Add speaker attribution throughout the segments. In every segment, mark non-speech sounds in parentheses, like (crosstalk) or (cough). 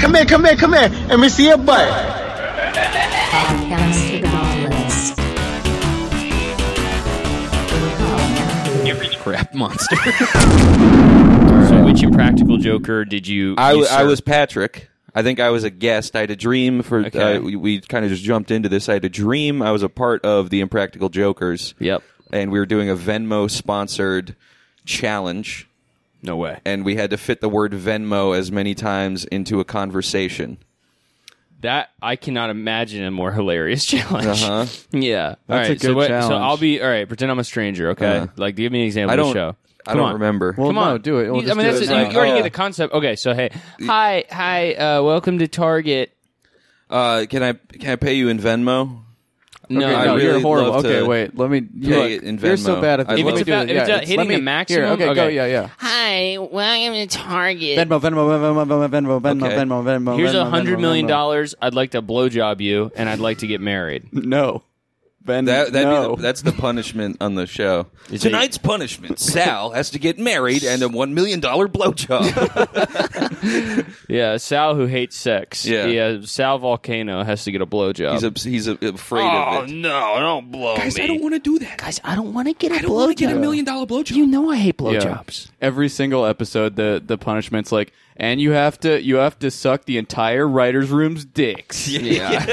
Speaker 1: here, come here, come here. Let me see your butt.
Speaker 2: Podcast for the Ballless.
Speaker 3: You reach crap
Speaker 4: (laughs)
Speaker 3: monster.
Speaker 4: So, which impractical joker did you?
Speaker 5: I,
Speaker 4: you
Speaker 5: I
Speaker 4: serve?
Speaker 5: was Patrick. I think I was a guest. I had a dream for.
Speaker 4: Okay.
Speaker 5: Uh, we we kind of just jumped into this. I had a dream. I was a part of the Impractical Jokers.
Speaker 4: Yep.
Speaker 5: And we were doing a Venmo sponsored challenge,
Speaker 4: No way.
Speaker 5: and we had to fit the word Venmo as many times into a conversation.
Speaker 4: That I cannot imagine a more hilarious (laughs) challenge.
Speaker 5: Uh-huh.
Speaker 4: Yeah. all
Speaker 6: That's
Speaker 4: right.
Speaker 6: a
Speaker 4: so,
Speaker 6: good
Speaker 4: what, so
Speaker 6: challenge.
Speaker 4: I'll be all right. Pretend I'm a stranger. Okay.
Speaker 5: Uh-huh.
Speaker 4: like, give me an example
Speaker 5: I
Speaker 4: of
Speaker 5: don't.
Speaker 4: the show.
Speaker 5: I
Speaker 4: Come
Speaker 5: don't
Speaker 4: on.
Speaker 5: remember.
Speaker 6: Well,
Speaker 4: Come on,
Speaker 6: no, do it. We'll
Speaker 4: You- I
Speaker 6: just
Speaker 4: mean,
Speaker 6: do
Speaker 4: that's
Speaker 6: it
Speaker 4: you
Speaker 6: now. Uh-huh.
Speaker 4: already
Speaker 5: Yeah.
Speaker 4: get the concept. Okay, so hey, hi, hi, uh, welcome to Target.
Speaker 5: Uh, can I can I pay you in Venmo?
Speaker 4: No,
Speaker 5: Okay, I
Speaker 4: no,
Speaker 6: no,
Speaker 5: really
Speaker 6: you're horrible.
Speaker 5: love
Speaker 6: Okay,
Speaker 5: to
Speaker 6: wait. Let me. You
Speaker 5: pay
Speaker 6: look,
Speaker 5: it in
Speaker 6: You're so
Speaker 5: Venmo.
Speaker 6: bad at this.
Speaker 5: I'd
Speaker 6: Let
Speaker 5: love
Speaker 6: me
Speaker 5: to.
Speaker 6: do
Speaker 4: If
Speaker 6: it.
Speaker 4: it's about-
Speaker 6: Yeah,
Speaker 4: if it's about
Speaker 6: it's-
Speaker 4: uh, hitting
Speaker 6: let me-
Speaker 4: the maximum,
Speaker 6: Here, okay, go.
Speaker 4: okay.
Speaker 6: Yeah, yeah.
Speaker 4: hi, welcome to Target.
Speaker 6: Venmo, Venmo, Venmo, Venmo, Venmo, Venmo,
Speaker 5: Okay.
Speaker 6: Venmo, Venmo.
Speaker 4: Here's
Speaker 6: Venmo,
Speaker 4: a hundred
Speaker 6: Venmo,
Speaker 4: million
Speaker 6: Venmo.
Speaker 4: dollars. I'd like to blowjob you, and I'd like to get married.
Speaker 6: No. Ben,
Speaker 5: That that'd
Speaker 6: no.
Speaker 5: be the, that's the punishment on the show. Tonight's punishment: Sal has to get married and a one million
Speaker 4: (laughs)
Speaker 5: dollar blowjob.
Speaker 4: Yeah, Sal who hates sex.
Speaker 5: Yeah.
Speaker 4: Sal Volcano has to get a blowjob.
Speaker 5: he's a, he's a, afraid
Speaker 4: oh
Speaker 5: of it.
Speaker 4: no, don't blow me.
Speaker 5: want to do that.
Speaker 4: Guys, I don't want to get a blowjob. Get a million dollar blowjob. You know I hate blowjobs.
Speaker 6: Every single episode, the the punishment's like, and you have to you have to suck the entire writers' room's dicks.
Speaker 4: Yeah.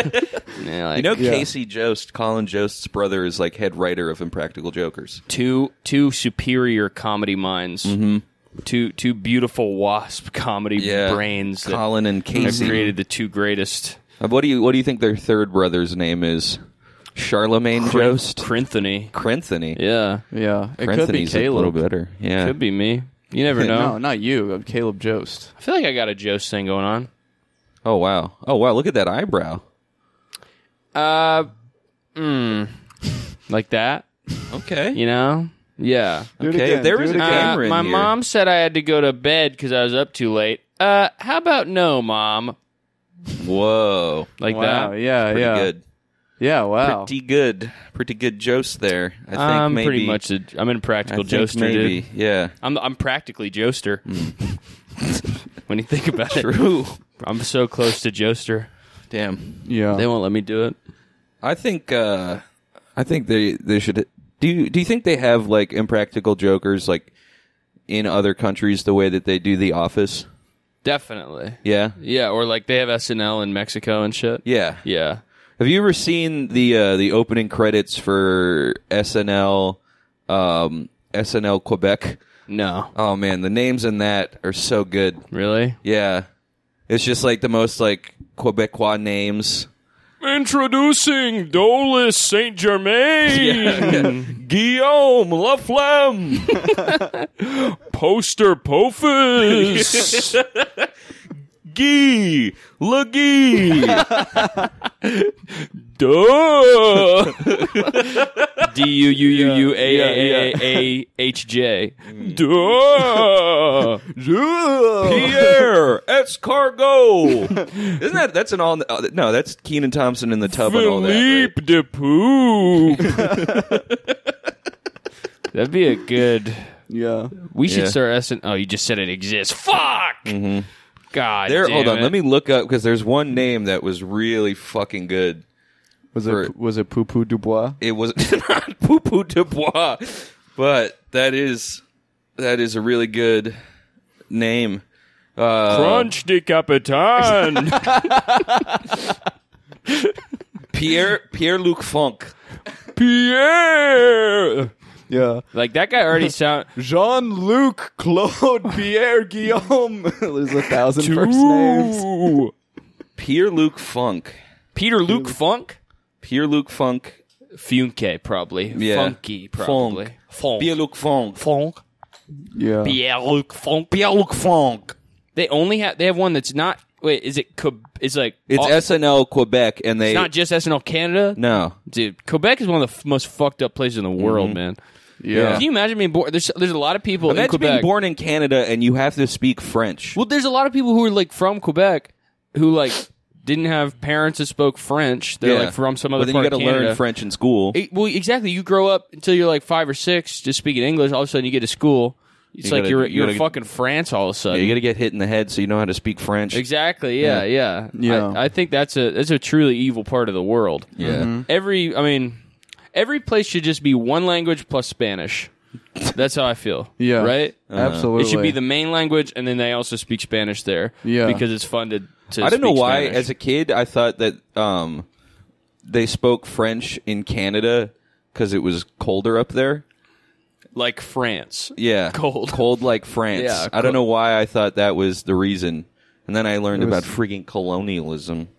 Speaker 4: Yeah, like
Speaker 5: You know, Casey Jost, Colin Jost's brother, is like head writer of Impractical Jokers.
Speaker 4: two two superior comedy minds. Two two beautiful wasp comedy
Speaker 5: Mm-hmm. Yeah,
Speaker 4: brains that
Speaker 5: Colin and
Speaker 4: have
Speaker 5: Casey.
Speaker 4: created the two greatest
Speaker 5: Uh, What do you what do you think their third brother's name is? Charlemagne Jost,
Speaker 4: Crinthony.
Speaker 5: Crinthony.
Speaker 4: Yeah.
Speaker 6: Yeah, it could be
Speaker 5: Crinthony's a little
Speaker 6: Caleb.
Speaker 5: better. Yeah,
Speaker 4: Could be me. You
Speaker 5: (laughs)
Speaker 4: never know.
Speaker 6: No, not you, Caleb Jost.
Speaker 4: I feel like I got a Jost thing going on.
Speaker 5: Oh wow! Oh wow! Look at that eyebrow.
Speaker 4: Uh mm. like that,
Speaker 5: Okay.
Speaker 4: you know? Yeah.
Speaker 5: okay.
Speaker 6: again,
Speaker 5: if there
Speaker 6: do
Speaker 5: was
Speaker 6: it
Speaker 5: a
Speaker 6: again.
Speaker 4: Uh,
Speaker 5: camera in
Speaker 4: my
Speaker 5: here-
Speaker 4: mom said I had to go to bed because I was up too late. Uh, how about no, mom?
Speaker 5: Whoa.
Speaker 4: Like
Speaker 6: wow,
Speaker 4: that.
Speaker 6: yeah,
Speaker 5: Pretty
Speaker 6: yeah,
Speaker 5: good.
Speaker 6: yeah. Wow.
Speaker 5: Pretty good. Pretty good Jost there. I think
Speaker 4: I'm
Speaker 5: maybe
Speaker 4: pretty much a, I'm in
Speaker 5: I
Speaker 4: practical
Speaker 5: think
Speaker 4: Joster,
Speaker 5: maybe.
Speaker 4: dude.
Speaker 5: Yeah.
Speaker 4: I'm I'm practically Joester. (laughs) when you think about
Speaker 5: Hmm. True.
Speaker 4: it, I'm so close to Joester.
Speaker 5: Damn.
Speaker 4: They
Speaker 6: Yeah.
Speaker 4: won't let me do it.
Speaker 5: I think uh I think they they should do you do you think they have like impractical jokers like in other countries the way that they do the office?
Speaker 4: Definitely.
Speaker 5: Yeah.
Speaker 4: Yeah, or like they have SNL in Mexico and shit.
Speaker 5: Yeah.
Speaker 4: Yeah.
Speaker 5: Have you ever seen the uh the opening credits for SNL um SNL Quebec?
Speaker 4: No.
Speaker 5: Oh man, the names in that are so good.
Speaker 4: Really?
Speaker 5: Yeah. It's just like the most like Quebecois names.
Speaker 4: Introducing Dolis Saint
Speaker 5: (laughs)
Speaker 4: Germain,
Speaker 5: Guillaume Laflamme.
Speaker 4: Poster (laughs) Pofus.
Speaker 5: Guy. (laughs) Legui. (laughs)
Speaker 4: Duh. D U U U U A A A A H J.
Speaker 5: Mm.
Speaker 4: Duh.
Speaker 5: Pierre. Escargot. (laughs) Isn't that, that's an all, uh, no, that's Keenan Thompson in the tub and all that.
Speaker 4: Philippe de Poop. That'd be a good.
Speaker 6: Yeah.
Speaker 4: We should
Speaker 5: Yeah. Mm-hmm.
Speaker 4: start SN. Oh, you just said it exists. Fuck. God.
Speaker 5: There,
Speaker 4: damn
Speaker 5: hold on.
Speaker 4: it.
Speaker 5: Let me look up because there's one name that was really fucking good.
Speaker 6: Was
Speaker 5: For-
Speaker 6: it was it Poo Poo Dubois?
Speaker 5: It was (laughs) not Poo Poo Dubois, but that is that is a really good name. Uh,
Speaker 4: Crunch de Capitan.
Speaker 5: (laughs) Pierre Pierre Luc Funk.
Speaker 4: Pierre.
Speaker 6: Yeah.
Speaker 4: Like that guy
Speaker 5: (laughs)
Speaker 4: already sound.
Speaker 6: Jean Luc Claude Pierre Guillaume. There's a thousand first names.
Speaker 4: Ooh.
Speaker 5: Pierre Luc Funk.
Speaker 4: Peter Luke Funk.
Speaker 5: Pierre Luc Funk.
Speaker 4: Funke probably.
Speaker 5: Yeah.
Speaker 4: Funky probably. Funk.
Speaker 5: Pierre Luc Funk.
Speaker 4: Funk.
Speaker 6: Yeah.
Speaker 4: Pierre Luke Funk.
Speaker 5: Pierre Luc Funk.
Speaker 4: They only have. They have one that's not. Wait, is it? Queb- It's like
Speaker 5: It's
Speaker 4: all-
Speaker 5: SNL Quebec, and they
Speaker 4: It's not just SNL Canada.
Speaker 5: no. Mm-hmm.
Speaker 4: Dude, Quebec is one of the f- most fucked up places in the world, man.
Speaker 5: Yeah.
Speaker 4: Can you imagine being born? There's there's a lot of people in
Speaker 5: Imagine
Speaker 4: Quebec.
Speaker 5: being born in Canada and you have to speak French.
Speaker 4: well, there's a lot of people who are like from Quebec who like didn't have parents that spoke French. They're
Speaker 5: Yeah.
Speaker 4: like from some
Speaker 5: But
Speaker 4: other
Speaker 5: then
Speaker 4: part
Speaker 5: you
Speaker 4: of
Speaker 5: gotta
Speaker 4: Canada.
Speaker 5: learn French in school.
Speaker 4: It- well, exactly. You grow up until you're like five or six, just speaking English. All of a sudden, you get to school. It's
Speaker 5: You
Speaker 4: like
Speaker 5: gotta-
Speaker 4: you're
Speaker 5: you
Speaker 4: you're
Speaker 5: gotta-
Speaker 4: fucking France all of a
Speaker 5: Yeah,
Speaker 4: sudden.
Speaker 5: you got to get hit in the head so you know how to speak French.
Speaker 4: Exactly. Yeah. Yeah.
Speaker 6: Yeah.
Speaker 4: I, I think that's a that's a truly evil part of the world.
Speaker 5: Yeah.
Speaker 4: Every I mean, every place should just be one language plus Spanish. That's how I feel.
Speaker 6: (laughs) Yeah.
Speaker 4: Right.
Speaker 6: Absolutely.
Speaker 4: It should be the main language, and then they also speak Spanish there.
Speaker 6: Yeah.
Speaker 4: Because it's funded. To
Speaker 5: I don't know
Speaker 4: speak
Speaker 5: why.
Speaker 4: Spanish.
Speaker 5: As a kid, I thought that um, they spoke French in Canada because it was colder up there.
Speaker 4: like France.
Speaker 5: Yeah,
Speaker 4: Cold.
Speaker 5: cold like France.
Speaker 4: Yeah,
Speaker 5: I
Speaker 4: cold.
Speaker 5: don't know why I thought that was the reason, and then I learned about freaking colonialism.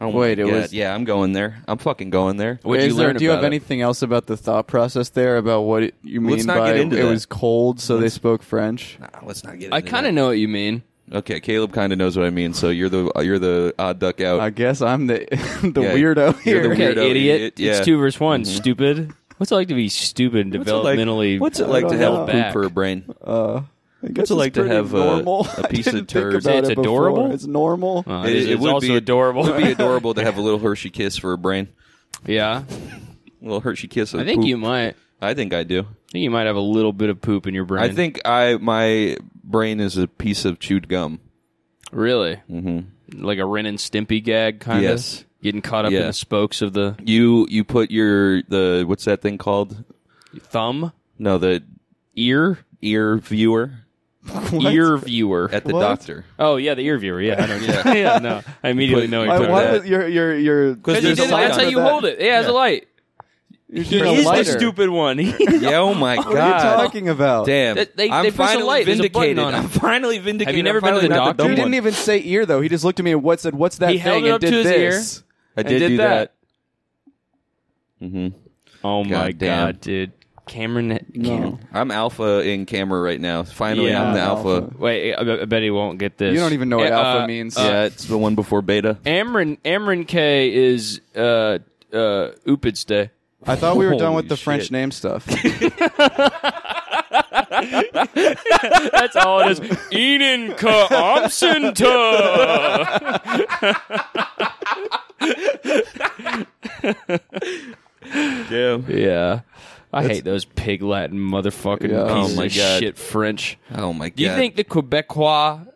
Speaker 5: Oh my
Speaker 6: Wait, it
Speaker 5: God.
Speaker 6: was-
Speaker 5: yeah. I'm going there. I'm fucking going there.
Speaker 4: What'd
Speaker 6: Is
Speaker 4: you
Speaker 6: there-
Speaker 4: learn
Speaker 6: do you have
Speaker 4: about it?
Speaker 6: anything else about the thought process there about what it, you mean
Speaker 5: Let's not
Speaker 6: by
Speaker 5: get into
Speaker 6: it
Speaker 5: that.
Speaker 6: was cold, so they spoke French?
Speaker 5: Ah, Let's not get.
Speaker 4: I
Speaker 5: into
Speaker 4: kind of
Speaker 5: that.
Speaker 4: know what you mean.
Speaker 5: Okay, Caleb kind of knows what I mean. So you're the you're the odd duck out.
Speaker 6: I guess I'm the (laughs) the
Speaker 5: Yeah,
Speaker 6: weirdo
Speaker 5: you're
Speaker 6: here.
Speaker 5: the
Speaker 4: Okay,
Speaker 5: Weirdo
Speaker 4: idiot.
Speaker 5: idiot, yeah.
Speaker 4: It's two versus one.
Speaker 6: Mm-hmm.
Speaker 4: Stupid. What's it like to be stupid
Speaker 5: What's it like-
Speaker 4: developmentally?
Speaker 5: What's it like
Speaker 6: I
Speaker 5: to
Speaker 6: don't
Speaker 5: have
Speaker 6: know.
Speaker 5: a
Speaker 4: Back.
Speaker 5: pooper brain?
Speaker 6: I
Speaker 5: What's
Speaker 6: guess
Speaker 5: it like to
Speaker 6: pretty
Speaker 5: have a-
Speaker 6: normal.
Speaker 5: a
Speaker 6: (laughs) I
Speaker 5: piece of
Speaker 6: didn't think
Speaker 5: turd?
Speaker 6: about
Speaker 4: It's
Speaker 6: it before.
Speaker 4: adorable?
Speaker 6: It's normal. (laughs)
Speaker 4: Uh,
Speaker 5: It-
Speaker 4: it's
Speaker 5: it would
Speaker 4: also
Speaker 5: be-
Speaker 4: adorable.
Speaker 5: It
Speaker 4: (laughs)
Speaker 5: would be adorable to have a little Hershey kiss for a brain.
Speaker 4: yeah,
Speaker 5: A little Hershey kiss. Of
Speaker 4: I think
Speaker 5: poop.
Speaker 4: you might.
Speaker 5: I think I do.
Speaker 4: I think you might have a little bit of poop in your brain.
Speaker 5: I think I my brain is a piece of chewed gum.
Speaker 4: really, mm-hmm. like a Ren and Stimpy gag kind of.
Speaker 5: Yes.
Speaker 4: Getting caught up in
Speaker 5: Yeah.
Speaker 4: the spokes of the
Speaker 5: You you put your the what's that thing called?
Speaker 4: thumb,
Speaker 5: No, the
Speaker 4: ear,
Speaker 5: ear viewer
Speaker 4: ear viewer.
Speaker 5: at the
Speaker 6: What?
Speaker 5: doctor.
Speaker 4: oh yeah, the ear viewer. Yeah,
Speaker 5: (laughs)
Speaker 4: I know. yeah. yeah, no, I immediately
Speaker 5: Put-
Speaker 4: know
Speaker 6: I,
Speaker 4: you put
Speaker 6: why
Speaker 4: it.
Speaker 5: that.
Speaker 6: was your your your?
Speaker 5: 'Cause
Speaker 4: Because you
Speaker 5: There's a
Speaker 4: did it.
Speaker 5: light
Speaker 4: That's
Speaker 5: on
Speaker 4: how
Speaker 5: it
Speaker 4: you hold it. Yeah, as a light.
Speaker 6: He's
Speaker 4: He's the stupid one. (laughs)
Speaker 5: yeah, oh my god.
Speaker 6: What are you talking about?
Speaker 5: Damn.
Speaker 4: That- they-
Speaker 5: I'm
Speaker 4: they press a
Speaker 5: finally
Speaker 4: light, there's a button on
Speaker 5: vindicated. (laughs)
Speaker 4: it.
Speaker 5: I'm finally vindicated.
Speaker 4: Have you never
Speaker 5: I'm
Speaker 4: been to
Speaker 5: finally
Speaker 4: the
Speaker 5: not
Speaker 4: doctor?
Speaker 5: dumb
Speaker 6: He
Speaker 5: one.
Speaker 6: didn't even say ear though. He just looked at me and what said, "What's that
Speaker 4: He held
Speaker 6: thing?"
Speaker 4: it
Speaker 6: and
Speaker 4: up
Speaker 6: did
Speaker 4: to his
Speaker 6: this.
Speaker 4: I
Speaker 5: I did,
Speaker 4: did
Speaker 5: do
Speaker 4: that.
Speaker 5: that. Mm-hmm.
Speaker 4: Oh my
Speaker 5: God damn.
Speaker 4: god, dude. Cameron. Cam-
Speaker 5: I'm alpha in camera right now. Finally,
Speaker 4: Yeah.
Speaker 5: I'm the
Speaker 6: I'm
Speaker 5: alpha.
Speaker 6: alpha.
Speaker 4: Wait, I, I bet he won't get this.
Speaker 6: You don't even know what
Speaker 4: Uh,
Speaker 6: alpha
Speaker 4: uh,
Speaker 6: means.
Speaker 5: yeah, it's the one before beta.
Speaker 4: Amron Amron K is uh uh Oopid's day.
Speaker 6: I thought we were done with
Speaker 5: Holy
Speaker 6: the French
Speaker 5: shit.
Speaker 4: (laughs)
Speaker 6: name stuff.
Speaker 4: That's all it is. Enan Kaomsinta.
Speaker 5: Damn.
Speaker 4: Yeah. I hate those pig Latin motherfucking
Speaker 6: Yeah.
Speaker 4: pieces
Speaker 5: Oh my
Speaker 4: of
Speaker 5: God.
Speaker 4: shit French.
Speaker 5: Oh my god.
Speaker 4: Do you think the Quebecois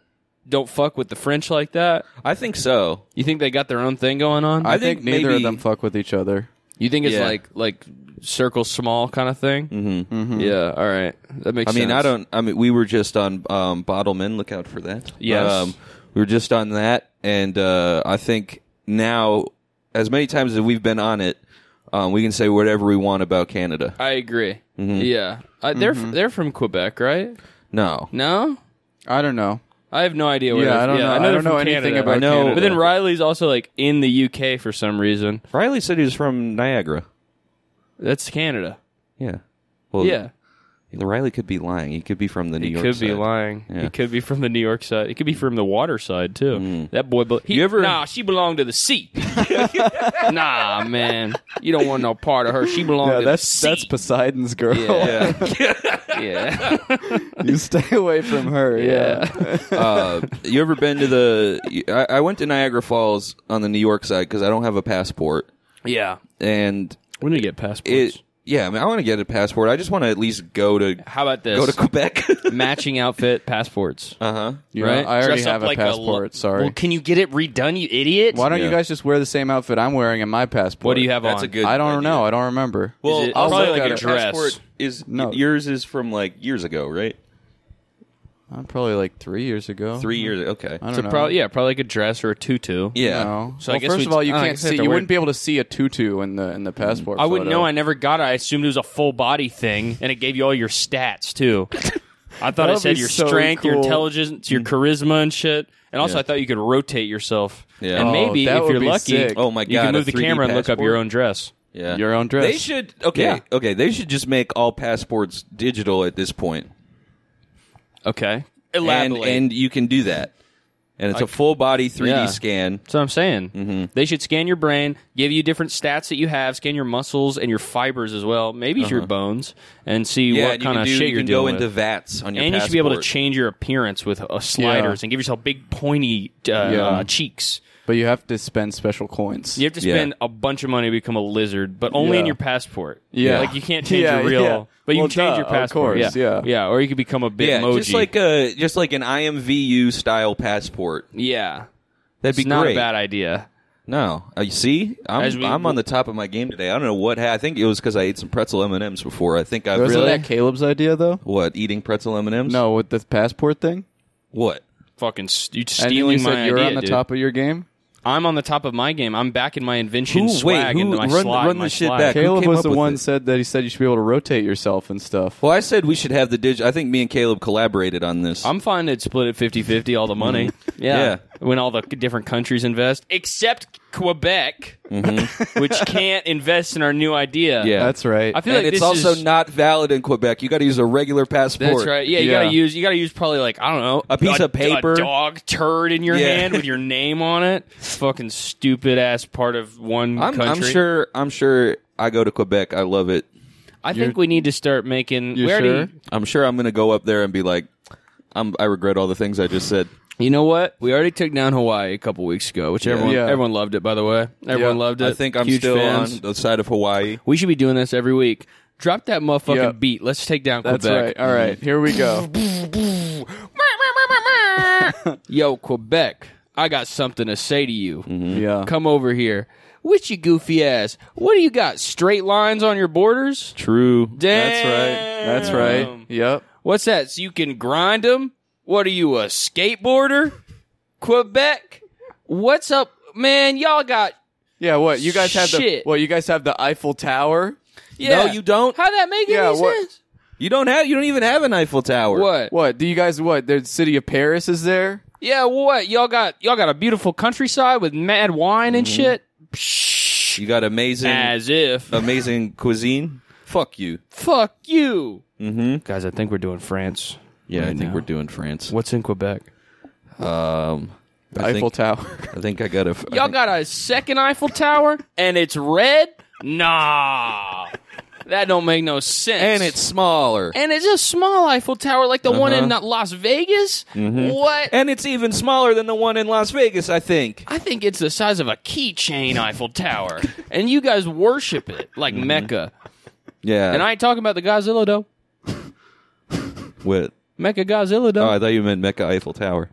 Speaker 4: don't fuck with the French like that?
Speaker 5: I think so.
Speaker 4: You think they got their own thing going on?
Speaker 5: I
Speaker 6: I think neither of
Speaker 5: maybe-
Speaker 6: them fuck with each other.
Speaker 4: you think it's
Speaker 5: Yeah.
Speaker 4: like like circle small kind of thing? Mm-hmm. Yeah. All right. That makes.
Speaker 5: I mean,
Speaker 4: sense.
Speaker 5: I don't. I mean, we were just on um, Bottlemen. Look out for that.
Speaker 4: Yes.
Speaker 5: Um, we were just on that, and uh, I think now, as many times as we've been on it, um, we can say whatever we want about Canada.
Speaker 4: I agree.
Speaker 6: Mm-hmm.
Speaker 4: Yeah, uh, they're f they're from Quebec, right?
Speaker 5: No,
Speaker 4: No,
Speaker 6: I don't know.
Speaker 4: I have no idea. Where
Speaker 6: Yeah,
Speaker 4: they're-
Speaker 6: I don't know.
Speaker 4: I,
Speaker 6: I
Speaker 4: know they're
Speaker 6: don't know
Speaker 4: from
Speaker 6: anything
Speaker 4: Canada.
Speaker 6: about
Speaker 5: I know-
Speaker 6: Canada.
Speaker 4: But then Riley's also like in the UK for some reason.
Speaker 5: Riley said he was from Niagara.
Speaker 4: That's Canada.
Speaker 5: Yeah. Well,
Speaker 4: yeah,
Speaker 5: Riley could be lying. He could be from the New
Speaker 4: he
Speaker 5: York.
Speaker 4: could be
Speaker 5: side.
Speaker 4: lying.
Speaker 5: Yeah.
Speaker 4: He could be from the New York side. He could be from the water side too. That boy, but he,
Speaker 5: Hmm. You ever-
Speaker 4: nah, she belonged to the sea. (laughs) nah, man, you don't want no part of her. She belonged
Speaker 6: Yeah,
Speaker 4: to the
Speaker 6: that's
Speaker 4: sea.
Speaker 6: that's Poseidon's girl.
Speaker 4: Yeah.
Speaker 5: Yeah.
Speaker 4: (laughs)
Speaker 5: (laughs)
Speaker 4: yeah,
Speaker 6: (laughs) you stay away from her. Yeah.
Speaker 5: uh, you ever been to the? I, I went to Niagara Falls on the New York side because I don't have a passport,
Speaker 4: (laughs) yeah.
Speaker 5: and
Speaker 4: When did you get passports?
Speaker 5: it. Yeah, I mean, I want to get a passport. I just want to at least go to
Speaker 4: How about this?
Speaker 5: go to Quebec.
Speaker 4: (laughs) matching outfit passports.
Speaker 5: uh huh.
Speaker 6: You know,
Speaker 4: right?
Speaker 6: I already
Speaker 4: Dress up
Speaker 6: have a
Speaker 4: like
Speaker 6: passport.
Speaker 4: lo-
Speaker 6: sorry.
Speaker 4: Well, can you get it redone, you idiot?
Speaker 6: Why don't you
Speaker 5: Yeah.
Speaker 6: guys just wear the same outfit I'm wearing in my passport?
Speaker 4: What do you have
Speaker 5: That's
Speaker 4: on?
Speaker 5: a good.
Speaker 6: I don't
Speaker 5: idea.
Speaker 6: know. I don't remember.
Speaker 5: Well,
Speaker 4: Is it-
Speaker 5: I'll
Speaker 4: probably
Speaker 5: look
Speaker 4: like
Speaker 5: at
Speaker 4: a
Speaker 5: it.
Speaker 4: dress.
Speaker 5: Passport is
Speaker 6: No.
Speaker 5: yours is from like years ago, right?
Speaker 6: I'm probably like three years ago.
Speaker 5: Three
Speaker 4: Mm-hmm.
Speaker 5: years. Okay.
Speaker 6: I don't
Speaker 4: So
Speaker 6: know.
Speaker 4: probably yeah, probably like a dress or a tutu.
Speaker 5: Yeah.
Speaker 6: No.
Speaker 4: (laughs) So I
Speaker 6: well,
Speaker 4: guess
Speaker 6: first
Speaker 4: we-
Speaker 6: of all, you
Speaker 4: oh, I
Speaker 6: can't
Speaker 4: guess I
Speaker 6: see.
Speaker 4: have to
Speaker 6: You
Speaker 4: wear-
Speaker 6: wouldn't be able to see a tutu in the in the passport.
Speaker 4: I wouldn't
Speaker 6: photo.
Speaker 4: know. I never got it. I assumed it was a full body thing, and it gave you all your stats too.
Speaker 5: (laughs)
Speaker 4: I thought
Speaker 6: That
Speaker 4: it
Speaker 6: would
Speaker 4: said
Speaker 6: be
Speaker 4: your
Speaker 6: so
Speaker 4: strength, your
Speaker 6: cool.
Speaker 4: intelligence,
Speaker 5: Mm.
Speaker 4: your charisma, and shit. And also, I thought you could rotate yourself.
Speaker 5: Yeah.
Speaker 4: And
Speaker 5: Oh,
Speaker 4: maybe
Speaker 6: that
Speaker 4: if
Speaker 6: would
Speaker 4: you're
Speaker 6: be
Speaker 4: lucky,
Speaker 6: sick.
Speaker 5: Oh my
Speaker 4: you
Speaker 5: God,
Speaker 4: can
Speaker 5: a
Speaker 4: move the
Speaker 5: 3D
Speaker 4: camera and look up your
Speaker 5: passport?
Speaker 4: own dress.
Speaker 5: Yeah.
Speaker 6: Your own dress.
Speaker 5: They should. Okay.
Speaker 4: Yeah.
Speaker 5: Okay. They should just make all passports digital at this point,
Speaker 4: Okay,
Speaker 5: and
Speaker 4: elaborate.
Speaker 5: and you can do that, and it's a full body 3D
Speaker 4: Yeah.
Speaker 5: scan.
Speaker 4: That's what I'm saying.
Speaker 5: Mm-hmm.
Speaker 4: They should scan your brain, give you different stats that you have, scan your muscles and your fibers as well, maybe your bones, and see
Speaker 5: Uh-huh. Yeah.
Speaker 4: what
Speaker 5: and you
Speaker 4: kind
Speaker 5: can
Speaker 4: of
Speaker 5: do,
Speaker 4: shit
Speaker 5: you
Speaker 4: are
Speaker 5: can
Speaker 4: dealing
Speaker 5: go
Speaker 4: with.
Speaker 5: into VATS on your.
Speaker 4: and you should be able to
Speaker 5: passport.
Speaker 4: change your appearance with uh, sliders and give yourself big pointy uh,
Speaker 6: Yeah.
Speaker 4: cheeks.
Speaker 6: but you have to spend special coins.
Speaker 4: You have to
Speaker 5: Yeah.
Speaker 4: spend a bunch of money to become a lizard, but only in
Speaker 6: Yeah.
Speaker 4: your passport.
Speaker 6: Yeah.
Speaker 4: like you can't change
Speaker 6: Yeah,
Speaker 4: your real,
Speaker 6: yeah.
Speaker 4: but you
Speaker 6: Well,
Speaker 4: can change
Speaker 6: duh,
Speaker 4: your
Speaker 6: of
Speaker 4: passport.
Speaker 6: course,
Speaker 4: yeah.
Speaker 6: yeah.
Speaker 4: or you could become a bitmoji.
Speaker 5: yeah, just like a just like an IMVU style passport.
Speaker 4: yeah,
Speaker 5: That'd be
Speaker 4: it's not
Speaker 5: great.
Speaker 4: a bad idea.
Speaker 5: No, uh, you see,
Speaker 4: As
Speaker 5: I'm
Speaker 4: we-
Speaker 5: I'm on the top of my game today. I don't know what ha- I think it was because I ate some pretzel M and M's before. I think I
Speaker 6: Wasn't
Speaker 5: really
Speaker 6: that Caleb's idea though?
Speaker 5: what eating pretzel M and M's.
Speaker 6: No, with the passport thing.
Speaker 5: what?
Speaker 4: Fucking st- you
Speaker 6: And then you
Speaker 4: stealing my
Speaker 6: said you're
Speaker 4: idea,
Speaker 6: on the
Speaker 4: dude.
Speaker 6: top of your game.
Speaker 4: I'm on the top of my game. I'm back in my invention
Speaker 5: Who- wait,
Speaker 4: swag
Speaker 5: who-
Speaker 4: into my
Speaker 5: run-
Speaker 4: slot.
Speaker 5: run
Speaker 4: my
Speaker 5: this shit
Speaker 4: slide.
Speaker 5: back. Who
Speaker 6: Caleb
Speaker 5: came
Speaker 6: was
Speaker 5: up
Speaker 6: the
Speaker 5: with
Speaker 6: one
Speaker 5: it?
Speaker 6: said that he said you should be able to rotate yourself and stuff.
Speaker 5: Well, I said we should have the dig. I think me and Caleb collaborated on this.
Speaker 4: I'm fine to split it 50-50, all the money. Yeah.
Speaker 5: Mm-hmm. Yeah.
Speaker 4: When all the different countries invest, except Quebec, which can't invest in our new idea.
Speaker 5: Mm-hmm. Yeah.
Speaker 6: That's right.
Speaker 4: I feel
Speaker 5: and
Speaker 4: like
Speaker 5: it's
Speaker 4: this
Speaker 5: also
Speaker 4: is-
Speaker 5: not valid in Quebec. You got to use a regular passport.
Speaker 4: That's right. Yeah, you
Speaker 6: Yeah.
Speaker 4: gotta use you gotta use probably like I don't know
Speaker 5: A piece of paper.
Speaker 4: a dog turd in your
Speaker 5: Yeah.
Speaker 4: hand with your name on it. Fucking stupid ass part of one
Speaker 5: I'm,
Speaker 4: country.
Speaker 5: I'm sure. I'm sure. I go to Quebec. I love it.
Speaker 4: I think we need to start making.
Speaker 6: You
Speaker 4: we already-
Speaker 6: sure?
Speaker 5: I'm sure I'm going to go up there and be like, I'm, I regret all the things I just said.
Speaker 4: You know what? We already took down Hawaii a couple weeks ago, which everyone
Speaker 6: Yeah.
Speaker 4: everyone loved it. By the way, everyone
Speaker 6: Yeah.
Speaker 4: loved it.
Speaker 5: I think I'm
Speaker 4: Huge
Speaker 5: still
Speaker 4: fans.
Speaker 5: on the side of Hawaii.
Speaker 4: We should be doing this every week. Drop that motherfucking
Speaker 6: Yeah.
Speaker 4: beat. Let's take down
Speaker 6: That's
Speaker 4: Quebec.
Speaker 6: right. All right, here
Speaker 4: (laughs)
Speaker 6: we go.
Speaker 4: Mm. Yo, Quebec, I got something to say to you.
Speaker 6: yeah.
Speaker 4: Come over here. What you goofy ass? What do you got? Straight lines on your borders?
Speaker 5: True.
Speaker 6: That's right. That's right.
Speaker 4: Damn.
Speaker 6: Yep.
Speaker 4: What's that? So you can grind them? What are you, a skateboarder? Quebec? What's up, man? Y'all got
Speaker 6: Yeah. What you guys have the
Speaker 4: Shit.
Speaker 6: what you guys have the Eiffel Tower.
Speaker 4: yeah.
Speaker 5: No, you don't.
Speaker 4: How that make
Speaker 6: Yeah,
Speaker 4: any
Speaker 6: what-
Speaker 4: sense?
Speaker 5: You don't have. You don't even have an Eiffel Tower.
Speaker 4: What?
Speaker 6: What do you guys? What the city of Paris is there?
Speaker 4: Yeah, what? Y'all got y'all got a beautiful countryside with mad wine and shit.
Speaker 6: Mm-hmm.
Speaker 4: Psh,
Speaker 5: You got amazing,
Speaker 4: as if.
Speaker 5: Uh, amazing cuisine. Fuck you.
Speaker 4: Fuck you. Mm-hmm. Guys, I think we're doing France.
Speaker 5: Yeah, I think
Speaker 4: now.
Speaker 5: we're doing France.
Speaker 4: What's in Quebec?
Speaker 5: Um,
Speaker 6: The
Speaker 5: I
Speaker 6: Eiffel
Speaker 5: think,
Speaker 6: Tower.
Speaker 5: I think I got a.
Speaker 4: Y'all got a second Eiffel Tower and it's red? Nah. That don't make no sense.
Speaker 5: and it's smaller.
Speaker 4: and it's a small Eiffel Tower like the one in
Speaker 5: Uh-huh. Mm-hmm.
Speaker 4: uh, Las Vegas. What?
Speaker 5: And it's even smaller than the one in Las Vegas, I think.
Speaker 4: I think it's the size of a keychain Eiffel Tower, and you guys worship it like
Speaker 5: Mm-hmm.
Speaker 4: Mecca.
Speaker 5: Yeah.
Speaker 4: And I ain't talking about the Godzilla though.
Speaker 5: What?
Speaker 4: Mecca Godzilla though.
Speaker 5: Oh, I thought you meant Mecca Eiffel Tower.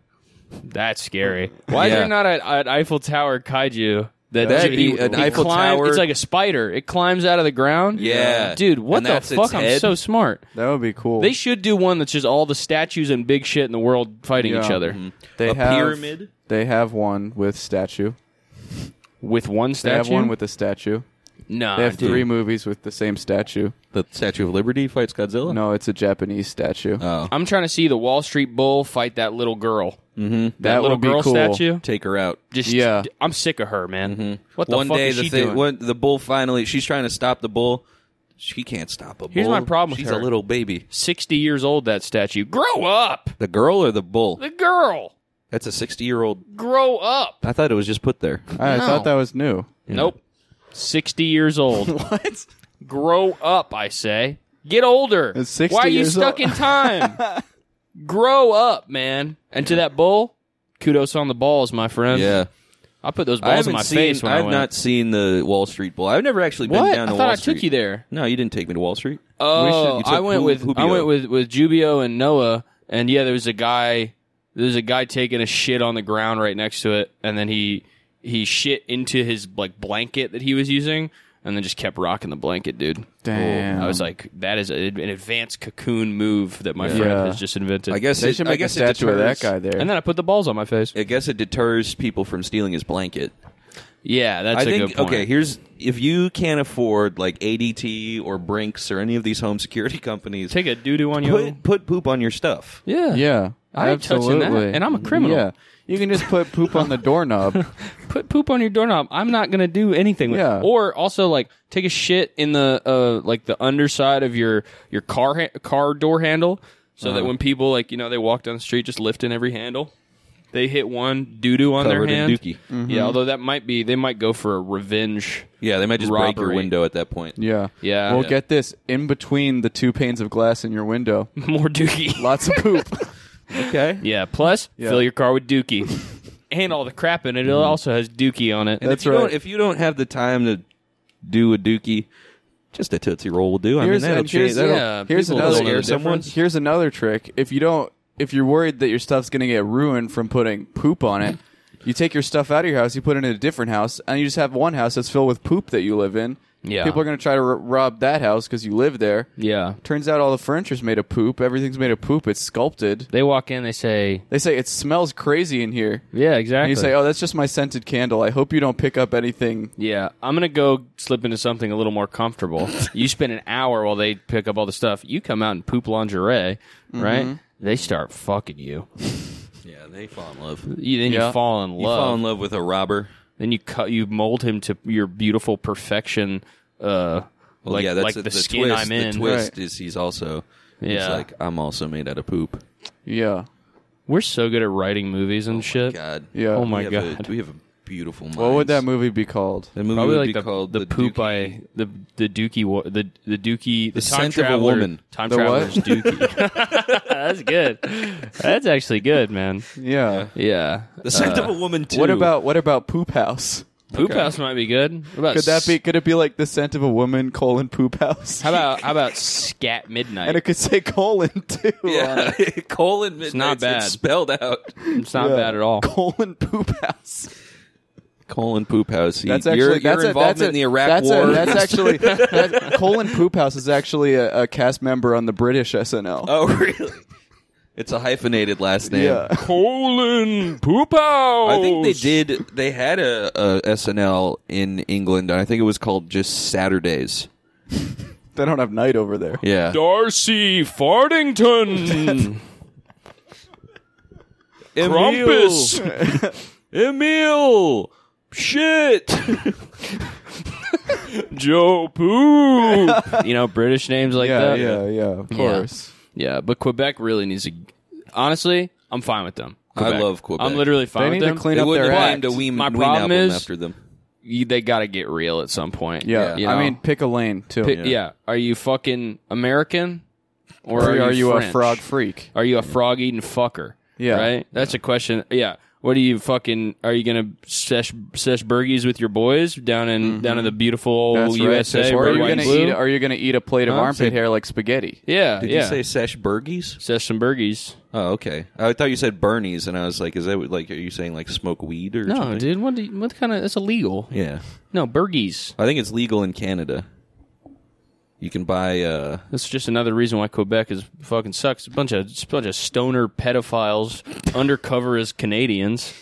Speaker 4: That's scary. Why is
Speaker 5: Yeah.
Speaker 4: there not an, an Eiffel Tower kaiju? That
Speaker 5: That'd
Speaker 4: it-
Speaker 5: be
Speaker 4: it-
Speaker 5: an
Speaker 4: it
Speaker 5: Eiffel
Speaker 4: climb-
Speaker 5: Tower.
Speaker 4: It's like a spider. It climbs out of the ground.
Speaker 5: Yeah.
Speaker 4: dude, what
Speaker 5: And
Speaker 4: the
Speaker 5: that's its
Speaker 4: fuck? I'm
Speaker 5: head.
Speaker 4: so smart.
Speaker 6: That would be cool.
Speaker 4: They should do one that's just all the statues and big shit in the world fighting
Speaker 6: Yeah.
Speaker 4: each other
Speaker 6: They
Speaker 5: a
Speaker 6: have
Speaker 5: pyramid?
Speaker 6: They have one with statue.
Speaker 4: with one
Speaker 6: They
Speaker 4: statue.
Speaker 6: have one with a statue.
Speaker 4: nah,
Speaker 6: They have
Speaker 4: dude.
Speaker 6: three movies with the same statue.
Speaker 5: The Statue of Liberty fights Godzilla?
Speaker 6: No, it's a Japanese
Speaker 4: Uh,
Speaker 6: statue.
Speaker 5: Oh.
Speaker 4: I'm trying to see the Wall Street Bull fight that little girl.
Speaker 6: that
Speaker 4: little
Speaker 6: would be
Speaker 4: girl
Speaker 6: cool.
Speaker 4: statue.
Speaker 5: Take her out.
Speaker 4: Just
Speaker 6: Yeah.
Speaker 4: I'm sick of her, man. What the
Speaker 5: one
Speaker 4: fuck
Speaker 5: day
Speaker 4: is
Speaker 5: the
Speaker 4: she
Speaker 5: thing,
Speaker 4: doing?
Speaker 5: One, the bull finally she's trying to stop the bull. She can't stop a bull.
Speaker 4: Here's my problem with
Speaker 5: She's
Speaker 4: her.
Speaker 5: a little baby.
Speaker 4: 60 years old that statue. Grow up.
Speaker 5: The girl or the bull?
Speaker 4: The girl.
Speaker 5: That's a 60-year-old.
Speaker 4: Grow up.
Speaker 5: I thought it was just put there.
Speaker 6: I, I thought that was new.
Speaker 4: Nope. 60 years old.
Speaker 5: (laughs)
Speaker 4: what? Grow up, I say. Get older.
Speaker 6: It's 60
Speaker 4: Why are you
Speaker 6: years
Speaker 4: stuck in
Speaker 5: (laughs)
Speaker 6: old.
Speaker 4: time? Grow up, man. And to that bull, kudos on the balls, my friend.
Speaker 5: Yeah.
Speaker 4: I put those
Speaker 5: I
Speaker 4: balls in
Speaker 5: haven't
Speaker 4: my
Speaker 5: seen
Speaker 4: face when I
Speaker 5: I've
Speaker 4: went.
Speaker 5: not seen the Wall Street bull. I've never actually been
Speaker 4: what?
Speaker 5: down
Speaker 4: I
Speaker 5: to
Speaker 4: thought
Speaker 5: Wall
Speaker 4: I took
Speaker 5: Street.
Speaker 4: you there.
Speaker 5: No, you didn't take me to Wall Street.
Speaker 4: Oh,
Speaker 5: you took
Speaker 4: I went
Speaker 5: Hu-
Speaker 4: with I
Speaker 5: Hubio.
Speaker 4: went with with Jubio and Noah, and yeah, there was a guy. There's a guy taking a shit on the ground right next to it, and then he he shit into his like blanket that he was using, and then just kept rocking the blanket, dude.
Speaker 6: Damn.
Speaker 4: I was like, that is a, an advanced cocoon move that my
Speaker 6: Yeah.
Speaker 4: friend has just invented.
Speaker 5: I guess
Speaker 6: They
Speaker 5: it,
Speaker 6: should
Speaker 5: I
Speaker 6: make a
Speaker 5: guess it
Speaker 6: statue of that
Speaker 5: deters-
Speaker 6: guy there.
Speaker 4: And then I put the balls on my face.
Speaker 5: I guess it deters people from stealing his blanket.
Speaker 4: Yeah, that's
Speaker 5: I
Speaker 4: a
Speaker 5: think
Speaker 4: good point.
Speaker 5: okay. Here's if you can't afford like ADT or Brinks or any of these home (laughs) security companies,
Speaker 4: Take a doo doo on your.
Speaker 5: put put poop on your stuff.
Speaker 4: yeah,
Speaker 6: yeah.
Speaker 4: I ain't touching
Speaker 6: absolutely.
Speaker 4: that, and I'm a criminal.
Speaker 6: Yeah. You can just put poop on the doorknob.
Speaker 4: (laughs) put poop on your doorknob. I'm not gonna do anything with
Speaker 6: Yeah.
Speaker 4: it. Or also like take a shit in the uh like the underside of your your car ha- car door handle, so
Speaker 5: Uh-huh.
Speaker 4: that when people like you know they walk down the street just lifting every handle, they hit one doo doo on
Speaker 5: Covered
Speaker 4: their
Speaker 5: in
Speaker 4: hand. Mm-hmm.
Speaker 5: dookie.
Speaker 4: Yeah, although that might be they might go for a revenge.
Speaker 5: Yeah, they might just break your
Speaker 4: Robbery.
Speaker 5: window at that point.
Speaker 6: Yeah.
Speaker 4: Yeah.
Speaker 6: Well,
Speaker 4: Yeah.
Speaker 6: get this in between the two panes of glass in your window,
Speaker 4: (laughs) More dookie. (laughs)
Speaker 6: lots of poop.
Speaker 5: Okay.
Speaker 6: (laughs)
Speaker 4: yeah. Plus, fill your car with dookie. (laughs) and all the crap in it. It also has Dookie on it.
Speaker 5: Mm-hmm. And
Speaker 6: That's
Speaker 5: if you
Speaker 6: right.
Speaker 5: Don't, if you don't have the time to do a dookie, just a tootsie roll will do. I mean,
Speaker 6: Here's-
Speaker 5: that'll
Speaker 6: and here's-
Speaker 5: change. That'll,
Speaker 4: yeah,
Speaker 6: here's
Speaker 5: people
Speaker 6: another-
Speaker 5: will know the
Speaker 6: here's
Speaker 5: difference.
Speaker 6: Here's another trick. If you don't, if you're worried that your stuff's going to get ruined from putting poop
Speaker 5: (laughs)
Speaker 6: on it, you take your stuff out of your house, you put it in a different house, and you just have one house that's filled with poop that you live in.
Speaker 4: Yeah.
Speaker 6: People are going to try to r- rob that house because you live there.
Speaker 4: Yeah.
Speaker 6: Turns out all the furniture's made of poop. Everything's made of poop. It's sculpted.
Speaker 4: They walk in, they say,
Speaker 6: They say it smells crazy in here.
Speaker 4: "Yeah, exactly."
Speaker 6: And you say, "Oh, that's just my scented candle. I hope you don't pick up anything."
Speaker 4: Yeah, I'm gonna go slip into something a little more
Speaker 5: (laughs)
Speaker 4: comfortable. you spend an hour while they pick up all the stuff. You come out and poop lingerie,
Speaker 5: Mm-hmm.
Speaker 4: right? They start fucking you.
Speaker 5: Yeah, they fall in love.
Speaker 4: you then
Speaker 6: Yeah.
Speaker 4: you fall in love.
Speaker 5: You fall in love with a robber.
Speaker 4: Then you cut. You mold him to your beautiful perfection. Uh,
Speaker 5: Well,
Speaker 4: like
Speaker 5: yeah, that's
Speaker 4: like
Speaker 5: the,
Speaker 4: the, skin
Speaker 5: twist.
Speaker 4: I'm in.
Speaker 5: The twist is he's also. He's
Speaker 4: Yeah.
Speaker 5: like I'm also made out of poop.
Speaker 6: Yeah.
Speaker 4: We're so good at writing movies and shit.
Speaker 5: God.
Speaker 6: Yeah.
Speaker 4: Oh my
Speaker 5: we have
Speaker 4: God.
Speaker 5: A, we have a beautiful. Minds.
Speaker 6: What would that movie be called?
Speaker 5: The movie
Speaker 4: Probably
Speaker 5: would
Speaker 4: like
Speaker 5: be
Speaker 4: the,
Speaker 5: called
Speaker 4: the, poop
Speaker 5: (laughs) Dookie-
Speaker 4: I the the Dookie wa- the the Dookie the, time
Speaker 5: Scent of a
Speaker 4: traveler
Speaker 5: Woman.
Speaker 4: time
Speaker 6: The
Speaker 4: traveler's
Speaker 5: (laughs)
Speaker 6: what?
Speaker 4: Dookie. That's good. That's actually good, man.
Speaker 6: Yeah.
Speaker 4: Yeah,
Speaker 5: The scent
Speaker 4: Uh,
Speaker 5: of a woman too.
Speaker 6: What about what about Poop House?
Speaker 4: Poop House might be good. What about
Speaker 6: Could that
Speaker 4: s-
Speaker 6: be? Could it be like the scent of a woman colon poop house?
Speaker 4: How about how about Scat Midnight?
Speaker 6: and it could say colon too.
Speaker 5: (laughs)
Speaker 6: on
Speaker 5: Yeah,
Speaker 6: it.
Speaker 5: (laughs) colon. It's
Speaker 4: not bad.
Speaker 5: It's spelled
Speaker 4: (laughs)
Speaker 5: out.
Speaker 4: it's not
Speaker 6: yeah.
Speaker 4: bad at all.
Speaker 6: Colon poop house.
Speaker 5: Colon poop house.
Speaker 6: That's
Speaker 5: Your-
Speaker 6: actually
Speaker 5: your,
Speaker 6: that's a-
Speaker 5: involvement
Speaker 6: that's a-
Speaker 5: in the Iraq
Speaker 6: that's
Speaker 5: War. (laughs)
Speaker 6: A, that's actually that, colon poop house is actually a, a cast member on the British SNL.
Speaker 5: oh really? It's a hyphenated last name.
Speaker 6: yeah. (laughs)
Speaker 4: Colon Poop House.
Speaker 5: I think they did. They had a, a SNL in England, and I think it was called just Saturdays.
Speaker 6: They don't have night over there.
Speaker 5: Yeah,
Speaker 4: Darcy
Speaker 6: (laughs)
Speaker 4: Fartington.
Speaker 5: Emil, (laughs) shit.
Speaker 4: Joe Poop. (laughs) you know, British names like
Speaker 6: Yeah,
Speaker 4: that.
Speaker 6: yeah, yeah. Of course.
Speaker 4: Yeah, but Quebec really needs a. Honestly, I'm fine with them.
Speaker 5: I love Quebec.
Speaker 4: I'm literally fine
Speaker 6: They
Speaker 4: with
Speaker 6: need to
Speaker 4: them.
Speaker 6: clean
Speaker 5: They
Speaker 6: up
Speaker 5: wouldn't
Speaker 6: their
Speaker 5: have
Speaker 6: act.
Speaker 5: named a Ween
Speaker 4: My problem is-
Speaker 5: after them.
Speaker 4: You- they got to get real at some point.
Speaker 6: Yeah.
Speaker 4: you
Speaker 6: I
Speaker 4: know?
Speaker 6: mean, pick a lane too.
Speaker 4: Pi- yeah. Are you fucking American, or
Speaker 6: Or are you a
Speaker 4: French?
Speaker 6: frog freak?
Speaker 4: Are you a frog eating fucker?
Speaker 6: Yeah.
Speaker 4: Right? That's a question. Yeah. What are you fucking are you gonna sesh sesh burgies with your boys down in down in the beautiful old
Speaker 6: That's
Speaker 4: USA?
Speaker 6: right. Or
Speaker 4: red,
Speaker 6: are you
Speaker 4: white,
Speaker 6: gonna
Speaker 4: and blue?
Speaker 6: eat? Are you gonna eat a plate of
Speaker 5: Huh?
Speaker 6: armpit hair like spaghetti?
Speaker 4: yeah,
Speaker 5: Did
Speaker 4: yeah.
Speaker 5: you say Sesh Burgies?
Speaker 4: sesh some burgies?
Speaker 5: Oh, okay. I thought you said Bernie's, and I was like, "Is that what- like? Are you saying like smoke weed or
Speaker 4: No,
Speaker 5: something?
Speaker 4: dude, what do you, what kind of that's illegal.
Speaker 5: Yeah,
Speaker 4: No, burgies.
Speaker 5: I think it's legal in Canada. You can buy. uh
Speaker 4: That's just another reason why Quebec is fucking sucks. A bunch of just a bunch of stoner pedophiles (laughs) undercover as Canadians.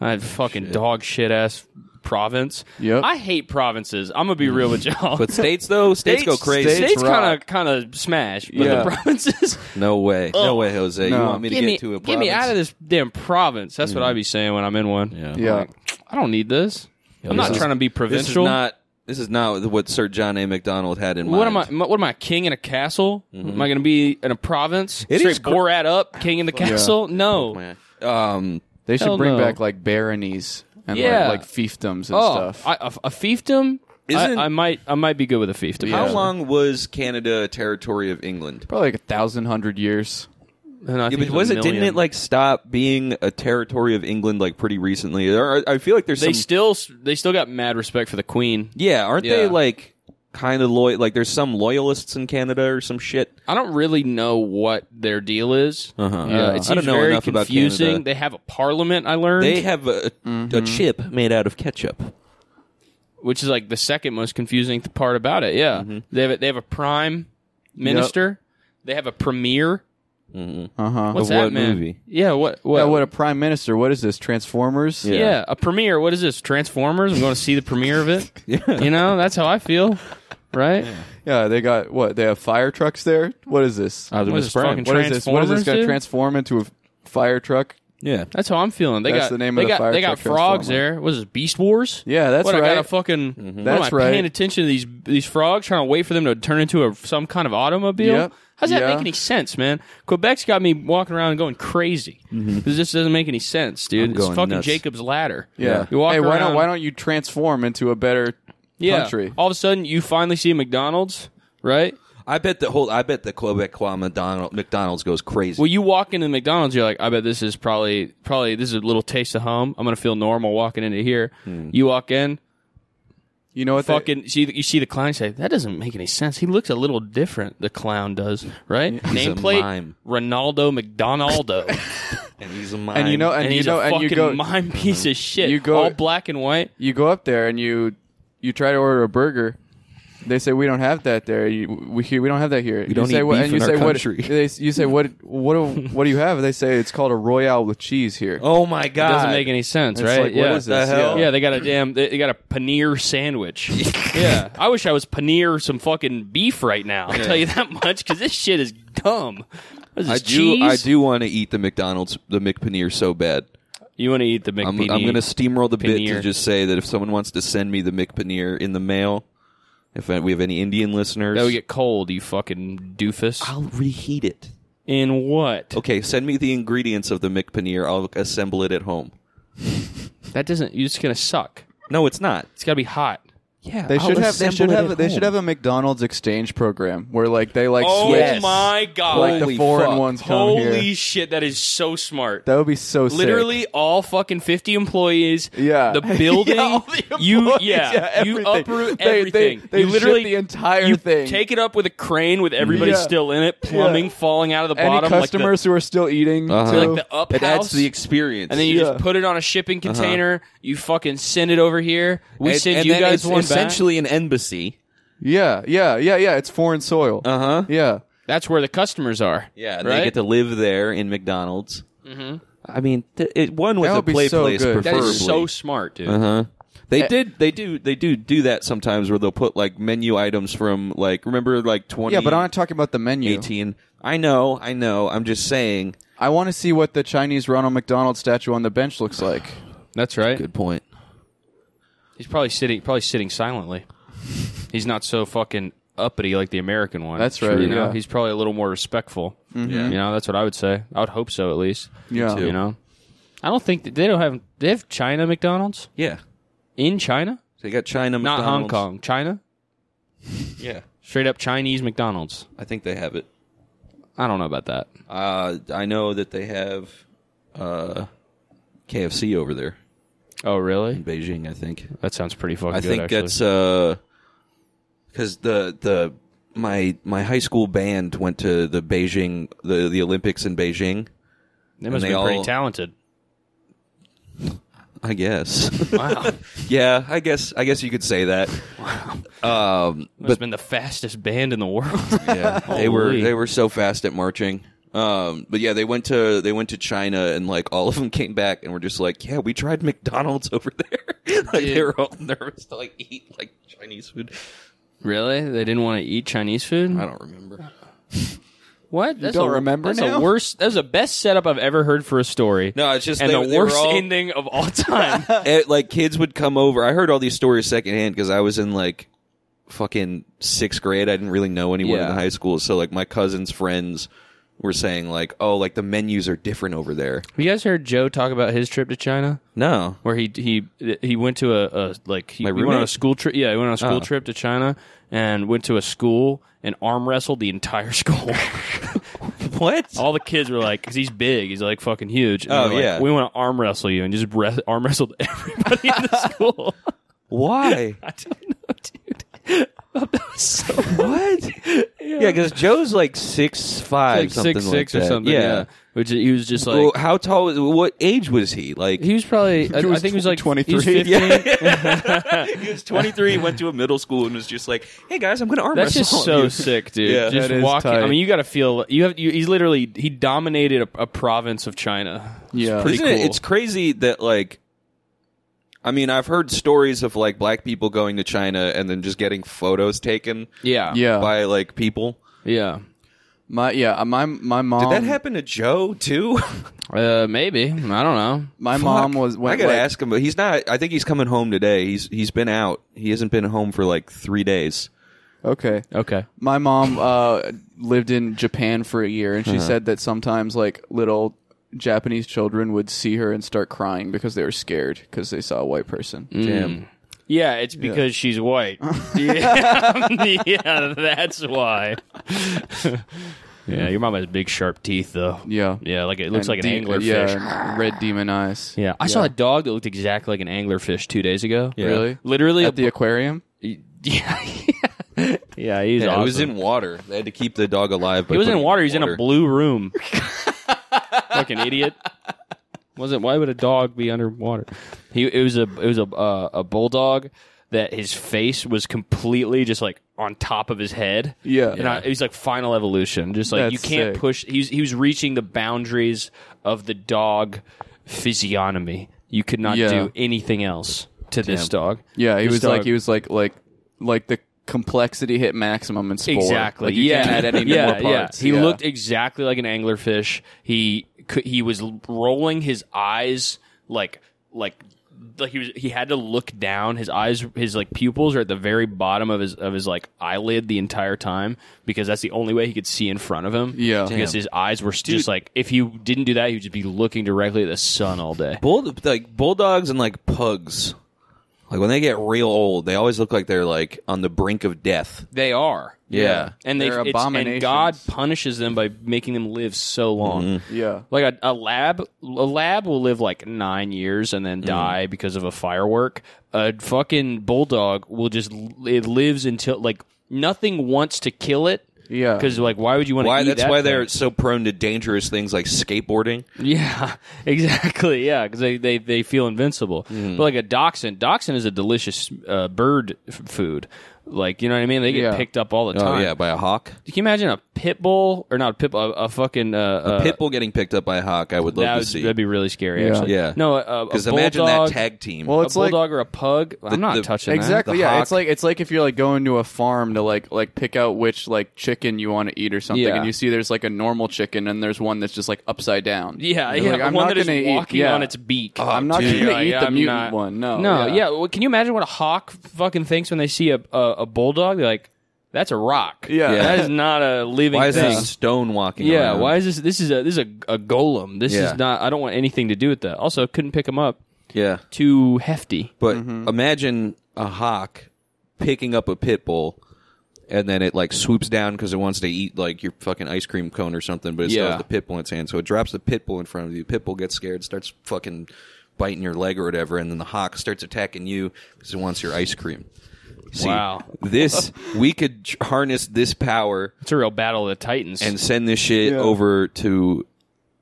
Speaker 4: I fucking dog shit ass province.
Speaker 6: Yep.
Speaker 4: I hate provinces. I'm gonna be real with y'all.
Speaker 5: But states though, states, go crazy.
Speaker 4: States
Speaker 6: States
Speaker 4: kind
Speaker 6: rock.
Speaker 4: of kind of smash, but
Speaker 6: Yeah.
Speaker 4: the
Speaker 5: (laughs)
Speaker 4: provinces.
Speaker 5: No way. No way, Jose. You
Speaker 6: No.
Speaker 5: want me to
Speaker 4: Get
Speaker 5: get
Speaker 4: me,
Speaker 5: to a
Speaker 4: get me out of
Speaker 5: province? Mm.
Speaker 4: this damn province. That's what I be saying when I'm in one.
Speaker 5: Yeah.
Speaker 6: Yeah.
Speaker 4: I don't need this. I'm
Speaker 5: this
Speaker 4: not
Speaker 5: is-
Speaker 4: trying to be
Speaker 5: This is
Speaker 4: provincial.
Speaker 5: not. This is not what Sir John A. MacDonald had in
Speaker 4: what am I?
Speaker 5: mind.
Speaker 4: What am I? King in a castle? Am I going to be in a province?
Speaker 5: Mm-hmm. It
Speaker 4: Straight
Speaker 5: is cr-
Speaker 4: Borat up, king
Speaker 5: (laughs)
Speaker 4: in the castle? No.
Speaker 5: Um,
Speaker 6: They should
Speaker 4: Hell
Speaker 6: bring
Speaker 4: no.
Speaker 6: back like baronies and
Speaker 4: Yeah.
Speaker 6: like, like fiefdoms and
Speaker 4: oh,
Speaker 6: stuff.
Speaker 4: I, a, a fiefdom.
Speaker 5: Isn't-
Speaker 4: I, I might. I might be good with a fiefdom.
Speaker 5: how
Speaker 4: actually.
Speaker 5: long was Canada a territory of England?
Speaker 6: Probably like a thousand hundred years.
Speaker 4: And I
Speaker 5: Yeah,
Speaker 4: think
Speaker 5: but
Speaker 4: it's a
Speaker 5: was it? Didn't
Speaker 4: million.
Speaker 5: it like stop being a territory of England like pretty recently? There are, I feel like there's
Speaker 4: They
Speaker 5: some.
Speaker 4: still. They still got mad respect for the queen.
Speaker 5: yeah, aren't they
Speaker 4: Yeah.
Speaker 5: like kind of loyal? Like there's some loyalists in Canada or some shit.
Speaker 4: I don't really know what their deal is.
Speaker 5: Uh-huh.
Speaker 4: Uh,
Speaker 5: Yeah.
Speaker 4: it seems
Speaker 5: I don't know
Speaker 4: very
Speaker 5: enough about
Speaker 4: confusing.
Speaker 5: Canada.
Speaker 4: They have a parliament. I learned,
Speaker 5: They have a, a chip made out of ketchup.
Speaker 4: which is like the second most confusing th- part about it. Yeah,
Speaker 5: Mm-hmm.
Speaker 4: they have a, they have a prime minister. They have a premier.
Speaker 6: Uh huh.
Speaker 4: What's
Speaker 5: Of
Speaker 4: that
Speaker 5: what
Speaker 4: man?
Speaker 5: movie?
Speaker 4: Yeah, what what?
Speaker 6: Yeah, what a prime minister. What is this? Transformers?
Speaker 4: yeah. a premiere. What is this? Transformers. I'm going to see the premiere of it.
Speaker 5: (laughs) Yeah.
Speaker 4: You know, that's how I feel. Right?
Speaker 6: Yeah, they got what? They have fire trucks there? What is this?
Speaker 4: What is this, fucking
Speaker 6: what is this? What is
Speaker 4: Transformers,
Speaker 6: this going to
Speaker 4: dude?
Speaker 6: transform into a f- fire truck?
Speaker 5: Yeah.
Speaker 4: That's how I'm feeling. They
Speaker 6: That's
Speaker 4: got
Speaker 6: the name of
Speaker 4: they
Speaker 6: the
Speaker 4: got
Speaker 6: fire
Speaker 4: they got
Speaker 6: truck
Speaker 4: frogs
Speaker 6: transformer.
Speaker 4: there. What is this? Beast Wars?
Speaker 6: Yeah, that's
Speaker 4: what, I
Speaker 6: right. Mm-hmm.
Speaker 4: got a fucking. What
Speaker 6: That's
Speaker 4: am I
Speaker 6: right.
Speaker 4: Paying attention to these these frogs, trying to wait for them to turn into a, some kind of automobile.
Speaker 6: Yep.
Speaker 4: How's that
Speaker 6: Yeah.
Speaker 4: make any sense, man? Quebec's got me walking around and going crazy.
Speaker 6: Mm-hmm.
Speaker 4: This just doesn't make any sense, dude.
Speaker 5: I'm
Speaker 4: It's
Speaker 5: going
Speaker 4: fucking
Speaker 5: nuts.
Speaker 4: Jacob's Ladder.
Speaker 6: Yeah.
Speaker 4: You walk
Speaker 6: hey, why don't
Speaker 4: around-
Speaker 6: why don't you transform into a better
Speaker 4: yeah.
Speaker 6: country?
Speaker 4: All of a sudden, you finally see McDonald's, right?
Speaker 5: I bet the whole. I bet the Quebecois McDonald, McDonald's goes crazy.
Speaker 4: Well, you walk into McDonald's, you're like, I bet this is probably probably this is a little taste of home. I'm gonna feel normal walking into here.
Speaker 6: Hmm.
Speaker 4: You walk in,
Speaker 6: You know what? they-
Speaker 4: fucking see you see the clown say that doesn't make any sense. He looks a little different. The clown does, right?
Speaker 5: He's a
Speaker 4: Nameplate
Speaker 5: mime.
Speaker 4: Ronaldo
Speaker 6: (laughs)
Speaker 4: McDonaldo,
Speaker 5: and he's a mime.
Speaker 6: and you know, and,
Speaker 4: and
Speaker 6: you
Speaker 4: he's
Speaker 6: know,
Speaker 4: a
Speaker 6: and
Speaker 4: fucking
Speaker 6: you go, Mm-hmm.
Speaker 4: mime piece of shit.
Speaker 6: You go-
Speaker 4: all black and white.
Speaker 6: you go up there and you you try to order a burger. They say we don't have that there. You, we here we don't have that here. You
Speaker 5: don't
Speaker 6: say
Speaker 5: eat beef
Speaker 6: what? and you
Speaker 5: in our
Speaker 6: say
Speaker 5: country.
Speaker 6: what? They, you say what? What? do- What do you have? They say it's called a royale with cheese here.
Speaker 5: oh my god,
Speaker 4: Doesn't make any sense,
Speaker 6: Ah, It's
Speaker 4: right?
Speaker 6: like, what
Speaker 4: yeah.
Speaker 6: is this?
Speaker 5: The hell?
Speaker 4: Yeah, they got a damn. They they got a paneer
Speaker 6: (laughs)
Speaker 4: sandwich. yeah, I wish I was paneer some fucking beef right now. I'll tell you that much because this shit is dumb. What is
Speaker 5: I
Speaker 4: this,
Speaker 5: do. I
Speaker 4: cheese?
Speaker 5: do want to eat the McDonald's the McPaneer so bad.
Speaker 4: You want to eat the McPeenie?
Speaker 5: I'm, I'm going to steamroll the bit
Speaker 4: Paneer.
Speaker 5: to just say that if someone wants to send me the McPaneer in the mail, if I, we have any Indian listeners,
Speaker 4: That would get cold, you fucking doofus.
Speaker 5: I'll reheat it.
Speaker 4: In what?
Speaker 5: Okay, send me the ingredients of the McPaneer. I'll assemble it at home.
Speaker 4: That doesn't. You're just gonna suck.
Speaker 5: No, it's not.
Speaker 4: It's gotta be hot.
Speaker 5: Yeah,
Speaker 6: They should have. They should have. They should have
Speaker 5: A,
Speaker 6: a McDonald's exchange program where like they like switch
Speaker 4: Oh my god!
Speaker 6: like the
Speaker 5: Holy
Speaker 6: foreign
Speaker 5: fuck.
Speaker 6: ones come
Speaker 4: Holy
Speaker 6: here.
Speaker 4: shit! That is so smart.
Speaker 6: That would be so sick.
Speaker 4: Literally all fucking fifty employees.
Speaker 6: (laughs) Yeah.
Speaker 4: the building.
Speaker 6: Yeah, all the
Speaker 4: you
Speaker 6: employees,
Speaker 4: yeah,
Speaker 6: yeah,
Speaker 4: you
Speaker 6: everything.
Speaker 4: uproot
Speaker 6: They- they-
Speaker 4: everything.
Speaker 6: they
Speaker 4: you
Speaker 6: ship
Speaker 4: literally
Speaker 6: the entire
Speaker 4: you
Speaker 6: thing.
Speaker 4: Take it up with a crane with everybody
Speaker 6: Yeah.
Speaker 4: still in it, plumbing
Speaker 6: Yeah.
Speaker 4: falling out of the
Speaker 6: Any
Speaker 4: bottom.
Speaker 6: customers who are still eating
Speaker 5: Uh-huh.
Speaker 6: too.
Speaker 4: Like the uh up
Speaker 5: it adds
Speaker 4: house,
Speaker 5: to the experience.
Speaker 4: and then you
Speaker 6: Yeah. Uh-huh.
Speaker 4: just put it on a shipping container. You fucking send it over here. We
Speaker 5: and,
Speaker 4: send
Speaker 5: and
Speaker 4: you
Speaker 5: then
Speaker 4: guys
Speaker 5: it's
Speaker 4: one back.
Speaker 5: essentially an embassy.
Speaker 6: yeah, yeah, yeah, yeah. It's foreign soil.
Speaker 5: Uh huh.
Speaker 6: Yeah.
Speaker 4: That's where the customers are.
Speaker 5: Yeah, and
Speaker 4: right?
Speaker 5: they get to live there in McDonald's. Mm-hmm. I mean, th- it, one with
Speaker 6: That
Speaker 5: a
Speaker 6: would be
Speaker 5: play
Speaker 6: so
Speaker 5: place
Speaker 6: good.
Speaker 4: That
Speaker 5: preferably.
Speaker 4: is so smart, dude.
Speaker 5: Uh-huh. They did. They do. They do do that sometimes, where they'll put like menu items from like remember like twenty.
Speaker 6: Yeah, but I'm not talking about the menu.
Speaker 5: eighteen. I know. I know. I'm just saying.
Speaker 6: I want to see what the Chinese Ronald McDonald statue on the bench looks like.
Speaker 4: That's right.
Speaker 5: Good point.
Speaker 4: He's probably sitting, probably sitting silently. He's not so fucking uppity like the American one.
Speaker 6: That's right,
Speaker 4: You know,
Speaker 6: yeah.
Speaker 4: he's probably a little more respectful.
Speaker 5: Mm-hmm. Yeah.
Speaker 4: You know, that's what I would say. I would hope so, at least.
Speaker 6: Yeah.
Speaker 4: You know, I don't think that they don't have. They have China McDonald's
Speaker 5: Yeah.
Speaker 4: in China,
Speaker 5: So you got China,
Speaker 4: not Hong
Speaker 5: McDonald's.
Speaker 4: Kong. China,
Speaker 5: Yeah,
Speaker 4: straight up Chinese McDonald's.
Speaker 5: I think they have it.
Speaker 4: I don't know about that.
Speaker 5: Uh, I know that they have uh, KFC over there
Speaker 4: Oh, really?
Speaker 5: in Beijing. I think.
Speaker 4: That sounds pretty fucking
Speaker 5: I
Speaker 4: good.
Speaker 5: think
Speaker 4: actually.
Speaker 5: that's uh, because the the my my high school band went to the Beijing the the Olympics in Beijing.
Speaker 4: they must
Speaker 5: and
Speaker 4: be
Speaker 5: they
Speaker 4: pretty
Speaker 5: all-
Speaker 4: talented.
Speaker 5: I guess. (laughs)
Speaker 4: Wow, must
Speaker 5: Yeah, I guess I guess you could say that. Um,
Speaker 4: have been the fastest band in the world.
Speaker 5: yeah, (laughs) they were
Speaker 4: Holy.
Speaker 5: they were so fast at marching. Um, but yeah, they went to they went to China and like all of them (laughs) came back and were just like, yeah, we tried McDonald's over (laughs) there. like they
Speaker 4: Dude.
Speaker 5: were all nervous to like eat like Chinese food.
Speaker 4: really? They didn't want to eat Chinese food.
Speaker 5: I don't remember.
Speaker 4: What? That's
Speaker 6: don't
Speaker 4: a,
Speaker 6: remember
Speaker 4: That's
Speaker 6: now?
Speaker 4: the worst. That's the best setup I've ever heard for a story.
Speaker 5: No, it's just
Speaker 4: and
Speaker 5: they,
Speaker 4: the
Speaker 5: they were
Speaker 4: worst
Speaker 5: all-
Speaker 4: (laughs) ending of all
Speaker 5: (laughs)
Speaker 4: time.
Speaker 5: eh, like kids would come over. I heard all these stories secondhand because I was in like fucking sixth grade. I didn't really know anyone in
Speaker 4: Yeah.
Speaker 5: the high school, so like my cousins' friends were saying like, "Oh, like the menus are different over there."
Speaker 4: you guys heard Joe talk about his trip to China,
Speaker 5: No,
Speaker 4: where he he he went to a, a like he,
Speaker 5: My
Speaker 4: he went on a
Speaker 5: roommate?
Speaker 4: school trip. Yeah, he went on a school
Speaker 5: Oh.
Speaker 4: trip to China and went to a school and arm wrestled the entire (laughs) school.
Speaker 5: (laughs) what?
Speaker 4: all the kids were like, because he's big, he's like fucking huge. And
Speaker 5: Oh,
Speaker 4: they were like,
Speaker 5: yeah.
Speaker 4: we want to arm wrestle you and just res- arm wrestled (laughs) everybody in
Speaker 5: (laughs)
Speaker 4: the school.
Speaker 5: Why?
Speaker 4: I don't know, dude. (laughs) That was so (laughs)
Speaker 5: what? Yeah, because Joe's like six five,
Speaker 4: like
Speaker 5: something
Speaker 4: six
Speaker 5: like
Speaker 4: six
Speaker 5: that.
Speaker 4: or something. Yeah. which he was just like
Speaker 5: well, how tall? was- What age was he? Like
Speaker 4: he was probably. I,
Speaker 6: He was
Speaker 4: I think he was like
Speaker 6: 23.
Speaker 4: He was 15.
Speaker 5: he was twenty three, went to a middle school, and was just like, "Hey guys, I'm gonna arm
Speaker 4: That's just so sick, dude.
Speaker 5: Yeah.
Speaker 4: just
Speaker 6: That is
Speaker 4: walking.
Speaker 6: tight.
Speaker 4: I mean, you got to feel you have. You, he's literally he dominated a, a province of China.
Speaker 6: Yeah.
Speaker 4: pretty
Speaker 5: Isn't it?
Speaker 4: cool.
Speaker 5: It's crazy that like. I mean, I've heard stories of like black people going to China and then just getting photos taken
Speaker 4: Yeah,
Speaker 6: Yeah.
Speaker 5: by like people.
Speaker 4: yeah.
Speaker 6: My yeah, uh, my my
Speaker 5: Did
Speaker 6: mom
Speaker 5: that happen to Joe too? (laughs)
Speaker 4: Uh, maybe I don't know.
Speaker 6: my mom was
Speaker 5: I
Speaker 6: went
Speaker 5: gotta
Speaker 6: like,
Speaker 5: ask him, but he's not. I think he's coming home today. He's he's been out. He hasn't been home for like three days.
Speaker 6: okay.
Speaker 4: Okay,
Speaker 6: My mom uh, lived in Japan for a year, and she said that sometimes like little
Speaker 5: Mm.
Speaker 6: Japanese children would see her and start crying because they were scared because they saw a white person.
Speaker 5: Damn.
Speaker 4: Yeah, it's because she's white. (laughs) yeah, yeah, that's why. yeah, your mom has big sharp teeth though.
Speaker 6: Yeah.
Speaker 4: Yeah, like it looks
Speaker 6: And
Speaker 4: like an
Speaker 6: de-
Speaker 4: anglerfish.
Speaker 6: yeah,
Speaker 4: Yeah.
Speaker 6: and red demon eyes.
Speaker 4: I saw a dog that looked exactly like an anglerfish two days ago.
Speaker 5: Yeah.
Speaker 6: Really?
Speaker 4: Literally
Speaker 6: At the
Speaker 4: a,
Speaker 6: aquarium?
Speaker 4: (laughs) yeah, yeah, he's
Speaker 5: Yeah,
Speaker 4: awesome.
Speaker 5: It was in water. They had to keep the dog alive. By
Speaker 4: He was in
Speaker 5: putting
Speaker 4: water. He's in a blue
Speaker 6: (laughs)
Speaker 4: room. Fucking idiot. Wasn't. Why would a dog be underwater? He. It was a. It was a. Uh, a bulldog that his face was completely just like on top of his head.
Speaker 6: Yeah.
Speaker 4: And I, it was like final evolution. Just like
Speaker 6: That's
Speaker 4: you can't
Speaker 6: sick.
Speaker 4: push. He was. He was reaching the boundaries of the dog physiognomy. You could not
Speaker 6: Yeah.
Speaker 4: do anything else to this dog.
Speaker 6: Yeah, he
Speaker 4: This
Speaker 6: was like
Speaker 4: dog-
Speaker 6: he was like like like the complexity hit maximum in sport.
Speaker 4: Exactly.
Speaker 6: Like you
Speaker 4: yeah. (laughs)
Speaker 6: can't add any
Speaker 4: yeah,
Speaker 6: more parts.
Speaker 4: Yeah. He
Speaker 6: Yeah.
Speaker 4: looked exactly like an anglerfish. He could, he was l- rolling his eyes like like like he was he had to look down. His eyes his like pupils are at the very bottom of his of his like eyelid the entire time because that's the only way he could see in front of him.
Speaker 6: Yeah.
Speaker 4: Because his eyes were just like if he didn't do that, he would just be looking directly at the sun all day.
Speaker 5: bull like bulldogs and like pugs. Like when they get real old, they always look like they're like on the brink of death.
Speaker 4: They are.
Speaker 5: Yeah.
Speaker 4: And they
Speaker 6: They're
Speaker 4: it's- and
Speaker 6: abominations.
Speaker 4: God punishes them by making them live
Speaker 5: Mm-hmm.
Speaker 4: so long.
Speaker 6: Yeah.
Speaker 4: Like a, a lab, a lab will live like nine years and then
Speaker 5: Mm.
Speaker 4: die because of a firework. A fucking bulldog will just it lives until like nothing wants to kill it.
Speaker 6: Yeah.
Speaker 4: because like why would you want to?
Speaker 5: Why?
Speaker 4: Eat
Speaker 5: That's
Speaker 4: that
Speaker 5: why
Speaker 4: thing?
Speaker 5: they're so prone to dangerous things like skateboarding.
Speaker 4: (laughs) Yeah, exactly. Yeah, because they, they, they feel invincible.
Speaker 5: Mm.
Speaker 4: But like a dachshund, dachshund is a delicious uh, bird f- food. Like you know what I mean? They get
Speaker 6: Yeah.
Speaker 4: picked up all the
Speaker 5: Oh
Speaker 4: time.
Speaker 5: yeah, by a hawk.
Speaker 4: Can you imagine a pit bull or not a pit bull? A, a fucking uh,
Speaker 5: A
Speaker 4: uh,
Speaker 5: pit bull getting picked up by a hawk. I would love
Speaker 4: That
Speaker 5: to
Speaker 4: would,
Speaker 5: see.
Speaker 4: that'd be really scary.
Speaker 6: Yeah.
Speaker 4: Actually,
Speaker 5: Yeah.
Speaker 4: No, a, a,
Speaker 5: Because
Speaker 4: a
Speaker 5: imagine
Speaker 4: bulldog,
Speaker 5: that tag team.
Speaker 6: Well,
Speaker 4: a
Speaker 6: it's like-
Speaker 4: bulldog or a pug. I'm not
Speaker 5: the-
Speaker 4: touching
Speaker 6: Exactly.
Speaker 5: The
Speaker 6: Yeah.
Speaker 5: hawk.
Speaker 6: It's like it's like if you're like going to a farm to like like pick out which like chicken you want to eat or something,
Speaker 4: Yeah.
Speaker 6: and you see there's like a normal chicken and there's one that's just like upside down.
Speaker 4: that. Yeah,
Speaker 6: You're
Speaker 4: yeah.
Speaker 6: like,
Speaker 4: I'm
Speaker 6: I'm
Speaker 4: one
Speaker 6: not
Speaker 4: that is
Speaker 6: gonna eat-
Speaker 4: walking
Speaker 6: yeah. Oh,
Speaker 4: on its beak.
Speaker 6: I'm not
Speaker 5: dude.
Speaker 6: going to
Speaker 4: Yeah,
Speaker 6: eat
Speaker 4: yeah,
Speaker 6: the
Speaker 4: I'm
Speaker 6: mutant
Speaker 4: not-
Speaker 6: one. No.
Speaker 4: No, yeah. well, can you imagine what a hawk fucking thinks when they see a a, a bulldog? They're like, that's a rock.
Speaker 6: Yeah.
Speaker 4: that is not a living
Speaker 5: why is
Speaker 4: thing.
Speaker 5: this stone walking?
Speaker 4: yeah,
Speaker 5: around?
Speaker 4: why is this? This is a this is a, a golem. This
Speaker 5: Yeah.
Speaker 4: is not. I don't want anything to do with that. Also, couldn't pick him up.
Speaker 5: Yeah,
Speaker 4: Too hefty.
Speaker 5: but imagine a hawk picking up a pit bull, and then it like swoops down because it wants to eat like your fucking ice cream cone or something. But it still
Speaker 4: Yeah.
Speaker 5: has the pit bull in its hand, so it drops the pit bull in front of you. Pit bull gets scared, starts fucking biting your leg or whatever, and then the hawk starts attacking you because it wants your ice cream. See,
Speaker 4: Wow.
Speaker 5: (laughs) this we could ch- harness this power
Speaker 4: It's a real battle of the titans.
Speaker 5: and send this shit over to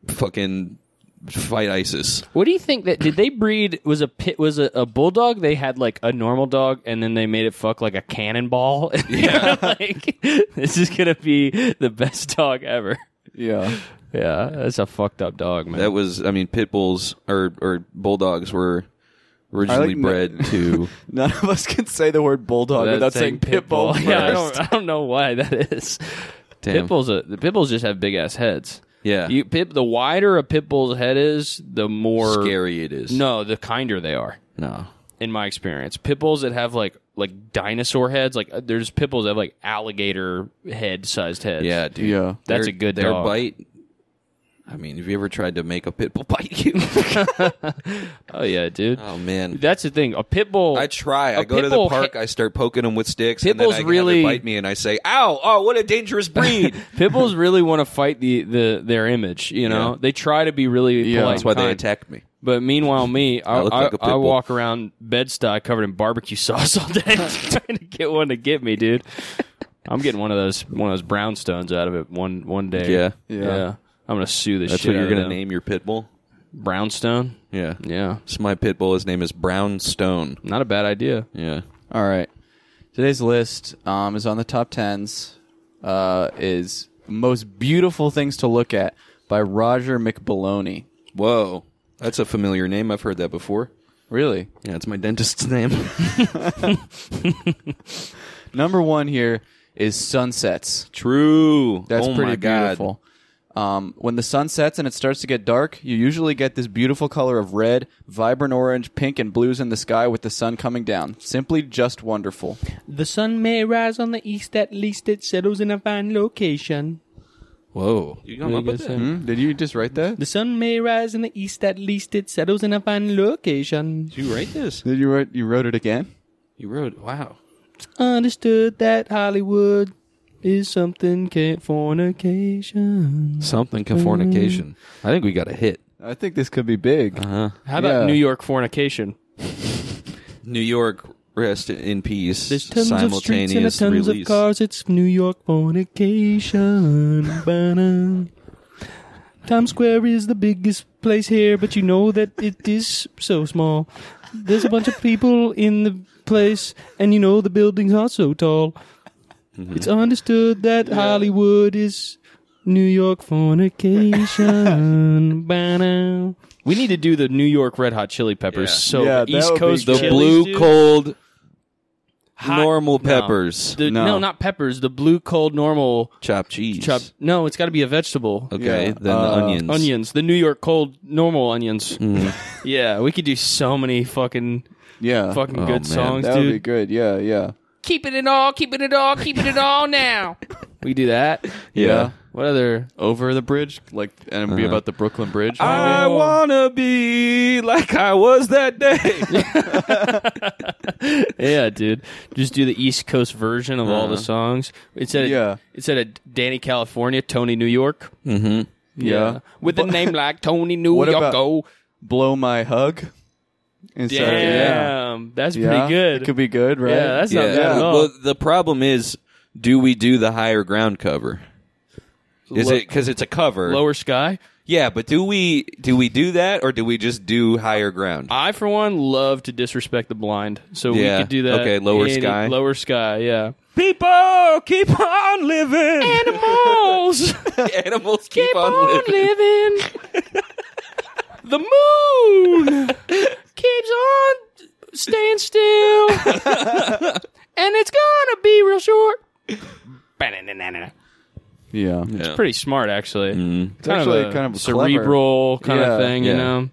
Speaker 5: fucking fight ISIS.
Speaker 4: What do you think that did they breed was a pit was a, a bulldog? They had like a normal dog, and then they made it fuck like a cannonball. (laughs) Yeah, like this is gonna be the best dog ever.
Speaker 6: Yeah. (laughs)
Speaker 4: Yeah, that's a fucked up dog, man.
Speaker 5: That was, I mean, pit bulls or or bulldogs were originally
Speaker 6: I like-
Speaker 5: bred
Speaker 6: (laughs)
Speaker 5: to.
Speaker 6: None of us can say the word bulldog without saying pit bull.
Speaker 4: (laughs)
Speaker 6: (laughs)
Speaker 4: Yeah, I
Speaker 6: first.
Speaker 4: don't, I don't know why that is.
Speaker 5: Damn.
Speaker 4: Pit bulls, are, the pit bulls just have big ass heads.
Speaker 5: Yeah.
Speaker 4: you pit, the wider a pit bull's head is, the more
Speaker 5: scary it is.
Speaker 4: No, the kinder they are.
Speaker 5: no.
Speaker 4: in my experience. Pit bulls that have like like dinosaur heads, like uh, there's pit bulls that have like alligator head sized heads.
Speaker 5: Yeah, dude.
Speaker 6: Yeah.
Speaker 4: That's
Speaker 5: Their-
Speaker 4: a good
Speaker 5: Their
Speaker 4: dog.
Speaker 5: bite. I mean, have you ever tried to make a pit bull (laughs)
Speaker 4: (laughs)
Speaker 5: bite you?
Speaker 4: Oh yeah, dude.
Speaker 5: oh man.
Speaker 4: That's the thing. A pit bull.
Speaker 5: I try. I
Speaker 4: a
Speaker 5: go to
Speaker 4: pit
Speaker 5: the
Speaker 4: bull
Speaker 5: park.
Speaker 4: he-
Speaker 5: I start poking them with sticks,
Speaker 4: Pit
Speaker 5: and then
Speaker 4: bulls
Speaker 5: I
Speaker 4: really-
Speaker 5: really bite me, and I say, "Ow! Oh, what a
Speaker 4: (laughs)
Speaker 5: dangerous breed!"
Speaker 4: pit bulls really want to fight the, the their image. You know,
Speaker 5: Yeah.
Speaker 4: they try to be really
Speaker 6: Yeah.
Speaker 4: polite.
Speaker 5: That's why
Speaker 4: and
Speaker 5: they
Speaker 4: kind.
Speaker 5: attacked me.
Speaker 4: But meanwhile, me, I, I,
Speaker 5: (laughs) I look like a pit
Speaker 4: I
Speaker 5: bull.
Speaker 4: walk around bed covered in barbecue (laughs) sauce all day, trying to get one to get me, dude. I'm getting one of those one of those brownstones out of it one one day.
Speaker 5: Yeah.
Speaker 6: Yeah.
Speaker 4: I'm gonna sue this.
Speaker 5: That's
Speaker 4: shit
Speaker 5: what you're
Speaker 4: out of
Speaker 5: gonna
Speaker 4: them.
Speaker 5: name your pit bull.
Speaker 4: brownstone.
Speaker 5: Yeah.
Speaker 4: Yeah,
Speaker 5: It's my pit bull. His name is Brownstone.
Speaker 4: not a bad idea.
Speaker 5: Yeah.
Speaker 6: All right. Today's list um, is on the top tens. Uh, is most beautiful things to look at by Roger McBaloney.
Speaker 5: Whoa. That's a familiar name. I've heard that before.
Speaker 6: Really,
Speaker 5: Yeah, it's my dentist's (laughs) name.
Speaker 6: number one here is sunsets.
Speaker 5: True.
Speaker 6: That's
Speaker 5: Oh
Speaker 6: pretty
Speaker 5: my God.
Speaker 6: beautiful. Um, when the sun sets and it starts to get dark, you usually get this beautiful color of red, vibrant orange, pink, and blues in the sky with the sun coming down. Simply just wonderful.
Speaker 7: The sun may rise on the east, at least it settles in a fine location.
Speaker 5: Whoa. You come up with that?
Speaker 6: Hmm? Did you just write that?
Speaker 7: The sun may rise in the east, at least it settles in a fine location.
Speaker 5: Did you write this?
Speaker 6: Did you write? You wrote it again?
Speaker 4: You wrote, wow.
Speaker 7: Understood that Hollywood is something can't fornication.
Speaker 5: Something
Speaker 7: Mm.
Speaker 5: fornication. I think we got a hit.
Speaker 6: I think this could be big.
Speaker 5: Uh-huh.
Speaker 4: How about
Speaker 6: Yeah.
Speaker 4: New York fornication?
Speaker 5: New York, rest in peace.
Speaker 7: There's tons of streets and a
Speaker 5: simultaneous
Speaker 7: tons
Speaker 5: release.
Speaker 7: of cars. It's New
Speaker 5: (laughs)
Speaker 7: York fornication. Ba-da. Times Square is the biggest place here, but you know that it is so small. There's a bunch of people in the place, and you know the buildings are so tall.
Speaker 4: Mm-hmm.
Speaker 7: It's understood that Hollywood is New York
Speaker 4: (laughs)
Speaker 7: fornication. Ba-da.
Speaker 4: We need to do the New York Red Hot Chili Peppers.
Speaker 5: Yeah.
Speaker 4: So
Speaker 6: Yeah, that
Speaker 4: East
Speaker 6: would be
Speaker 4: Coast,
Speaker 5: The
Speaker 6: good.
Speaker 4: Chili's,
Speaker 5: blue
Speaker 4: dude.
Speaker 5: cold
Speaker 4: Hot-
Speaker 5: normal
Speaker 4: no.
Speaker 5: peppers.
Speaker 4: The- no.
Speaker 6: No.
Speaker 4: not peppers. The blue cold normal
Speaker 5: Chopped cheese.
Speaker 4: chop. No, it's got to be a vegetable.
Speaker 5: Okay,
Speaker 6: Yeah.
Speaker 5: then
Speaker 6: Uh,
Speaker 5: the onions. Mm.
Speaker 4: Onions. The New York cold normal onions.
Speaker 6: Mm.
Speaker 4: yeah, we could do so many fucking
Speaker 6: Yeah,
Speaker 4: fucking
Speaker 5: Oh,
Speaker 4: good
Speaker 5: man.
Speaker 4: songs,
Speaker 6: that would be
Speaker 4: dude.
Speaker 6: good. Yeah, yeah,
Speaker 4: Keeping it all, keeping it all, keeping it all now. we do that.
Speaker 5: Yeah.
Speaker 4: What other?
Speaker 6: Over the bridge, like, and it'd be about the Brooklyn Bridge.
Speaker 5: I
Speaker 4: Oh.
Speaker 5: wanna be like I was that day.
Speaker 4: Yeah, dude. Just do the East Coast version of all the songs. Instead of
Speaker 6: Uh-huh. Yeah.
Speaker 4: instead of Danny California, Tony New York.
Speaker 6: yeah.
Speaker 4: With a name like
Speaker 6: (laughs)
Speaker 4: Tony New oh,
Speaker 6: What about-
Speaker 4: Yorko.
Speaker 6: blow my hug. Instead
Speaker 4: Damn.
Speaker 6: yeah,
Speaker 4: That's
Speaker 6: Yeah.
Speaker 4: pretty good.
Speaker 6: It could be good, right?
Speaker 4: Yeah, that's not
Speaker 5: yeah.
Speaker 4: bad at all.
Speaker 5: Well, the problem is, do we do the higher ground cover? Is
Speaker 4: Lo-
Speaker 5: it because it's a cover?
Speaker 4: Lower Sky.
Speaker 5: Yeah, but do we do we do that or do we just do higher
Speaker 4: (laughs)
Speaker 5: ground? (laughs)
Speaker 4: I for one love to disrespect the blind, so
Speaker 5: Yeah.
Speaker 4: we could do that.
Speaker 5: Okay, Lower
Speaker 4: any-
Speaker 5: Sky.
Speaker 4: Lower Sky. Yeah.
Speaker 5: People keep on living.
Speaker 6: (laughs)
Speaker 4: Animals
Speaker 5: Animals keep, on, living.
Speaker 4: living.
Speaker 5: (laughs)
Speaker 4: the moon keeps on staying
Speaker 5: (laughs)
Speaker 4: still, and it's gonna be real short.
Speaker 6: yeah.
Speaker 5: Yeah.
Speaker 4: Pretty smart,
Speaker 5: Mm.
Speaker 4: actually.
Speaker 6: It's actually kind of clever.
Speaker 4: cerebral kind
Speaker 6: Yeah.
Speaker 4: of thing,
Speaker 5: Yeah.
Speaker 4: you know.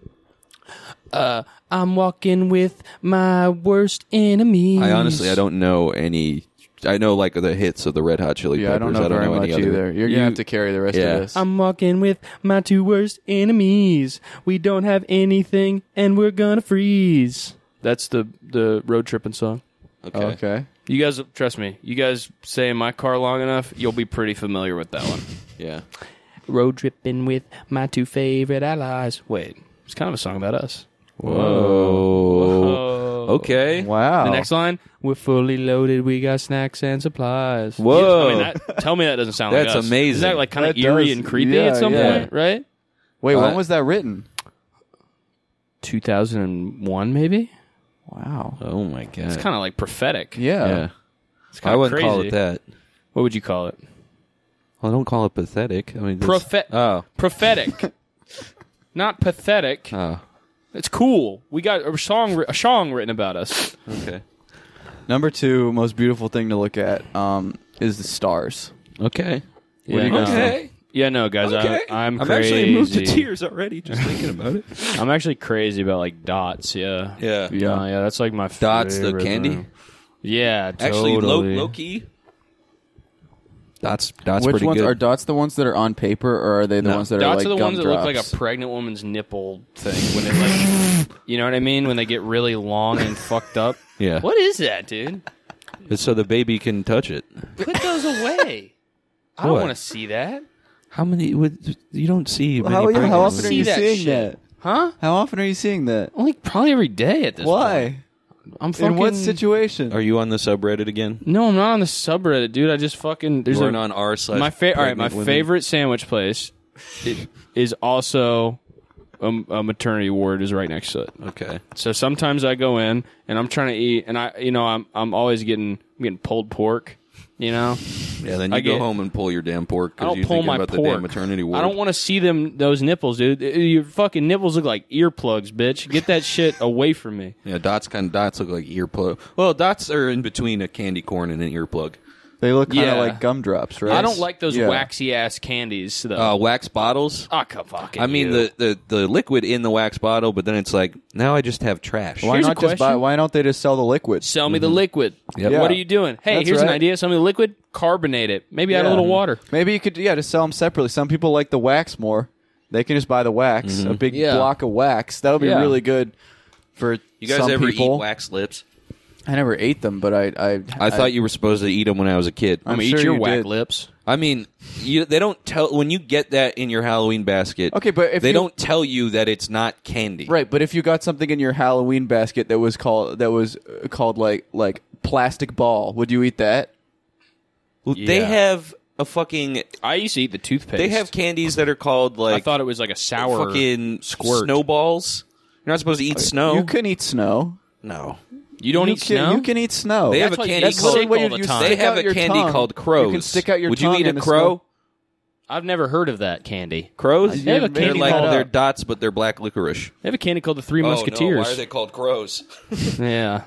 Speaker 4: Uh,
Speaker 7: I'm walking with my worst enemy.
Speaker 5: I honestly I don't know any. I know like the hits of the Red Hot Chili
Speaker 6: Yeah, I don't
Speaker 5: Peppers.
Speaker 6: know very much
Speaker 5: any other.
Speaker 6: either. You're, Um, you
Speaker 4: Yeah.
Speaker 6: have to carry the rest
Speaker 5: Yeah.
Speaker 6: of this.
Speaker 7: I'm walking with my two worst enemies. We don't have anything and we're gonna freeze.
Speaker 4: That's the the road tripping song.
Speaker 5: Okay.
Speaker 6: okay.
Speaker 4: You guys, trust me. You guys stay in my car long enough, you'll be pretty familiar with that one.
Speaker 5: Yeah.
Speaker 7: Road tripping with my two favorite allies.
Speaker 4: Wait, it's kind of a song about us. Oh.
Speaker 5: Whoa. Oh. Okay.
Speaker 6: Wow.
Speaker 4: The next line.
Speaker 7: We're fully loaded, we got snacks and supplies.
Speaker 5: Whoa.
Speaker 4: I mean, that, tell me that doesn't sound
Speaker 5: That's
Speaker 4: like us.
Speaker 5: amazing.
Speaker 4: Isn't that like kind of
Speaker 6: That
Speaker 4: eerie
Speaker 6: does-
Speaker 4: and creepy
Speaker 6: yeah,
Speaker 4: at some
Speaker 5: yeah.
Speaker 4: point, right?
Speaker 6: Wait,
Speaker 5: Uh,
Speaker 6: when was that written?
Speaker 4: 2001, maybe?
Speaker 6: Wow.
Speaker 5: oh my god.
Speaker 4: It's kind of like prophetic.
Speaker 6: Yeah.
Speaker 5: yeah.
Speaker 4: It's kinda
Speaker 5: I wouldn't call
Speaker 4: crazy.
Speaker 5: it that.
Speaker 4: What would you call it?
Speaker 5: Well, don't call it pathetic. I mean, that's-
Speaker 4: Prophet-
Speaker 5: Oh. (laughs)
Speaker 4: Prophetic. Not pathetic.
Speaker 5: Oh.
Speaker 4: It's cool. We got a song, a song written about us.
Speaker 5: Okay.
Speaker 6: Number two, most beautiful thing to look at um, is the stars.
Speaker 5: Okay.
Speaker 4: Yeah,
Speaker 6: do you
Speaker 4: no.
Speaker 6: guys think?
Speaker 4: Yeah, no, guys, I, I'm crazy.
Speaker 5: already just thinking about it.
Speaker 4: I'm actually crazy about like dots. Yeah,
Speaker 5: Yeah.
Speaker 4: yeah, yeah. That's like my
Speaker 5: (laughs) Dots the
Speaker 4: favorite
Speaker 5: candy.
Speaker 4: thing. Yeah,
Speaker 5: Actually, low,
Speaker 4: totally.
Speaker 5: low key. That's that's
Speaker 6: Which
Speaker 5: pretty
Speaker 6: ones
Speaker 5: good.
Speaker 6: are dots? The ones that are on paper, or are they the
Speaker 5: No.
Speaker 6: ones that
Speaker 4: Dots
Speaker 6: are
Speaker 4: are the
Speaker 6: like
Speaker 4: ones that look like
Speaker 6: gumdrops?
Speaker 4: a pregnant woman's nipple thing when it like, (laughs) you know what I mean? When they get really long
Speaker 5: (laughs)
Speaker 4: and fucked up.
Speaker 5: yeah.
Speaker 4: What is that, dude?
Speaker 5: So the baby can touch it.
Speaker 4: Put those away. I don't
Speaker 5: What?
Speaker 4: want to see that.
Speaker 5: How many? Would, you don't see many.
Speaker 6: How,
Speaker 5: pregnant
Speaker 6: how often are
Speaker 5: women.
Speaker 6: you
Speaker 4: that
Speaker 6: seeing
Speaker 4: shit.
Speaker 6: that?
Speaker 4: Huh?
Speaker 6: How often are you seeing that?
Speaker 4: Like probably every day at this. point.
Speaker 6: Why?
Speaker 4: I'm fucking.
Speaker 6: In what situation?
Speaker 5: Are you on the subreddit again?
Speaker 4: No, I'm not on the subreddit, dude. I just fucking. There's
Speaker 5: You
Speaker 4: a,
Speaker 5: weren't on our slash.
Speaker 4: my favorite. All right,
Speaker 5: pregnant
Speaker 4: my
Speaker 5: women?
Speaker 4: favorite sandwich place i- is also a, a maternity ward is right next to it.
Speaker 5: Okay.
Speaker 4: So sometimes I go in and I'm trying to eat, and I, you know, I'm I'm always getting I'm getting pulled pork. You know,
Speaker 5: (laughs) Yeah. Then you
Speaker 4: I
Speaker 5: go
Speaker 4: get-
Speaker 5: home and pull your damn pork. 'cause
Speaker 4: I don't
Speaker 5: you're
Speaker 4: pull
Speaker 5: thinking
Speaker 4: my
Speaker 5: about
Speaker 4: pork.
Speaker 5: The damn maternity ward.
Speaker 4: I don't want to see them those nipples, dude. I- Your fucking nipples look like earplugs, bitch. Get that shit away from me.
Speaker 5: Yeah, dots kind of dots look like earplug. Well, dots are in between a candy corn and an earplug.
Speaker 6: They look kind of
Speaker 4: Yeah.
Speaker 6: like gumdrops, right?
Speaker 4: I don't like those
Speaker 6: Yeah.
Speaker 4: waxy ass candies though.
Speaker 5: Uh, wax bottles.
Speaker 4: Ah, come fucking.
Speaker 5: I mean
Speaker 4: you.
Speaker 5: the, the the liquid in the wax bottle, but then it's like now I just have trash.
Speaker 6: Why
Speaker 4: Here's a
Speaker 6: not just buy?
Speaker 4: question.
Speaker 6: Why don't they just sell the liquids?
Speaker 4: Sell me the liquid.
Speaker 6: Yeah.
Speaker 4: What are you doing? Hey,
Speaker 6: That's
Speaker 4: here's an
Speaker 6: right.
Speaker 4: idea. Sell me the liquid. Carbonate it. Maybe add a little water.
Speaker 6: Maybe you could, yeah, just sell them separately. Some people like the wax more. They can just buy the wax, a big
Speaker 4: Yeah.
Speaker 6: block of wax. That'll be
Speaker 4: Mm-hmm. Yeah.
Speaker 6: really good for
Speaker 5: You guys
Speaker 6: some
Speaker 5: ever
Speaker 6: people.
Speaker 5: eat wax lips?
Speaker 6: I never ate them, but I I
Speaker 5: I thought you were supposed to eat them when I was a kid.
Speaker 4: I'm,
Speaker 6: I'm
Speaker 4: gonna
Speaker 5: i
Speaker 4: eat
Speaker 6: sure
Speaker 4: your
Speaker 6: you
Speaker 4: whack
Speaker 6: did.
Speaker 4: lips.
Speaker 5: mean, you, they don't tell when you get that in your Halloween basket.
Speaker 6: Okay, but if
Speaker 5: they
Speaker 6: you-
Speaker 5: don't tell you that it's not candy,
Speaker 6: Right, but if you got something in your Halloween basket that was called that was uh, called like like plastic ball, would you eat that?
Speaker 5: Well, They
Speaker 4: Yeah.
Speaker 5: have a fucking.
Speaker 4: I used to eat the toothpaste.
Speaker 5: They have candies that are called like
Speaker 4: I thought it was like a sour
Speaker 5: fucking
Speaker 4: squirt.
Speaker 5: snowballs. You're not supposed to eat snow.
Speaker 6: You can eat snow.
Speaker 5: no.
Speaker 4: You don't
Speaker 6: you
Speaker 4: eat
Speaker 6: can,
Speaker 4: snow.
Speaker 6: You can eat snow.
Speaker 5: They have
Speaker 4: That's
Speaker 5: a
Speaker 4: why you
Speaker 5: candy
Speaker 4: eat
Speaker 5: called-
Speaker 4: sick
Speaker 6: what you-
Speaker 4: all the
Speaker 6: you
Speaker 4: time.
Speaker 5: They
Speaker 6: stick
Speaker 5: have
Speaker 6: out
Speaker 5: a
Speaker 6: your
Speaker 5: candy
Speaker 6: tongue.
Speaker 5: called crows.
Speaker 6: You can stick out your
Speaker 5: Would
Speaker 6: tongue
Speaker 5: you eat a
Speaker 6: in the
Speaker 5: crow?
Speaker 6: snow.
Speaker 4: I've never heard of that candy.
Speaker 5: Crows?
Speaker 4: They have a
Speaker 5: They're
Speaker 4: candy
Speaker 5: like
Speaker 4: called-
Speaker 5: they're dots, but they're black licorice.
Speaker 4: They have a candy called the Three
Speaker 5: Oh, no.
Speaker 4: Musketeers.
Speaker 5: Why are they called crows?
Speaker 4: (laughs) Yeah,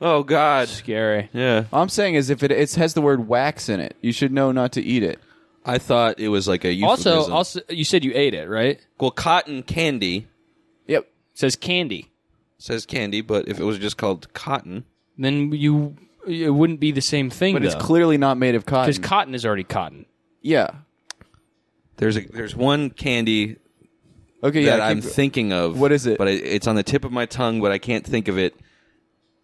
Speaker 5: Oh God.
Speaker 4: scary.
Speaker 5: Yeah.
Speaker 6: All I'm saying is if it it has the word wax in it, you should know not to eat it.
Speaker 5: I thought it was like a euphemism.
Speaker 4: Also, also, you said you ate it, right? It
Speaker 5: well, cotton candy
Speaker 6: Yep.
Speaker 4: says candy.
Speaker 5: says candy, but if it was just called cotton,
Speaker 4: Then you, it wouldn't be the same thing.
Speaker 6: But it's clearly not made of cotton.
Speaker 4: because cotton is already cotton.
Speaker 6: yeah.
Speaker 5: there's a there's one candy
Speaker 6: Okay,
Speaker 5: that
Speaker 6: yeah.
Speaker 5: I'm
Speaker 6: keep-
Speaker 5: thinking of.
Speaker 6: What is it?
Speaker 5: But I, it's on the tip of my tongue, but I can't think of it.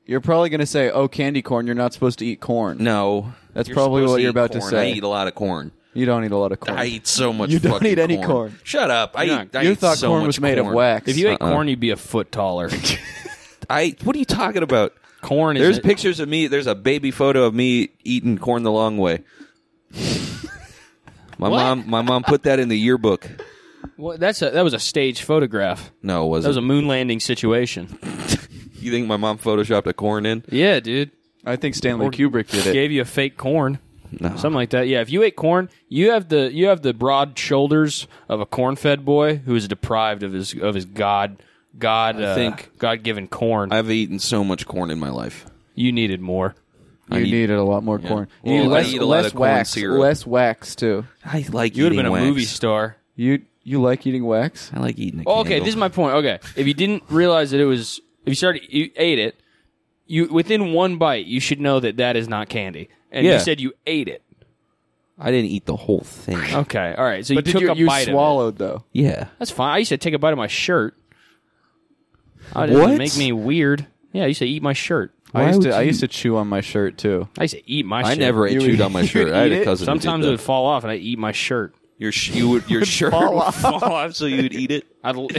Speaker 6: you're probably going to say, "Oh, candy corn, you're not supposed to eat corn."
Speaker 5: No,
Speaker 6: That's probably
Speaker 5: supposed
Speaker 6: what
Speaker 5: to
Speaker 6: you're
Speaker 5: eat
Speaker 6: about to
Speaker 5: corn.
Speaker 6: say.
Speaker 5: I eat a lot of corn.
Speaker 6: You don't eat a lot of corn.
Speaker 5: I eat so much.
Speaker 6: You don't
Speaker 5: fucking
Speaker 6: eat any corn.
Speaker 5: Shut up! I
Speaker 4: You're
Speaker 5: eat.
Speaker 4: not-
Speaker 5: I
Speaker 6: you
Speaker 5: eat
Speaker 6: thought
Speaker 5: so
Speaker 6: corn
Speaker 5: much
Speaker 6: was made of
Speaker 5: corn.
Speaker 6: wax.
Speaker 4: If you ate
Speaker 5: Uh-uh.
Speaker 4: corn, you'd be a foot taller.
Speaker 5: I what are you talking about?
Speaker 4: corn is
Speaker 5: There's
Speaker 4: a-
Speaker 5: pictures of me. There's a baby photo of me eating corn the long way. my mom, my mom put that in the yearbook.
Speaker 4: Well, that's a, that was a stage photograph.
Speaker 5: No, it
Speaker 4: That was
Speaker 5: wasn't.
Speaker 4: a moon landing situation.
Speaker 5: you think my mom photoshopped a corn in?
Speaker 4: Yeah, dude.
Speaker 6: I think Stanley Kubrick did it.
Speaker 4: Gave you a fake corn. Something like that. Yeah, if you ate corn, you have the you have the broad shoulders of a corn-fed boy who is deprived of his of his god god uh,
Speaker 5: think-
Speaker 4: god-given corn.
Speaker 5: I've eaten so much corn in my life.
Speaker 4: you needed more.
Speaker 6: You
Speaker 5: eat-
Speaker 6: needed a lot more corn. You
Speaker 5: Well,
Speaker 6: need
Speaker 5: I
Speaker 6: less,
Speaker 5: eat a lot
Speaker 6: less
Speaker 5: of corn
Speaker 6: wax.
Speaker 5: syrup.
Speaker 6: Less wax too.
Speaker 5: I like.
Speaker 4: You would have been a
Speaker 5: eating wax.
Speaker 4: movie star.
Speaker 6: You you like eating wax?
Speaker 5: I like eating. A
Speaker 4: Oh, okay,
Speaker 5: candle.
Speaker 4: this is my point. Okay, if you didn't realize that it was, if you started, you ate it. You within one bite, you should know that that is not candy. And
Speaker 5: Yeah.
Speaker 4: you said you ate it.
Speaker 5: I didn't eat the whole thing.
Speaker 4: Okay, all right. So
Speaker 6: But
Speaker 4: you
Speaker 6: did
Speaker 4: took
Speaker 6: you,
Speaker 4: a
Speaker 6: you
Speaker 4: bite of it.
Speaker 6: swallowed though?
Speaker 5: Yeah.
Speaker 4: That's fine. I used to take a bite of my shirt. I didn't
Speaker 5: What?
Speaker 4: Make me weird. Yeah, I used to eat my shirt.
Speaker 6: I used
Speaker 5: would
Speaker 6: to I
Speaker 5: you-
Speaker 6: used to chew on my shirt too.
Speaker 4: I used to eat my.
Speaker 5: I
Speaker 4: shit.
Speaker 5: never
Speaker 6: You
Speaker 5: chewed
Speaker 6: would-
Speaker 5: on my shirt. I had a cousin. who did
Speaker 4: Sometimes it
Speaker 5: that.
Speaker 4: would fall off, and I would eat my
Speaker 6: (laughs)
Speaker 4: shirt.
Speaker 5: your sh- you would, your shirt would fall off, (laughs) so you'd eat it.
Speaker 4: (laughs) I'd. l- (laughs)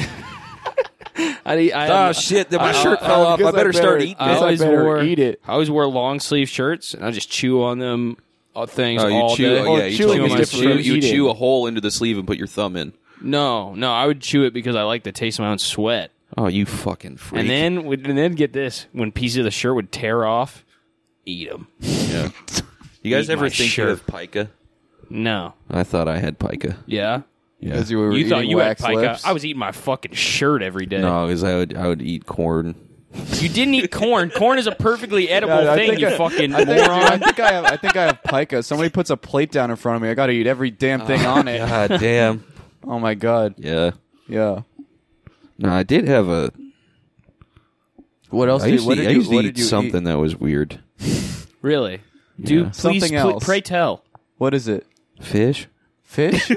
Speaker 4: I'd eat, I,
Speaker 5: Oh
Speaker 4: had-
Speaker 5: shit! Then my shirt fell off. I
Speaker 6: Because
Speaker 5: better start eating.
Speaker 4: I
Speaker 6: because
Speaker 5: it.
Speaker 4: always
Speaker 6: better
Speaker 4: wore
Speaker 6: eat it.
Speaker 4: I always wore long sleeve shirts, and I just chew on them uh, things
Speaker 5: Oh, you
Speaker 4: all
Speaker 5: chew.
Speaker 4: day.
Speaker 5: Oh, yeah, you
Speaker 6: chewing
Speaker 5: told me
Speaker 4: is
Speaker 5: you
Speaker 4: different
Speaker 5: chew,
Speaker 4: from
Speaker 5: you
Speaker 6: eating.
Speaker 5: chew a hole into the sleeve and put your thumb in.
Speaker 4: No, no, I would chew it because I like the taste of my own sweat.
Speaker 5: Oh, you fucking freak!
Speaker 4: And then, would- and then get this: when pieces of the shirt would tear off, eat them.
Speaker 5: you
Speaker 4: eat
Speaker 5: guys ever
Speaker 4: my
Speaker 5: think
Speaker 4: shirt.
Speaker 5: you have pica?
Speaker 4: No,
Speaker 5: I thouought I had pica.
Speaker 4: yeah,
Speaker 5: Yeah.
Speaker 6: As you were
Speaker 4: you
Speaker 6: eating
Speaker 4: thought you had
Speaker 6: wax
Speaker 4: pica.
Speaker 6: lips.
Speaker 4: I was eating my fucking shirt every day.
Speaker 5: No, because I would I would eat corn.
Speaker 4: You didn't eat
Speaker 6: (laughs)
Speaker 4: corn. Corn is a perfectly edible
Speaker 6: I
Speaker 4: thing.
Speaker 6: think
Speaker 4: You
Speaker 6: I-
Speaker 4: fucking
Speaker 6: I think, (laughs) dude, I
Speaker 4: moron.
Speaker 6: think I have I think I have pica. Somebody puts a plate down in front of me. I got to eat every damn thing on it.
Speaker 5: God damn.
Speaker 6: Oh my god.
Speaker 5: (laughs) Yeah.
Speaker 6: Yeah.
Speaker 5: No, I did have a.
Speaker 6: What else?
Speaker 5: I
Speaker 6: did,
Speaker 5: used
Speaker 6: what
Speaker 5: to,
Speaker 6: did
Speaker 5: I
Speaker 6: you,
Speaker 5: used to
Speaker 6: what
Speaker 5: eat
Speaker 6: did you
Speaker 5: something
Speaker 6: Eat?
Speaker 5: that was weird.
Speaker 4: Really, dude. Please,
Speaker 6: Something
Speaker 4: pl-
Speaker 6: else.
Speaker 4: pray tell.
Speaker 6: What is it?
Speaker 5: Fish. (laughs)
Speaker 6: Fish.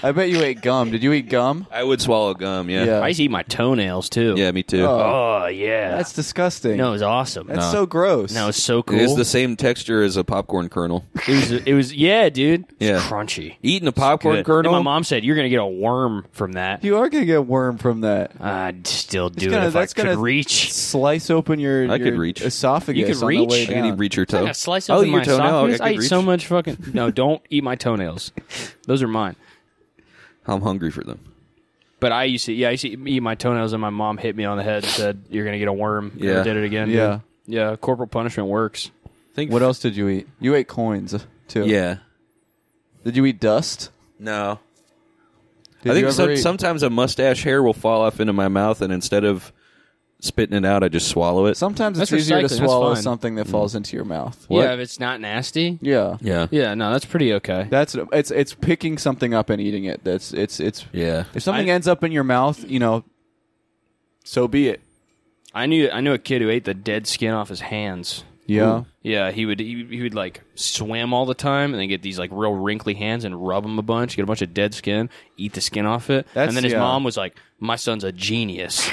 Speaker 6: I bet you ate gum. Did you eat gum?
Speaker 5: I would swallow gum. Yeah.
Speaker 6: Yeah.
Speaker 4: I used to eat my toenails too.
Speaker 5: Yeah, me too.
Speaker 6: Oh.
Speaker 4: Oh yeah.
Speaker 6: That's disgusting.
Speaker 4: no, it was awesome.
Speaker 6: That's so gross.
Speaker 4: no, it was so cool.
Speaker 5: It is the same texture as a
Speaker 4: (laughs)
Speaker 5: popcorn kernel.
Speaker 4: It was, it was yeah, dude. It's
Speaker 5: Yeah.
Speaker 4: crunchy.
Speaker 5: Eating a popcorn
Speaker 4: Good.
Speaker 5: kernel.
Speaker 4: And my mom said you're gonna get a worm from that.
Speaker 6: You are gonna get a worm from that.
Speaker 4: I'd still do
Speaker 6: gonna-
Speaker 4: it if I
Speaker 6: that's
Speaker 4: could
Speaker 6: gonna-
Speaker 4: reach.
Speaker 6: Slice open your,
Speaker 5: I
Speaker 6: your
Speaker 5: could reach.
Speaker 6: esophagus.
Speaker 4: You could
Speaker 6: on the way
Speaker 4: reach?
Speaker 5: I can
Speaker 6: down.
Speaker 5: eat reach your toe.
Speaker 4: I slice
Speaker 5: oh,
Speaker 4: open
Speaker 5: your
Speaker 4: my
Speaker 5: toenail.
Speaker 4: esophagus.
Speaker 5: I,
Speaker 4: I
Speaker 5: could
Speaker 4: eat
Speaker 5: reach.
Speaker 4: so much fucking. No, don't eat my toenails. Those are mine.
Speaker 5: I'm hungry for them.
Speaker 4: But I used to, yeah, I used to eat my toenails, and my mom hit me on the head and said, "You're gonna get a worm." And I
Speaker 5: Yeah.
Speaker 4: did it again.
Speaker 6: Yeah.
Speaker 4: dude. yeah. Corporal punishment works.
Speaker 5: Think
Speaker 6: What else did you eat? You ate coins too.
Speaker 5: Yeah.
Speaker 6: Did you eat dust?
Speaker 5: No.
Speaker 6: Did
Speaker 5: I
Speaker 6: you
Speaker 5: think
Speaker 6: ever
Speaker 5: some,
Speaker 6: eat-
Speaker 5: sometimes a mustache hair will fall off into my mouth, and instead of spitting it out, I just swallow it.
Speaker 6: sometimes it's
Speaker 4: That's
Speaker 6: easier to
Speaker 4: recycling, that's
Speaker 6: swallow
Speaker 4: fine.
Speaker 6: something that falls into your mouth.
Speaker 4: Yeah, if it's not nasty.
Speaker 6: Yeah.
Speaker 5: Mm. yeah.
Speaker 4: Yeah, no, that's pretty okay.
Speaker 6: That's it's it's picking something up and eating it. That's it's it's
Speaker 5: Yeah.
Speaker 6: if something ends up in your mouth, you know, so be it.
Speaker 4: I knew I knew a kid who ate the dead skin off his hands.
Speaker 6: Yeah.
Speaker 4: Yeah, he would he, he would like swim all the time, and then get these like real wrinkly hands and rub them a bunch, get a bunch of dead skin, eat the skin off it,
Speaker 6: That's-
Speaker 4: and then his
Speaker 6: yeah.
Speaker 4: mom was like, "My son's a
Speaker 6: (laughs)
Speaker 4: genius,"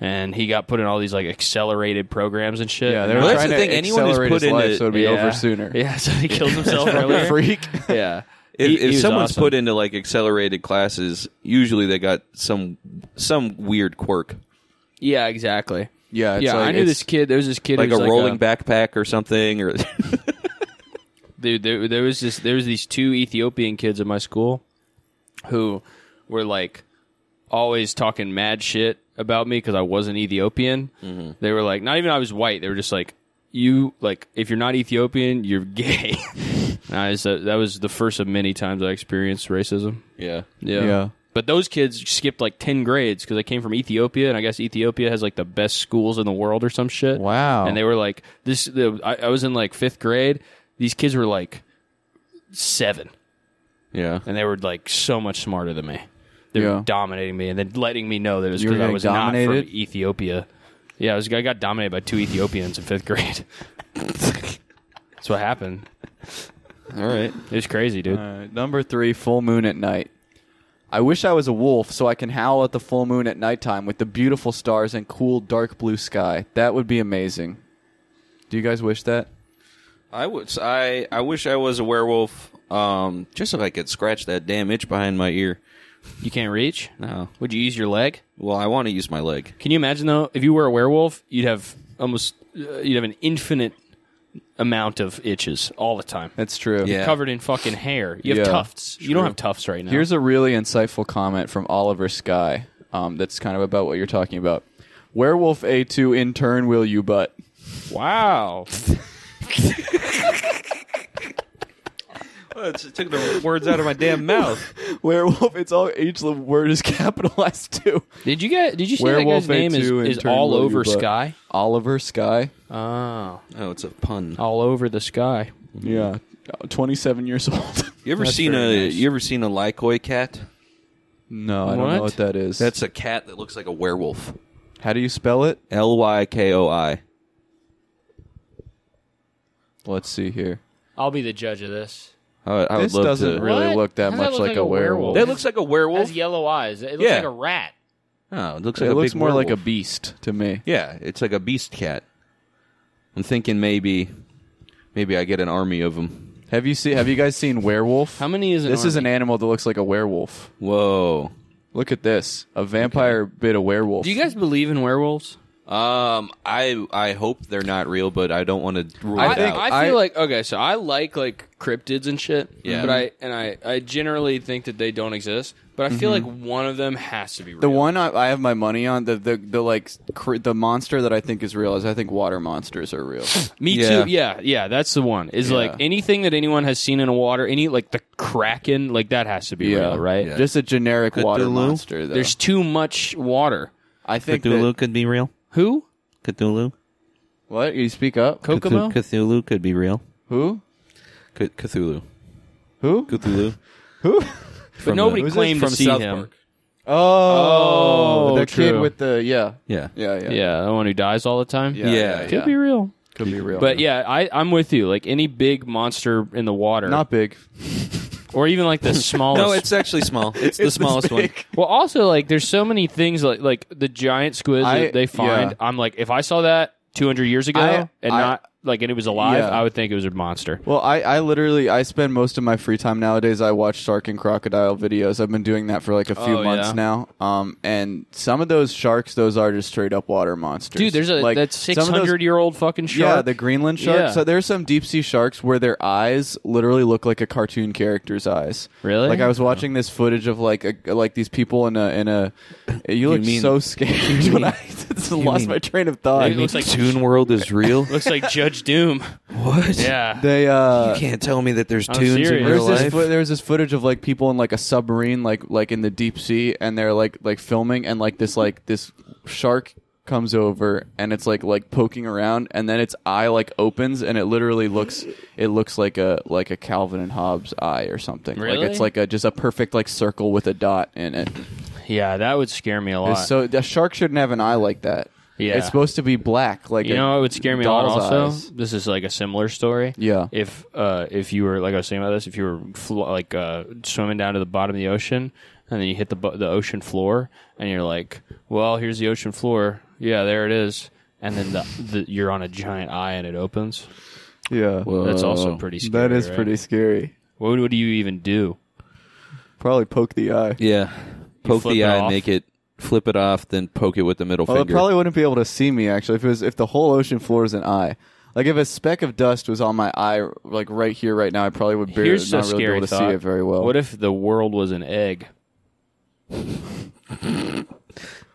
Speaker 4: and he got put in all these like accelerated programs and shit.
Speaker 6: Yeah,
Speaker 4: And
Speaker 6: they were
Speaker 5: Well,
Speaker 4: like-
Speaker 5: that's
Speaker 6: trying
Speaker 5: the
Speaker 6: to
Speaker 5: thing, anyone who's
Speaker 6: accelerate
Speaker 5: put
Speaker 6: his
Speaker 5: into-
Speaker 6: life so it'd be
Speaker 4: Yeah.
Speaker 6: over sooner. (laughs)
Speaker 4: Yeah, so he kills himself earlier.
Speaker 6: Freak.
Speaker 4: (laughs) Yeah,
Speaker 5: If,
Speaker 4: He- he
Speaker 5: if
Speaker 4: was
Speaker 5: someone's
Speaker 4: awesome.
Speaker 5: put into like accelerated classes, usually they got some some weird quirk,
Speaker 4: yeah, exactly.
Speaker 6: Yeah, it's
Speaker 4: yeah,
Speaker 6: like-
Speaker 4: I knew
Speaker 6: it's-
Speaker 4: this kid. There was this kid
Speaker 5: like
Speaker 4: who
Speaker 5: a
Speaker 4: was like uh,
Speaker 5: rolling backpack or something, or (laughs)
Speaker 4: dude there, there was this there was these two ethiopian kids at my school who were like always talking mad shit about me because i wasn't ethiopian
Speaker 5: Mm-hmm.
Speaker 4: they were like not even i was white they were just like you like if you're not ethiopian you're (laughs)
Speaker 5: (laughs)
Speaker 4: gay and I was, that was the first of many times i experienced racism
Speaker 5: yeah.
Speaker 4: yeah.
Speaker 6: Yeah.
Speaker 4: But those kids skipped like 10 grades because I came from Ethiopia, and I guess Ethiopia has like the best schools in the world or some shit.
Speaker 6: Wow.
Speaker 4: And they were like, this, the, I, I was in like fifth grade. These kids were like seven,
Speaker 5: Yeah.
Speaker 4: and they were like so much smarter than me. They were
Speaker 6: Yeah.
Speaker 4: dominating me and then letting me know that it was
Speaker 6: You were
Speaker 4: because I
Speaker 6: getting
Speaker 4: was not
Speaker 6: dominated?
Speaker 4: from Ethiopia. Yeah, I, was, I got dominated by two Ethiopians in fifth
Speaker 6: (laughs)
Speaker 4: grade. That's what happened.
Speaker 5: All right.
Speaker 4: It was crazy, dude.
Speaker 6: Uh, number three, full moon at night. I wish I was a wolf so I can howl at the full moon at nighttime with the beautiful stars and cool dark blue sky. That would be amazing. Do you guys wish that?
Speaker 5: I was I I wish I was a werewolf, um, just so I could scratch that damn itch behind my ear.
Speaker 4: You can't reach?
Speaker 5: No.
Speaker 4: Would you use your leg?
Speaker 5: Well, I want to use my leg.
Speaker 4: Can you imagine though? If you were a werewolf, you'd have almost uh, you'd have an infinite amount of itches all the time.
Speaker 6: That's true.
Speaker 5: Yeah.
Speaker 4: Covered in fucking hair. You have
Speaker 6: Yeah.
Speaker 4: tufts. You don't have tufts right now.
Speaker 6: Here's a really insightful comment from Oliver Sky um, that's kind of about what you're talking about. Werewolf A2 in turn will you butt. (laughs)
Speaker 4: wow.
Speaker 5: it took the words out of my damn mouth.
Speaker 6: Werewolf, it's all, each word is (laughs) capitalized too.
Speaker 4: (laughs) Did you get? Did you see
Speaker 6: Werewolf
Speaker 4: that guy's name
Speaker 6: A2 in
Speaker 4: is, is
Speaker 6: turn
Speaker 4: all
Speaker 6: will you
Speaker 4: over
Speaker 6: butt.
Speaker 4: sky?
Speaker 6: Oliver Sky.
Speaker 4: Oh,
Speaker 5: Oh, it's a pun.
Speaker 4: all over the sky.
Speaker 5: Mm-hmm.
Speaker 6: Yeah. 27 years (laughs) old.
Speaker 5: You ever
Speaker 4: That's
Speaker 5: seen
Speaker 4: very
Speaker 5: a
Speaker 4: nice.
Speaker 5: you ever seen a Lycoi cat?
Speaker 6: no, I don't
Speaker 4: What?
Speaker 6: know what that is.
Speaker 5: That's a cat that looks like a werewolf.
Speaker 6: How do you spell it?
Speaker 5: L Y K O I.
Speaker 6: Let's see here.
Speaker 4: I'll be the judge of this.
Speaker 5: I, I
Speaker 6: This
Speaker 5: would love
Speaker 6: doesn't
Speaker 5: to.
Speaker 6: really
Speaker 4: What?
Speaker 6: look that
Speaker 4: How does
Speaker 6: much
Speaker 4: that look
Speaker 6: like,
Speaker 4: like
Speaker 6: a
Speaker 4: a
Speaker 6: werewolf.
Speaker 4: werewolf?
Speaker 5: That looks like a werewolf.
Speaker 4: yellow eyes. It looks
Speaker 5: Yeah. like a
Speaker 4: rat.
Speaker 5: Oh, it looks
Speaker 6: It
Speaker 5: like a
Speaker 6: looks
Speaker 5: big
Speaker 6: more like a
Speaker 5: werewolf.
Speaker 6: beast to me.
Speaker 5: Yeah, it's like a beast cat. I'm thinking maybe, maybe I get an army of them.
Speaker 6: Have you seen? Have you guys seen werewolf?
Speaker 4: How many is an
Speaker 6: This is an
Speaker 4: army?
Speaker 6: animal that looks like a werewolf.
Speaker 5: Whoa.
Speaker 6: Look at this. A vampire bit of werewolf.
Speaker 4: Do you guys believe in werewolves?
Speaker 5: Um, I I hope they're not real, but I don't want to rule
Speaker 4: I
Speaker 5: it
Speaker 4: think
Speaker 5: out.
Speaker 4: I feel
Speaker 6: I-
Speaker 4: like okay, so I like like cryptids and shit.
Speaker 5: Yeah.
Speaker 4: But I and I I generally think that they don't exist. But I feel
Speaker 5: Mm-hmm.
Speaker 4: like one of them has to be real.
Speaker 6: the one I, I have my money on the the, the like cr- the monster that I think is real is I think water monsters are
Speaker 4: (laughs)
Speaker 6: real.
Speaker 4: Me
Speaker 5: Yeah.
Speaker 4: too. Yeah, yeah, that's the one. Is like
Speaker 6: Yeah.
Speaker 4: anything that anyone has seen in the water, any like the kraken, like that has to be real, right?
Speaker 5: Yeah.
Speaker 6: Just a generic water
Speaker 5: Cthulhu?
Speaker 6: monster. Though.
Speaker 4: There's too much water.
Speaker 6: I think that,
Speaker 5: could be real.
Speaker 4: Who?
Speaker 5: Cthulhu.
Speaker 6: what you speak up.
Speaker 4: Kokomo?
Speaker 5: Cthulhu could be real.
Speaker 6: Who?
Speaker 5: Cthulhu.
Speaker 6: Who?
Speaker 5: Cthulhu.
Speaker 4: but nobody
Speaker 5: the- Who's
Speaker 4: claimed
Speaker 5: this?
Speaker 4: to
Speaker 5: From
Speaker 4: see
Speaker 5: South
Speaker 4: him.
Speaker 5: Park.
Speaker 6: Oh,
Speaker 4: Oh,
Speaker 6: the kid
Speaker 4: true.
Speaker 6: with the yeah.
Speaker 5: Yeah.
Speaker 6: Yeah, yeah,
Speaker 4: Yeah, the one who dies all the time.
Speaker 6: yeah,
Speaker 5: Yeah.
Speaker 6: yeah,
Speaker 4: Could be real.
Speaker 6: could be real,
Speaker 4: But yeah, I, I'm with you. Like any big monster in the water,
Speaker 6: not big.
Speaker 4: or even like the smallest.
Speaker 5: (laughs) No, it's actually (laughs) small. It's the smallest one.
Speaker 4: Well, also like there's so many things like like the giant squids
Speaker 6: I-
Speaker 4: that they find.
Speaker 6: yeah.
Speaker 4: I'm like, if I saw that 200 years ago
Speaker 6: I-
Speaker 4: and
Speaker 6: I-
Speaker 4: not like and it was alive,
Speaker 6: Yeah.
Speaker 4: I would think it was a monster.
Speaker 6: Well, I, I literally I spend most of my free time nowadays. I watch shark and crocodile videos. I've been doing that for like a few
Speaker 4: Oh,
Speaker 6: months
Speaker 4: yeah.
Speaker 6: now. Um, and some of those sharks, those are just straight up water monsters.
Speaker 4: Dude, there's a
Speaker 6: like
Speaker 4: that
Speaker 6: some of
Speaker 4: 600
Speaker 6: those-
Speaker 4: year old fucking shark.
Speaker 6: Yeah, the Greenland shark.
Speaker 4: Yeah.
Speaker 6: So there's some deep sea sharks where their eyes literally look like a cartoon character's eyes.
Speaker 4: Really? Oh.
Speaker 6: Like I was watching this footage of like a, like these people in a in a.
Speaker 4: (laughs)
Speaker 6: You look
Speaker 5: mean-
Speaker 6: so scared when I (laughs) lost
Speaker 5: mean-
Speaker 6: my train of thought.
Speaker 4: It looks like
Speaker 5: (laughs) Toon World is (laughs) real.
Speaker 4: looks like Judge Doom. (laughs)
Speaker 5: what?
Speaker 4: Yeah.
Speaker 6: they
Speaker 4: (laughs)
Speaker 6: uh,
Speaker 5: You can't tell me that there's
Speaker 4: I'm
Speaker 5: tunes in
Speaker 4: serious.
Speaker 5: real
Speaker 6: There's this
Speaker 5: life.
Speaker 6: fo- there's this footage of like people in like a submarine, like like in the deep sea, and they're like like filming, and like this like this shark comes over, and it's like like poking around, and then its eye like opens, and it literally looks it looks like a like a Calvin and Hobbes eye or something.
Speaker 4: Really?
Speaker 6: Like it's like a just a perfect like circle with a dot in it.
Speaker 4: yeah, that would scare me a lot.
Speaker 6: So a shark shouldn't have an eye like that.
Speaker 4: Yeah.
Speaker 6: It's supposed to be black, like
Speaker 4: You
Speaker 6: a
Speaker 4: know, it would scare me a lot.
Speaker 6: doll's
Speaker 4: Also,
Speaker 6: eyes.
Speaker 4: this is like a similar story.
Speaker 6: Yeah.
Speaker 4: If uh, if you were like I was saying about this, if you were fl- like uh, swimming down to the bottom of the ocean and then you hit the bo- the ocean floor and you're like, well, here's the ocean floor. Yeah, there it is. And then the, the you're on a giant eye and it opens.
Speaker 6: Yeah,
Speaker 4: That's also
Speaker 5: Whoa.
Speaker 4: pretty scary.
Speaker 6: Oh, that is
Speaker 4: right?
Speaker 6: pretty scary.
Speaker 4: What, what do you even do?
Speaker 6: Probably poke the eye.
Speaker 5: Yeah. Poke
Speaker 4: flip
Speaker 5: the
Speaker 4: it
Speaker 5: eye,
Speaker 4: off.
Speaker 5: make it flip it off, then poke it with the middle
Speaker 6: Well, it
Speaker 5: finger.
Speaker 6: probably wouldn't be able to see me actually if it was if the whole ocean floor is an eye. Like if a speck of dust was on my eye, like right here, right now, I probably would barely
Speaker 4: Here's
Speaker 6: not
Speaker 4: a
Speaker 6: really be
Speaker 4: scary
Speaker 6: able to
Speaker 4: thought.
Speaker 6: see it very well.
Speaker 4: What if the world was an egg?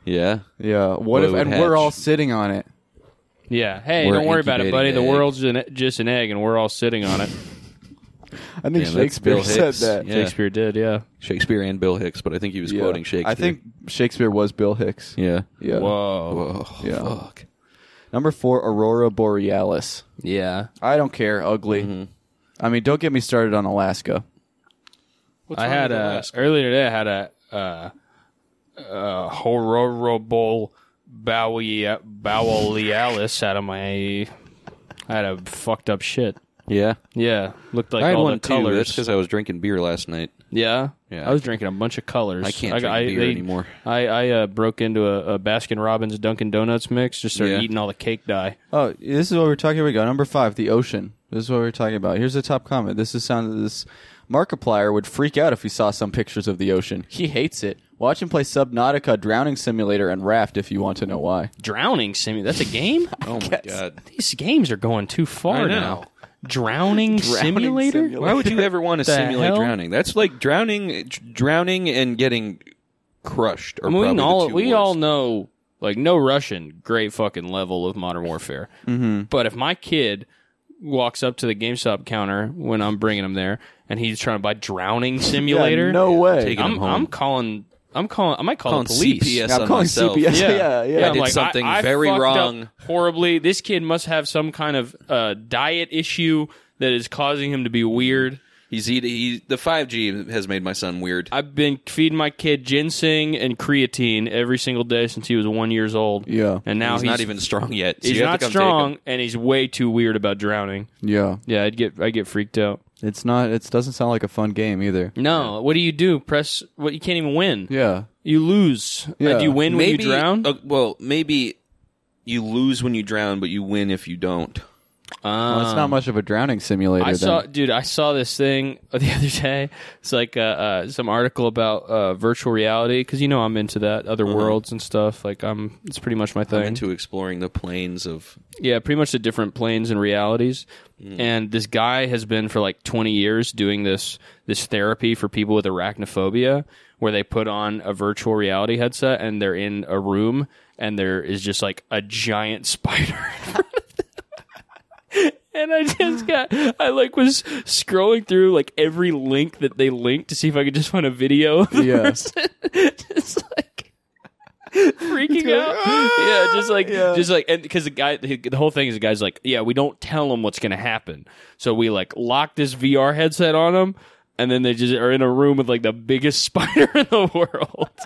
Speaker 5: yeah.
Speaker 6: yeah. What
Speaker 5: Well,
Speaker 6: if?
Speaker 5: it would
Speaker 6: And we're
Speaker 5: hatch.
Speaker 6: all sitting on it.
Speaker 4: Yeah. Hey,
Speaker 5: We're
Speaker 4: don't worry about it,
Speaker 5: incubating
Speaker 4: buddy. The
Speaker 5: an egg.
Speaker 4: world's an, e, just an egg, and we're all sitting on it.
Speaker 6: I think
Speaker 5: Yeah, that's
Speaker 6: Shakespeare
Speaker 5: Bill
Speaker 6: said
Speaker 5: Hicks.
Speaker 6: that.
Speaker 5: Yeah.
Speaker 4: Shakespeare did. Yeah.
Speaker 5: Shakespeare and Bill Hicks, but I think he was
Speaker 6: Yeah.
Speaker 5: quoting Shakespeare.
Speaker 6: I think Shakespeare was Bill Hicks.
Speaker 5: Yeah.
Speaker 6: Yeah.
Speaker 4: Whoa.
Speaker 5: Whoa.
Speaker 6: Yeah.
Speaker 5: Fuck.
Speaker 6: Number four, Aurora Borealis.
Speaker 4: Yeah.
Speaker 6: I don't care. Ugly.
Speaker 5: Mm-hmm.
Speaker 6: I mean, don't get me started on Alaska.
Speaker 4: I had a earlier today. I had a uh, uh, horrible bowie bowelialis out of my. I had a fucked up shit.
Speaker 5: Yeah.
Speaker 4: Yeah, looked like
Speaker 5: I had
Speaker 4: all
Speaker 5: one
Speaker 4: the
Speaker 5: too. That's
Speaker 4: colors.
Speaker 5: because I was drinking beer last night.
Speaker 4: yeah,
Speaker 5: Yeah.
Speaker 4: I was drinking a bunch of colors.
Speaker 5: I can't drink beer
Speaker 4: they-
Speaker 5: anymore.
Speaker 4: I I uh, broke into a, a Baskin Robbins Dunkin' Donuts mix. Just started
Speaker 5: Yeah.
Speaker 4: eating all the cake dye.
Speaker 6: Oh, this is what we're talking. Here we go. Number five, the ocean. This is what we're talking about. Here's the top comment. This is sound that this Markiplier would freak out if he saw some pictures of the ocean. He hates it. Watch him play Subnautica, Drowning Simulator, and Raft if you want to know why.
Speaker 4: Drowning Simulator. That's a game.
Speaker 5: Oh my
Speaker 4: (laughs)
Speaker 5: god.
Speaker 4: These games are going too far
Speaker 5: I know.
Speaker 4: now.
Speaker 5: (laughs)
Speaker 4: Drowning, simulator?
Speaker 5: Why would you ever want to
Speaker 4: The
Speaker 5: simulate
Speaker 4: hell?
Speaker 5: drowning? That's like drowning, drowning and getting crushed. Or
Speaker 4: I mean, we
Speaker 5: (laughs) probably the
Speaker 4: all
Speaker 5: two
Speaker 4: we
Speaker 5: worst.
Speaker 4: all know like no Russian, great fucking level of modern warfare. Mm-hmm. But if my kid walks up to the GameStop counter when I'm bringing him there, and he's trying to buy
Speaker 5: (laughs)
Speaker 4: Drowning Simulator,
Speaker 6: Yeah, no way.
Speaker 5: Take it-
Speaker 4: I'm,
Speaker 5: him home.
Speaker 4: I'm calling. I'm calling. I might call
Speaker 5: Calling
Speaker 4: the police.
Speaker 5: CPS
Speaker 6: I'm
Speaker 5: on
Speaker 6: calling
Speaker 5: myself.
Speaker 6: CPS.
Speaker 5: (laughs)
Speaker 6: Yeah, yeah.
Speaker 5: I
Speaker 4: I'm
Speaker 5: did
Speaker 4: like,
Speaker 5: something
Speaker 4: I
Speaker 5: very
Speaker 4: fucked up
Speaker 5: wrong.
Speaker 4: horribly. This kid must have some kind of uh, diet issue that is causing him to be weird.
Speaker 5: He's eat- he, the five G has made my son weird.
Speaker 4: I've been feeding my kid ginseng and creatine every single day since he was one years old.
Speaker 6: Yeah.
Speaker 4: and now
Speaker 5: he's, not even strong yet. so
Speaker 4: he's
Speaker 5: you have
Speaker 4: not
Speaker 5: to come
Speaker 4: strong, and he's way too weird about drowning.
Speaker 6: Yeah,
Speaker 4: Yeah, I'd get I get freaked out.
Speaker 6: it's not. It doesn't sound like a fun game either.
Speaker 4: No, what do you do? Press what? You can't even win.
Speaker 6: Yeah,
Speaker 4: You lose.
Speaker 6: Yeah.
Speaker 4: Uh, do you
Speaker 5: Take
Speaker 4: win
Speaker 5: him.
Speaker 4: when you drown?
Speaker 5: uh, well, maybe you lose when you drown, but you win if you don't.
Speaker 6: well, it's
Speaker 5: Um,
Speaker 6: not much of a drowning simulator.
Speaker 4: I
Speaker 6: then.
Speaker 4: saw, dude, I saw this thing (laughs) the other day. It's like uh, uh, some article about uh, virtual reality because you know I'm into that, other worlds and stuff. Like Mm-hmm. I'm, it's pretty much my thing.
Speaker 5: Into exploring the planes of
Speaker 4: Yeah, pretty much the different planes and realities. And this guy has been for like 20 years doing this this therapy for people with arachnophobia where they put on a virtual reality headset and they're in a room and there is just like a giant spider (laughs) in front of them. And I just got, I like was scrolling through like every link that they linked to see if I could just find a video of the
Speaker 6: Yeah.
Speaker 4: (laughs) person. just like freaking out.
Speaker 6: "Ah!"
Speaker 4: Yeah, just like just like and because the guy the, the whole thing is the guy's like, yeah, we don't tell them what's gonna happen, so we like lock this VR headset on them, and then they just are in a room with like the biggest (laughs) spider in the world. (laughs)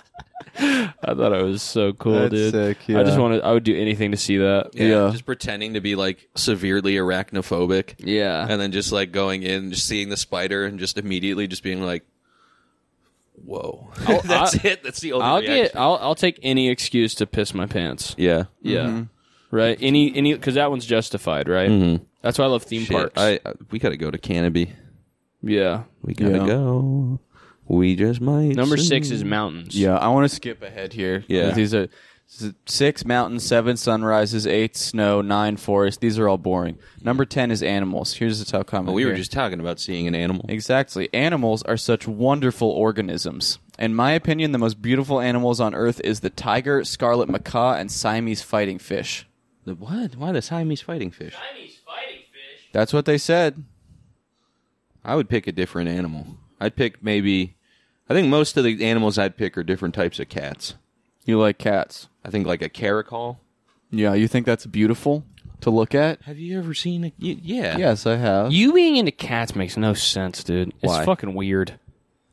Speaker 4: I thought it was so cool,
Speaker 6: That's
Speaker 4: dude.
Speaker 6: sick,
Speaker 4: I just
Speaker 6: yeah.
Speaker 4: wanted, I would do anything to see that.
Speaker 6: Yeah.
Speaker 5: just pretending to be like severely arachnophobic.
Speaker 4: Yeah.
Speaker 5: and then just like going in, just seeing the spider, and just immediately just being like, "Whoa, (laughs) that's it. That's the only."
Speaker 4: Oh, I'll
Speaker 5: reaction.
Speaker 4: get. I'll. I'll take any excuse to piss my pants.
Speaker 5: yeah,
Speaker 4: Yeah.
Speaker 5: Mm-hmm.
Speaker 4: Right. Any. Any. Because that one's justified. Right.
Speaker 6: Mm-hmm.
Speaker 4: That's why I love theme
Speaker 5: Shit,
Speaker 4: parks.
Speaker 5: I I- we gotta go to Canopy.
Speaker 4: yeah.
Speaker 5: We gotta
Speaker 6: Yeah.
Speaker 5: go. We just might.
Speaker 4: Number
Speaker 5: soon.
Speaker 4: six is mountains.
Speaker 6: Yeah, I want to skip ahead here.
Speaker 5: Yeah.
Speaker 6: these are s- six mountains, seven sunrises, eight snow, nine forest. These are all boring. Number ten is animals. Here's the top comment.
Speaker 5: Well, we were
Speaker 6: here.
Speaker 5: just talking about seeing an animal.
Speaker 6: exactly. Animals are such wonderful organisms. In my opinion, the most beautiful animals on earth is the tiger, scarlet macaw, and Siamese fighting fish.
Speaker 5: The what? Why the Siamese fighting fish?
Speaker 6: That's what they said.
Speaker 5: I would pick a different animal. I'd pick maybe. I think most of the animals I'd pick are different types of cats.
Speaker 6: You like cats?
Speaker 5: I think like a caracal.
Speaker 6: Yeah, you think that's beautiful to look at?
Speaker 5: Have you ever seen a? y- yeah.
Speaker 6: Yes, I have.
Speaker 4: You being into cats makes no sense, dude.
Speaker 5: Why?
Speaker 4: It's fucking weird.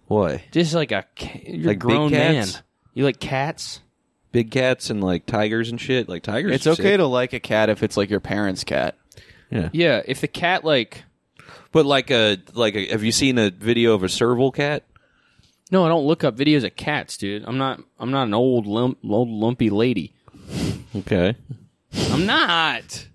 Speaker 5: Why?
Speaker 4: Just like a ca- you're
Speaker 5: Like
Speaker 4: a
Speaker 5: big
Speaker 4: grown man.
Speaker 5: cats?
Speaker 4: You like cats?
Speaker 5: big cats and like tigers and shit. Like tigers.
Speaker 6: It's
Speaker 5: are
Speaker 6: okay
Speaker 5: sick.
Speaker 6: to like a cat if it's like your parents' cat.
Speaker 4: Yeah, if the cat like
Speaker 5: But like a like a, have you seen a video of a serval cat?
Speaker 4: no, I don't look up videos of cats, dude. I'm not I'm not an old lump, old lumpy lady.
Speaker 5: Okay.
Speaker 4: I'm not.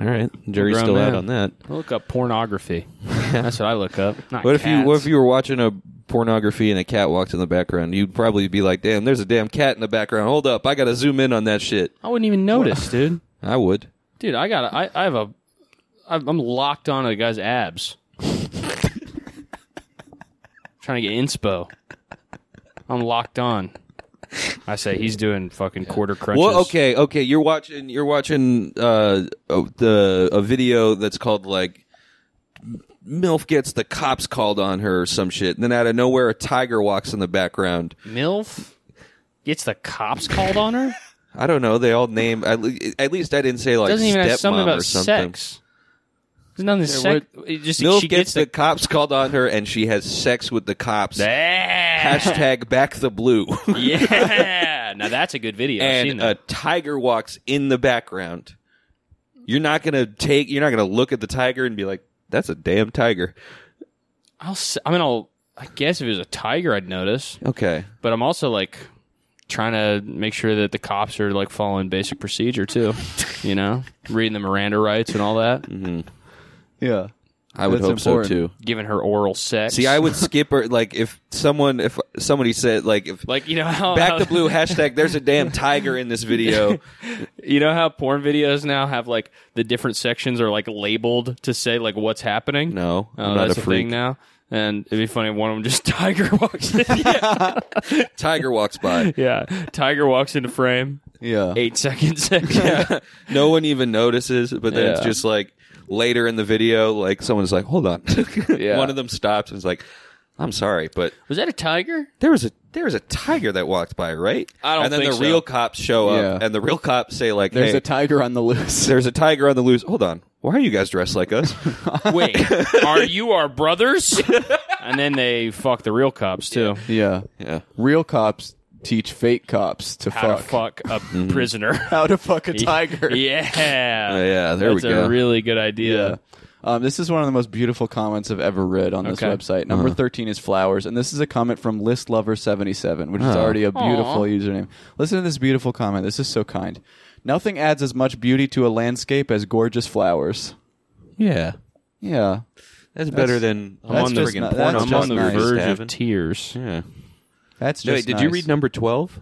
Speaker 5: All right. Jury's
Speaker 4: Grown
Speaker 5: still out
Speaker 4: man.
Speaker 5: on that.
Speaker 4: I look up
Speaker 5: (laughs)
Speaker 4: pornography. That's what I look up. Not
Speaker 5: What if you what
Speaker 4: cats.
Speaker 5: if you were watching a pornography and a cat walked in the background? You'd probably be like, "Damn, there's a damn cat in the background. Hold up, I gotta zoom in on that shit."
Speaker 4: I wouldn't even notice, dude.
Speaker 5: I would.
Speaker 4: Dude, I got I I have a I'm I'm locked onto the guy's abs. (laughs) Trying to get inspo. I'm locked on. I say he's doing fucking quarter crunches.
Speaker 5: Well, okay, okay. You're watching you're watching uh oh, the a video that's called like MILF gets the cops called on her or some shit, and then out of nowhere a tiger walks in the background.
Speaker 4: MILF gets the cops called on
Speaker 5: (laughs)
Speaker 4: her?
Speaker 5: I don't know. They all name at, le- at least I didn't say like
Speaker 4: Doesn't even have something
Speaker 5: stepmom
Speaker 4: about
Speaker 5: or something.
Speaker 4: sex. There's nothing sex. It just
Speaker 5: MILF
Speaker 4: she gets,
Speaker 5: gets the cops called on her, and she has sex with the cops.
Speaker 4: the
Speaker 5: Hashtag back the blue.
Speaker 4: (laughs) yeah. Now that's a good video. I've seen
Speaker 5: and a
Speaker 4: that.
Speaker 5: tiger walks in the background. You're not gonna take. You're not gonna look at the tiger and be like, "That's a damn tiger."
Speaker 4: I'll. s- I mean, I'll. I guess if it was a tiger, I'd notice.
Speaker 5: Okay.
Speaker 4: But I'm also like trying to make sure that the cops are like following basic procedure
Speaker 5: (laughs)
Speaker 4: too. You know, reading the Miranda rights and all that,
Speaker 5: Mm-hmm.
Speaker 6: Yeah.
Speaker 5: I would
Speaker 6: That's
Speaker 5: hope so
Speaker 6: important.
Speaker 5: too.
Speaker 4: giving her oral sex.
Speaker 5: See, I would skip or like if someone if somebody said like if
Speaker 4: like oh, you know how
Speaker 5: back the blue hashtag there's a damn tiger in this video.
Speaker 4: (laughs) You know how porn videos now have like the different sections are like labeled to say like what's happening.
Speaker 5: No,
Speaker 4: oh,
Speaker 5: I'm not
Speaker 4: that's
Speaker 5: a
Speaker 4: a
Speaker 5: freak.
Speaker 4: thing now. And it'd be funny if one of them just (laughs) tiger walks. in.
Speaker 5: (laughs) Tiger walks
Speaker 4: (laughs)
Speaker 5: by.
Speaker 4: yeah, tiger walks into frame.
Speaker 6: Yeah.
Speaker 4: Eight seconds.
Speaker 5: (laughs) No one even notices, but then it's
Speaker 4: Yeah.
Speaker 5: just like later in the video, like someone's like, "Hold on." (laughs) One of them stops and is like, "I'm sorry, but
Speaker 4: (laughs) Was that a tiger?
Speaker 5: there was a there was a tiger that walked by, right?"
Speaker 4: I don't
Speaker 5: And then
Speaker 4: think
Speaker 5: the
Speaker 4: so.
Speaker 5: real cops show up,
Speaker 6: Yeah.
Speaker 5: and the real cops say, "Like,
Speaker 6: There's
Speaker 5: hey,
Speaker 6: a tiger on the loose.
Speaker 5: there's a tiger on the loose. Hold on, why are you guys dressed like (laughs) us?"
Speaker 6: (laughs)
Speaker 4: Wait, are you our brothers? and then they fuck the real cops too.
Speaker 6: Yeah.
Speaker 5: yeah.
Speaker 6: Real cops teach fake cops to
Speaker 4: How
Speaker 6: fuck.
Speaker 4: to fuck a prisoner.
Speaker 6: How to fuck a (laughs) tiger.
Speaker 4: (laughs)
Speaker 6: Oh,
Speaker 4: Yeah.
Speaker 5: yeah, there we
Speaker 4: That's
Speaker 5: go.
Speaker 4: a really good idea.
Speaker 6: Yeah. Um, this is one of the most beautiful comments I've ever read on this
Speaker 4: Okay.
Speaker 6: website. Number 13 is flowers, and this is a comment from listlover77, which is already a beautiful username. Listen to this beautiful comment. This is so kind. Nothing adds as much beauty to a landscape as gorgeous flowers.
Speaker 5: Yeah.
Speaker 6: Yeah.
Speaker 5: That's better than I'm
Speaker 6: that's
Speaker 5: on the
Speaker 6: just
Speaker 5: friggin'
Speaker 6: not-
Speaker 5: porno
Speaker 6: that's
Speaker 4: I'm on
Speaker 6: just
Speaker 4: the
Speaker 6: nice.
Speaker 4: verge
Speaker 5: Having-
Speaker 4: of tears.
Speaker 5: Yeah.
Speaker 6: That's just
Speaker 5: Wait, did you
Speaker 6: nice.
Speaker 5: read number twelve?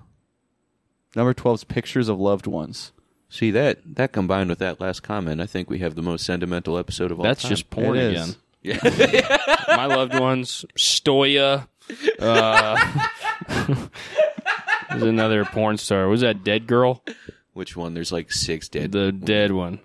Speaker 6: number 12's pictures of loved ones?
Speaker 5: See that that combined with that last comment, I think we have the most sentimental episode of all
Speaker 4: That's
Speaker 5: time. (laughs)
Speaker 4: just porn
Speaker 6: It is.
Speaker 4: again. My loved ones,
Speaker 6: (laughs)
Speaker 4: Stoya. Uh, (laughs) there's another porn star. Was that Dead Girl?
Speaker 5: which one? There's like six dead.
Speaker 4: The dead one.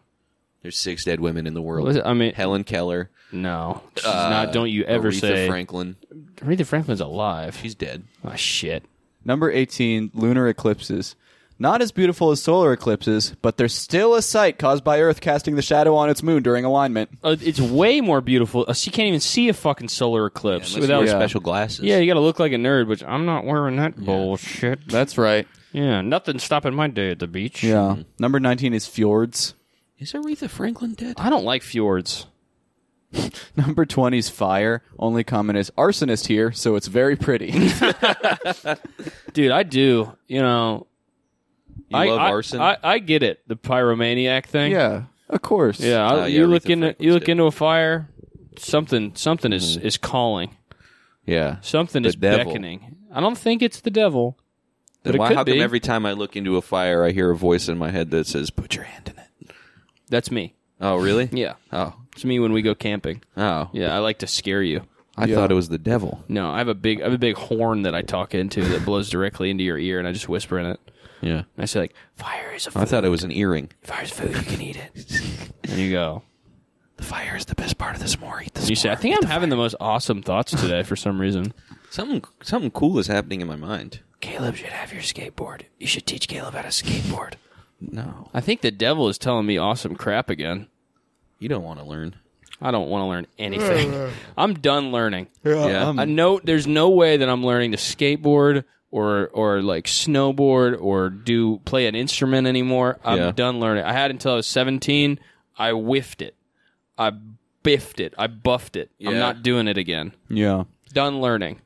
Speaker 5: there's six dead women in the world.
Speaker 4: Was it- I mean,
Speaker 5: Helen Keller,
Speaker 4: no. She's
Speaker 6: Uh,
Speaker 4: not. Don't you ever
Speaker 5: Aretha
Speaker 4: say.
Speaker 5: Franklin.
Speaker 4: Aretha Franklin's alive.
Speaker 5: She's dead.
Speaker 4: Oh, shit.
Speaker 6: Number 18, lunar eclipses. Not as beautiful as solar eclipses, but they're still a sight caused by Earth casting the shadow on its moon during alignment.
Speaker 4: Uh, it's way more beautiful. Uh, she can't even see a fucking solar eclipse
Speaker 5: Unless you
Speaker 4: without.
Speaker 5: wear
Speaker 4: Yeah.
Speaker 5: special glasses.
Speaker 4: you got to look like a nerd, which I'm not wearing that bullshit.
Speaker 6: That's right.
Speaker 4: Yeah, nothing's stopping my day at the beach.
Speaker 6: Yeah. Number 19 is fjords. (laughs)
Speaker 5: Is Aretha Franklin dead?
Speaker 4: I don't like fjords.
Speaker 6: Number 20 is fire. Only comment is arsonist here, so it's
Speaker 5: (laughs)
Speaker 6: very pretty.
Speaker 4: Dude, I do. You know,
Speaker 5: You
Speaker 4: I
Speaker 5: love
Speaker 4: I,
Speaker 5: arson.
Speaker 4: I, I get it. The pyromaniac thing.
Speaker 6: yeah, of course.
Speaker 4: yeah. I-
Speaker 5: Oh, yeah,
Speaker 4: you look
Speaker 5: Aretha
Speaker 4: into
Speaker 5: Franklin's
Speaker 4: you look
Speaker 5: dead.
Speaker 4: into a fire. Something something is is calling.
Speaker 5: yeah.
Speaker 4: Something
Speaker 5: Mm-hmm. The
Speaker 4: is
Speaker 5: devil.
Speaker 4: beckoning. I don't think it's the devil.
Speaker 5: Then
Speaker 4: it
Speaker 5: why,
Speaker 4: could
Speaker 5: how come
Speaker 4: be.
Speaker 5: every time I look into a fire, I hear a voice in my head that says, "Put your hand in it."
Speaker 4: That's me.
Speaker 5: Oh, really?
Speaker 4: Yeah,
Speaker 5: Oh.
Speaker 4: it's me when we go camping.
Speaker 5: Oh.
Speaker 4: Yeah, I like to scare you.
Speaker 5: I thought it was the devil.
Speaker 4: No, I have a big I have a big horn that I talk into that blows directly into your ear, and I just whisper in it.
Speaker 5: Yeah.
Speaker 4: And I say like, "Fire is a
Speaker 5: I
Speaker 4: food.
Speaker 5: thought it was an earring.
Speaker 4: Fire is food. You can eat it." and you go.
Speaker 5: The fire is the best part of this more. Eat this
Speaker 4: You say, "I think I'm having the most awesome thoughts today for some reason."
Speaker 5: something something cool is happening in my mind.
Speaker 4: Caleb should have your skateboard. You should teach Caleb how to skateboard.
Speaker 5: No.
Speaker 4: I think the devil is telling me awesome crap again.
Speaker 5: You don't want to learn.
Speaker 4: I don't want to learn anything. I'm done learning.
Speaker 5: Yeah.
Speaker 6: Hmm.
Speaker 4: I know there's no way that I'm learning to skateboard or or like snowboard or do play an instrument anymore. I'm
Speaker 5: Yeah.
Speaker 4: done learning. I had until I was 17. I whiffed it. I biffed it. I buffed it. I'm
Speaker 5: Yeah.
Speaker 4: not doing it again.
Speaker 6: Yeah.
Speaker 4: Done learning.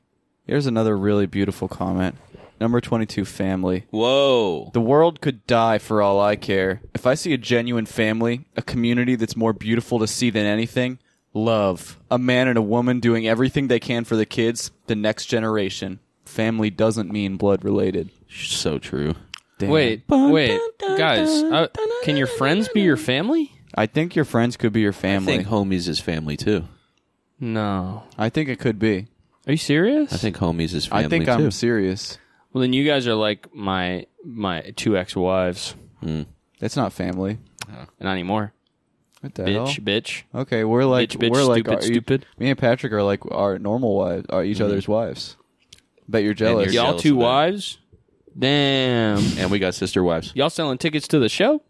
Speaker 6: Here's another really beautiful comment. Number 22 family.
Speaker 5: Whoa.
Speaker 6: The world could die for all I care. If I see a genuine family, a community that's more beautiful to see than anything, love, a man and a woman doing everything they can for the kids, the next generation. Family doesn't mean blood related.
Speaker 5: So true.
Speaker 6: Damn.
Speaker 4: Wait, wait, guys. uh, can your friends be your family?
Speaker 6: I think your friends could be your
Speaker 5: I
Speaker 6: family.
Speaker 5: think homies is family too.
Speaker 4: No.
Speaker 6: I think it could be.
Speaker 4: Are you serious?
Speaker 5: I think homies is family
Speaker 6: I think
Speaker 5: too.
Speaker 6: I'm serious.
Speaker 4: Well, then you guys are like my my two ex wives.
Speaker 5: Mm.
Speaker 6: That's not family.
Speaker 4: Not anymore.
Speaker 6: What the
Speaker 4: Bitch,
Speaker 6: hell?
Speaker 4: bitch.
Speaker 6: Okay, we're like
Speaker 4: Bitch, bitch,
Speaker 6: we're like
Speaker 4: stupid,
Speaker 6: our-
Speaker 4: stupid.
Speaker 6: Me and Patrick are like our normal wives, are each other's wives. Bet you're jealous.
Speaker 5: Mm-hmm. you're-
Speaker 4: Y'all
Speaker 5: jealous
Speaker 4: two
Speaker 5: of that.
Speaker 4: wives? Damn.
Speaker 5: and we got sister wives.
Speaker 4: Y'all selling tickets to the (laughs) show?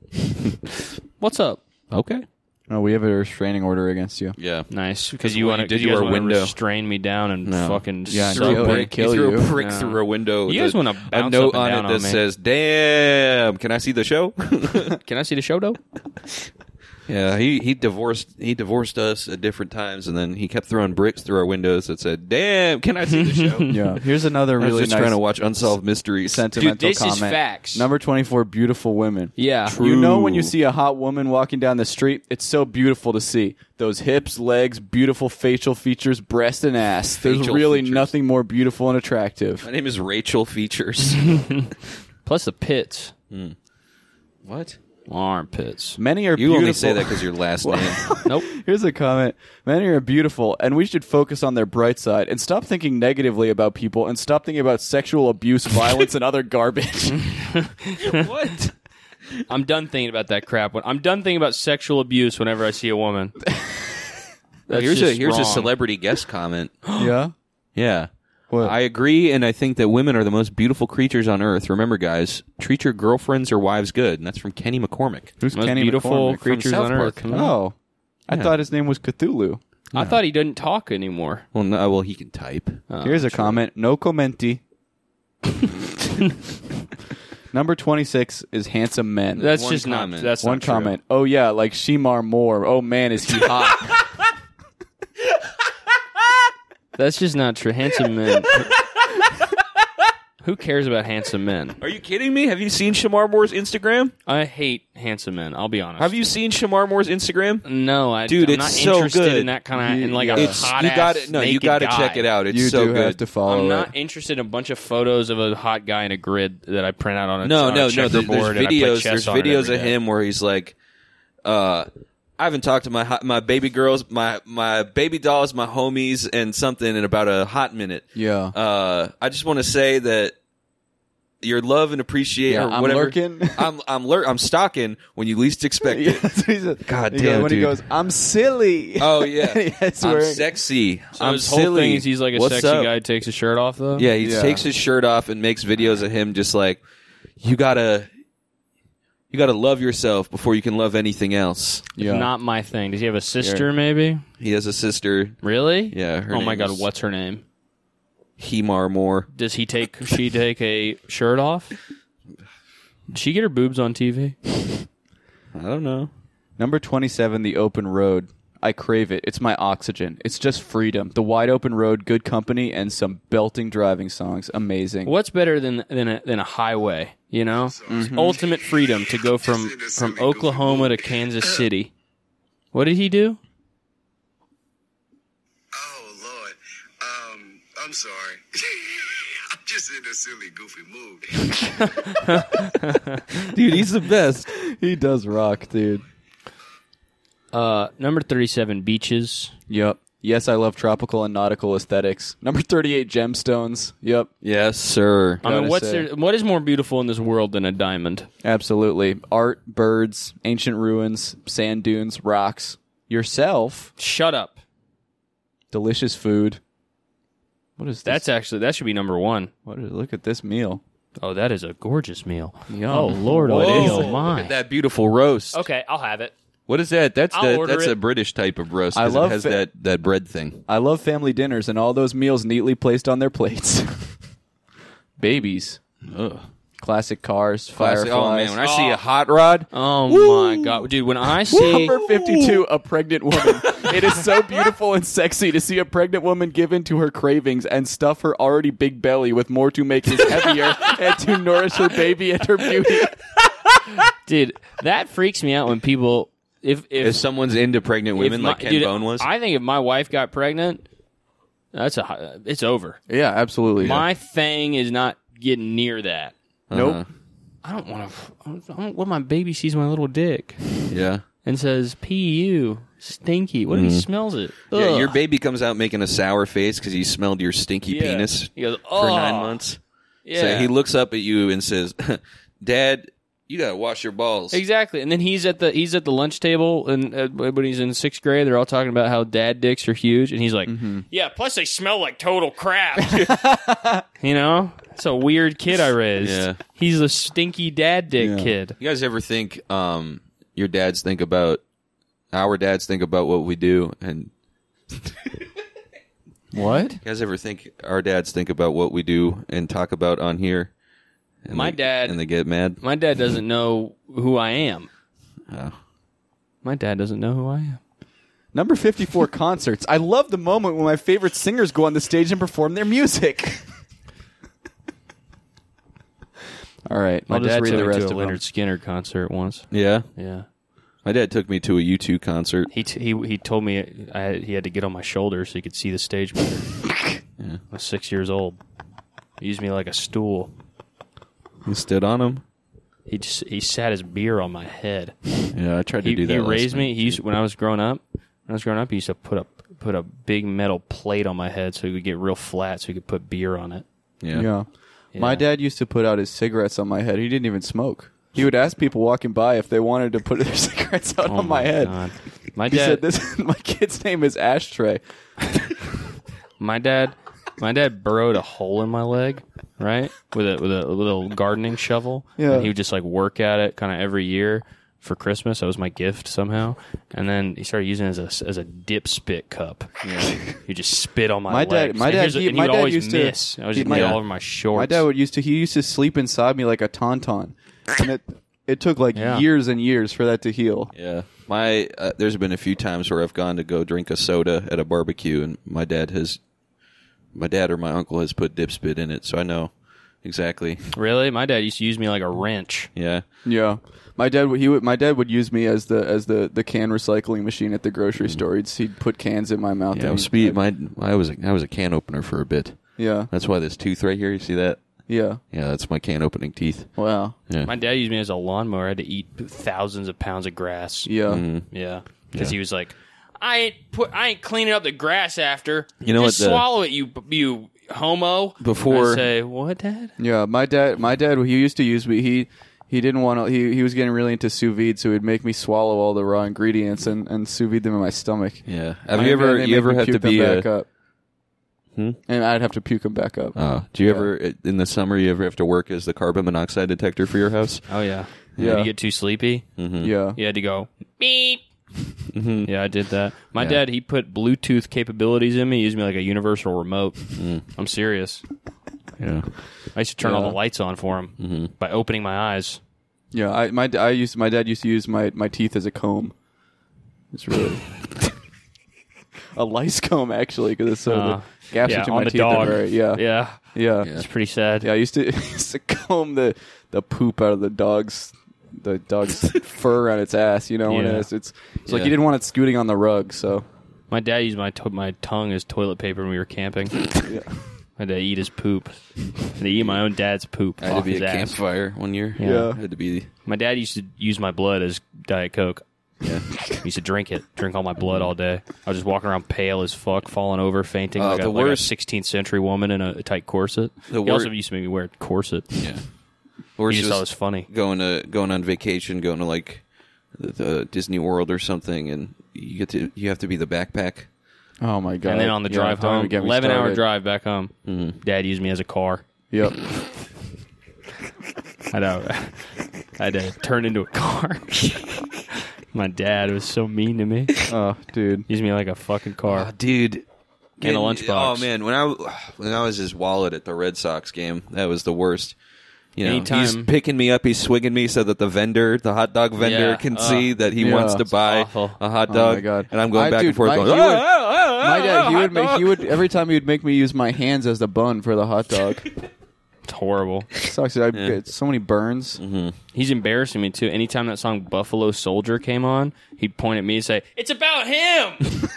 Speaker 4: What's up?
Speaker 5: Okay.
Speaker 6: No, we have a restraining order
Speaker 5: (laughs)
Speaker 6: against you.
Speaker 5: Yeah.
Speaker 4: Nice, because you
Speaker 5: what
Speaker 4: want
Speaker 5: you
Speaker 4: to
Speaker 5: did, you were a window.
Speaker 4: restrain me down and fucking
Speaker 6: Yeah,
Speaker 4: suck
Speaker 6: kill-
Speaker 4: it.
Speaker 6: kill
Speaker 5: threw
Speaker 6: you.
Speaker 5: a prick
Speaker 4: Yeah.
Speaker 5: through a window. with
Speaker 4: You guys
Speaker 5: a-
Speaker 4: wanna
Speaker 5: a
Speaker 4: bounce
Speaker 5: note
Speaker 4: up and
Speaker 5: on
Speaker 4: down
Speaker 5: it
Speaker 4: on
Speaker 5: that
Speaker 4: me.
Speaker 5: says, "Damn, can I see the show?"
Speaker 4: Can I see the show though?
Speaker 5: (laughs) yeah, he he divorced he divorced us at different times, and then he kept throwing bricks through our windows that said, "Damn, can I see the
Speaker 4: (laughs)
Speaker 5: show?"
Speaker 6: Yeah. Here's another
Speaker 5: I was
Speaker 6: really
Speaker 5: just
Speaker 6: nice
Speaker 5: trying to watch unsolved mysteries.
Speaker 6: sentimental
Speaker 4: Dude, this is
Speaker 6: comment.
Speaker 4: facts.
Speaker 6: Number 24 beautiful women.
Speaker 4: Yeah,
Speaker 6: You know when you
Speaker 5: True.
Speaker 6: see a hot woman walking down the street, it's so beautiful to see. Those hips, legs, beautiful facial features, breast and ass. There's
Speaker 5: Facial
Speaker 6: really
Speaker 5: features.
Speaker 6: nothing more beautiful and attractive.
Speaker 5: My name is Rachel Features.
Speaker 4: plus the pits,
Speaker 5: (laughs) what?
Speaker 4: armpits.
Speaker 6: Many are
Speaker 5: You
Speaker 6: beautiful.
Speaker 5: only say that because your (laughs) last name.
Speaker 4: Nope.
Speaker 6: Here's a comment. Many are beautiful, and we should focus on their bright side and stop thinking negatively about people and stop thinking about sexual abuse, violence, and
Speaker 4: (laughs)
Speaker 6: other garbage. (laughs)
Speaker 5: what?
Speaker 4: I'm done thinking about that crap. When I'm done thinking about sexual abuse whenever I see a woman. That's
Speaker 5: here's a
Speaker 4: just
Speaker 5: here's a
Speaker 4: wrong.
Speaker 5: celebrity guest comment.
Speaker 6: yeah.
Speaker 5: Yeah.
Speaker 6: What?
Speaker 5: I agree, and I think that women are the most beautiful creatures on earth. Remember, guys, treat your girlfriends or wives good. And that's from Kenny McCormick.
Speaker 6: Who's
Speaker 4: Most
Speaker 6: Kenny
Speaker 4: beautiful
Speaker 6: McCormick?
Speaker 4: creatures
Speaker 5: South
Speaker 4: on
Speaker 5: Park.
Speaker 4: earth.
Speaker 6: Oh, I
Speaker 5: Yeah.
Speaker 6: thought his name was Cthulhu.
Speaker 4: I thought he didn't talk anymore.
Speaker 5: Well, no, well, he can type.
Speaker 4: Oh,
Speaker 5: Uh,
Speaker 6: Here's a comment. No
Speaker 4: (laughs)
Speaker 6: commenti. Number twenty six is handsome men.
Speaker 4: That's
Speaker 5: One
Speaker 4: just
Speaker 5: comment.
Speaker 4: not. That's
Speaker 6: one
Speaker 4: not true.
Speaker 6: comment. Oh yeah, like Shemar Moore. Oh man, is he hot?
Speaker 4: (laughs) That's just not true. Handsome
Speaker 5: (laughs)
Speaker 4: men. Who cares about handsome men?
Speaker 5: Are you kidding me? Have you seen Shamar Moore's Instagram?
Speaker 4: I hate handsome men. I'll be honest.
Speaker 5: Have you seen Shamar Moore's Instagram?
Speaker 4: No, I,
Speaker 5: Dude,
Speaker 4: I'm
Speaker 5: it's
Speaker 4: not
Speaker 5: so
Speaker 4: interested
Speaker 5: good.
Speaker 4: in that kind of in like a
Speaker 5: It's
Speaker 4: hot
Speaker 5: you
Speaker 4: ass
Speaker 5: got it. No, you
Speaker 4: naked
Speaker 5: got to
Speaker 4: guy.
Speaker 5: check it out. It's
Speaker 6: you
Speaker 5: so
Speaker 6: do
Speaker 5: good.
Speaker 6: have to follow.
Speaker 4: I'm
Speaker 6: it.
Speaker 4: not interested in a bunch of photos of a hot guy in a grid that I print out on a
Speaker 5: no,
Speaker 4: on
Speaker 5: no,
Speaker 4: a
Speaker 5: no. There's,
Speaker 4: checkerboard
Speaker 5: there's
Speaker 4: and I play
Speaker 5: videos.
Speaker 4: chess
Speaker 5: There's
Speaker 4: on it
Speaker 5: videos
Speaker 4: every
Speaker 5: of
Speaker 4: day.
Speaker 5: him where he's like, uh, I haven't talked to my hot, my baby girls, my my baby dolls, my homies, and something in about a hot minute.
Speaker 6: Yeah.
Speaker 5: Uh, I just want to say that your love and appreciate
Speaker 6: Yeah,
Speaker 5: or
Speaker 6: I'm
Speaker 5: whatever.
Speaker 6: lurking.
Speaker 5: (laughs) I'm I'm lur- I'm stalking when you least expect
Speaker 6: (laughs)
Speaker 4: (laughs)
Speaker 6: Yeah,
Speaker 5: it.
Speaker 6: that's what he said.
Speaker 5: God
Speaker 6: He goes-
Speaker 5: damn,
Speaker 6: When he
Speaker 5: dude.
Speaker 6: goes, I'm silly.
Speaker 5: Oh
Speaker 4: (laughs)
Speaker 5: yeah,
Speaker 6: (laughs) Yes,
Speaker 5: I'm
Speaker 6: we're-
Speaker 5: sexy.
Speaker 4: So
Speaker 5: I'm
Speaker 4: his
Speaker 5: silly.
Speaker 4: whole thing is he's like a
Speaker 5: What's
Speaker 4: sexy
Speaker 5: up?
Speaker 4: guy who takes his shirt off though.
Speaker 5: Yeah, he
Speaker 6: Yeah.
Speaker 5: takes his shirt off and makes videos of him just like you gotta you gotta love yourself before you can love anything else.
Speaker 6: yeah.
Speaker 4: Not my thing. Does he have a sister? Maybe.
Speaker 5: He has a sister,
Speaker 4: Really?
Speaker 5: Yeah, her
Speaker 4: oh my
Speaker 5: name
Speaker 4: god,
Speaker 5: is-
Speaker 4: what's her name?
Speaker 5: Hemar Moore.
Speaker 4: Does he take? she take a shirt off? Did she get her boobs on TV?
Speaker 5: I don't know.
Speaker 6: Number 27, the open road. I crave it. It's my oxygen. It's just freedom. The wide open road, good company, and some belting driving songs. Amazing.
Speaker 4: What's better than than a, than a highway? You know, ultimate freedom to go from from Oklahoma to Kansas City. What did he do?
Speaker 8: Oh Lord, um, I'm sorry. (laughs) I'm just in a silly, goofy mood.
Speaker 6: Dude, he's the best. (laughs) he does rock, dude.
Speaker 4: Uh, number thirty-seven, beaches.
Speaker 6: Yep. Yes, I love tropical and nautical aesthetics. Number 38, gemstones. Yep.
Speaker 5: Yes, sir.
Speaker 4: I
Speaker 6: Gotta
Speaker 4: mean, what's
Speaker 6: say.
Speaker 4: there, what is more beautiful in this world than a diamond?
Speaker 6: Absolutely. Art, birds, ancient ruins, sand dunes, rocks. Yourself,
Speaker 4: Shut up.
Speaker 6: delicious food. What is this?
Speaker 4: That's actually that should be number one.
Speaker 6: what is, look at this meal.
Speaker 4: Oh, that is a gorgeous meal.
Speaker 6: Yum.
Speaker 4: Oh Lord, oh,
Speaker 6: What is
Speaker 4: oh
Speaker 6: it?
Speaker 5: Look
Speaker 4: my.
Speaker 5: at that beautiful roast.
Speaker 4: Okay, I'll have it.
Speaker 5: What is that? That's
Speaker 4: I'll
Speaker 5: the,
Speaker 4: order
Speaker 5: that's
Speaker 4: it.
Speaker 5: a British type of roast. 'cause
Speaker 6: I love
Speaker 5: it has
Speaker 6: it.
Speaker 5: that that bread thing.
Speaker 6: (laughs) I love family dinners and all those meals neatly placed on their plates. babies. Classic cars,
Speaker 5: Classic. Oh
Speaker 6: fireflies.
Speaker 5: man, when I see a hot rod,
Speaker 4: Oh my god, dude! When I see
Speaker 6: Number 52, a pregnant
Speaker 5: (laughs)
Speaker 6: woman. it is so beautiful and sexy to see a pregnant woman give in to her cravings and stuff her already big belly with more to make it
Speaker 5: (laughs)
Speaker 6: heavier and to nourish her baby and her beauty.
Speaker 4: dude, that freaks me out when people if if,
Speaker 5: if someone's into pregnant
Speaker 4: if
Speaker 5: women
Speaker 4: my-
Speaker 5: like Ken
Speaker 4: dude,
Speaker 5: Bone was,
Speaker 4: I think if my wife got pregnant, that's a hi- it's over.
Speaker 6: Yeah, absolutely.
Speaker 4: My thing is not getting near that.
Speaker 5: uh-huh.
Speaker 6: nope.
Speaker 4: I don't want to. I don't want my baby sees my little dick
Speaker 5: yeah.
Speaker 4: and says "pu stinky." What if he smells it?
Speaker 5: Mm-hmm. Yeah, your
Speaker 4: Ugh.
Speaker 5: baby comes out making a sour face because he smelled your stinky
Speaker 4: Yeah.
Speaker 5: penis
Speaker 4: He goes,
Speaker 5: for nine
Speaker 4: "Ugh."
Speaker 5: months.
Speaker 4: Yeah,
Speaker 5: So he looks up at you and says, (laughs) "Dad, you gotta wash your balls."
Speaker 4: Exactly, and then he's at the he's at the lunch table, and uh, when he's in sixth grade, they're all talking about how dad dicks are huge, and he's like, "Yeah, plus they smell like total crap." (laughs) you know, it's a weird kid I raised.
Speaker 5: Yeah.
Speaker 4: He's a stinky dad dick kid.
Speaker 5: You guys ever think um, your dads think about our dads think about what we do, and you
Speaker 6: What?
Speaker 5: guys ever think our dads think about what we do and talk about on here? And
Speaker 4: My
Speaker 5: they-
Speaker 4: dad-
Speaker 5: and they get mad.
Speaker 4: My dad doesn't know who I am.
Speaker 5: Oh.
Speaker 4: My dad doesn't know who I am.
Speaker 6: Number 54, (laughs) concerts. I love the moment when my favorite singers go on the stage and perform their music. (laughs) All right,
Speaker 4: My
Speaker 6: I'll just
Speaker 4: dad
Speaker 6: read
Speaker 4: took
Speaker 6: the
Speaker 4: me
Speaker 6: rest
Speaker 4: to a
Speaker 6: of
Speaker 4: Leonard
Speaker 6: it.
Speaker 4: Skinner concert once.
Speaker 5: Yeah,
Speaker 4: Yeah,
Speaker 5: my dad took me to a U two concert.
Speaker 4: he t- he he told me I, he had to get on my shoulder so he could see the stage better. I was six years old. He used me like a stool.
Speaker 5: He stood on him.
Speaker 4: He just he sat his beer on my head.
Speaker 5: Yeah, I tried
Speaker 4: He,
Speaker 5: to do that.
Speaker 4: he
Speaker 5: last
Speaker 4: raised
Speaker 5: night.
Speaker 4: me. He used when I was growing up. When I was growing up, he used to put a put a big metal plate on my head so it would get real flat, so he could put beer on it.
Speaker 5: Yeah.
Speaker 6: Yeah. My dad used to put out his cigarettes on my head. He didn't even smoke. He would ask people walking by if they wanted to put their (laughs) cigarettes out on my, head.
Speaker 4: Oh God. My
Speaker 6: He
Speaker 4: dad.
Speaker 6: said, "This (laughs) my kid's name is Ashtray."
Speaker 4: My dad. My dad burrowed a hole in my leg, right, with a with a little gardening shovel.
Speaker 6: Yeah.
Speaker 4: And he would just like work at it, kind of every year for Christmas. That was my gift somehow. And then he started using it as a as a dipspit cup. he just spit on my.
Speaker 6: My dad-
Speaker 4: legs.
Speaker 6: my
Speaker 4: And
Speaker 6: dad-
Speaker 4: here's a-
Speaker 6: he-
Speaker 4: and
Speaker 6: my
Speaker 4: would
Speaker 6: dad
Speaker 4: always
Speaker 6: used to-
Speaker 4: miss. I was
Speaker 6: he-
Speaker 4: just
Speaker 6: my-
Speaker 4: get all over my shorts.
Speaker 6: My dad would used to he used to sleep inside me like a tauntaun, and it it took like
Speaker 4: Yeah.
Speaker 6: years and years for that to heal.
Speaker 5: Yeah, my uh, there's been a few times where I've gone to go drink a soda at a barbecue, and my dad has, my dad or my uncle has put dipspit in it, so I know exactly.
Speaker 4: Really, my dad used to use me like a wrench.
Speaker 5: Yeah,
Speaker 6: Yeah, my dad would he would my dad would use me as the as the the can recycling machine at the grocery store. He'd, he'd put cans in my mouth.
Speaker 5: Mm. yeah.
Speaker 6: and-
Speaker 5: Speed. My I was a, I was a can opener for a bit.
Speaker 6: yeah,
Speaker 5: That's why this tooth right here. You see that?
Speaker 6: yeah.
Speaker 5: Yeah, that's my can opening teeth.
Speaker 6: Wow.
Speaker 5: Yeah,
Speaker 4: My dad used me as a lawnmower. I had to eat thousands of pounds of grass.
Speaker 6: Yeah.
Speaker 5: Mm.
Speaker 4: Yeah, because he was like, "I ain't put, I ain't cleaning up the grass after.
Speaker 5: You know
Speaker 4: Just
Speaker 5: what the-
Speaker 4: swallow it, you you homo."
Speaker 5: Before-
Speaker 4: I say what, Dad?
Speaker 6: Yeah, my dad, my dad, he used to use me. He he didn't want to. He he was getting really into sous vide, so he'd make me swallow all the raw ingredients and and sous vide them in my stomach.
Speaker 5: yeah. Have
Speaker 6: And
Speaker 5: you
Speaker 6: then
Speaker 5: ever
Speaker 6: they
Speaker 5: you
Speaker 6: make
Speaker 5: ever
Speaker 6: me
Speaker 5: have to
Speaker 6: puke them
Speaker 5: be
Speaker 6: back
Speaker 5: a? Hmm?
Speaker 6: up? And I'd have to puke them back up.
Speaker 5: Uh, do you ever in the summer you ever have to work as the carbon monoxide detector for your house?
Speaker 4: Oh yeah,
Speaker 6: Yeah.
Speaker 4: When you get too sleepy,
Speaker 6: Yeah.
Speaker 4: you had to go beep. Yeah, I did that. My dad he put Bluetooth capabilities in me. He used me like a universal remote. I'm serious.
Speaker 5: Yeah,
Speaker 4: I used to turn all
Speaker 6: Yeah.
Speaker 4: the lights on for him by opening my eyes.
Speaker 6: Yeah, I my I used my dad used to use my my teeth as a comb. It's
Speaker 4: (laughs)
Speaker 6: really a lice comb actually because so
Speaker 4: Uh,
Speaker 6: the gaps
Speaker 4: yeah,
Speaker 6: between
Speaker 4: on
Speaker 6: my
Speaker 4: the
Speaker 6: teeth are
Speaker 4: dog.
Speaker 6: very- yeah, yeah,
Speaker 4: Yeah,
Speaker 6: yeah,
Speaker 4: it's pretty sad.
Speaker 6: I used to, (laughs) used to comb the the poop out of the dog's
Speaker 4: (laughs)
Speaker 6: the dog's fur on its ass. You know when
Speaker 4: Yeah.
Speaker 6: it's it's, it's like
Speaker 5: Yeah.
Speaker 6: you didn't want it scooting on the rug. So
Speaker 4: My dad used my to- my tongue as toilet paper when we were camping.
Speaker 5: (laughs)
Speaker 4: I had to eat his poop. I had to eat my own dad's poop.
Speaker 5: I had to
Speaker 4: off
Speaker 5: be
Speaker 4: his
Speaker 5: a
Speaker 4: ass.
Speaker 5: campfire one year.
Speaker 6: Yeah.
Speaker 5: I had to be.
Speaker 4: My dad used to use my blood as Diet Coke.
Speaker 5: Yeah.
Speaker 4: (laughs) He used to drink it, drink all my blood all day. I was just walking around pale as fuck, falling over, fainting
Speaker 5: Oh,
Speaker 4: like, a,
Speaker 5: the
Speaker 4: like a
Speaker 5: worst-
Speaker 4: 16th century woman in a, tight corset.
Speaker 5: The
Speaker 4: he
Speaker 5: wor-
Speaker 4: also used to make me wear a corset.
Speaker 5: Yeah. Or
Speaker 4: He
Speaker 5: it's
Speaker 4: just thought it
Speaker 5: just
Speaker 4: was funny.
Speaker 5: going to going on vacation, going to like the, the Disney World or something, and you get to you have to be the backpack.
Speaker 6: oh my god!
Speaker 4: And then on the
Speaker 6: Yeah,
Speaker 4: drive
Speaker 6: don't
Speaker 4: home,
Speaker 6: even get me
Speaker 4: 11 hour
Speaker 6: started.
Speaker 4: drive back home,
Speaker 5: Mm-hmm.
Speaker 4: dad used me as a car.
Speaker 6: Yep.
Speaker 4: I know. (laughs) I had to turn into a car. (laughs) my dad was so mean to me.
Speaker 6: Oh, dude.
Speaker 4: Used me like a fucking car.
Speaker 5: Uh, dude,
Speaker 4: and a
Speaker 5: Can-
Speaker 4: lunchbox.
Speaker 5: Oh man, when I when I was his wallet at the Red Sox game, that was the worst. You know,
Speaker 4: Anytime-
Speaker 5: he's picking me up, he's swinging me so that the vendor, the hot dog vendor,
Speaker 4: Yeah,
Speaker 5: can
Speaker 4: uh,
Speaker 5: see that he
Speaker 6: yeah.
Speaker 5: wants to
Speaker 6: It's
Speaker 5: buy
Speaker 4: awful.
Speaker 5: a hot
Speaker 6: Oh,
Speaker 5: dog,
Speaker 6: my God.
Speaker 5: and I'm going
Speaker 6: I-
Speaker 5: back
Speaker 6: dude,
Speaker 5: and forth.
Speaker 6: my-
Speaker 5: Going,
Speaker 6: he would-
Speaker 5: "Ah, ah, ah,
Speaker 6: My dad, he
Speaker 5: hot
Speaker 6: would make,
Speaker 5: dog."
Speaker 6: he would every time he would make me use my hands as the bun for the
Speaker 4: (laughs)
Speaker 6: hot dog.
Speaker 4: It's horrible.
Speaker 6: Sucks. I get so many burns.
Speaker 4: He's embarrassing me too. Anytime that song Buffalo Soldier came on, he'd point at me and say, "It's about him." (laughs)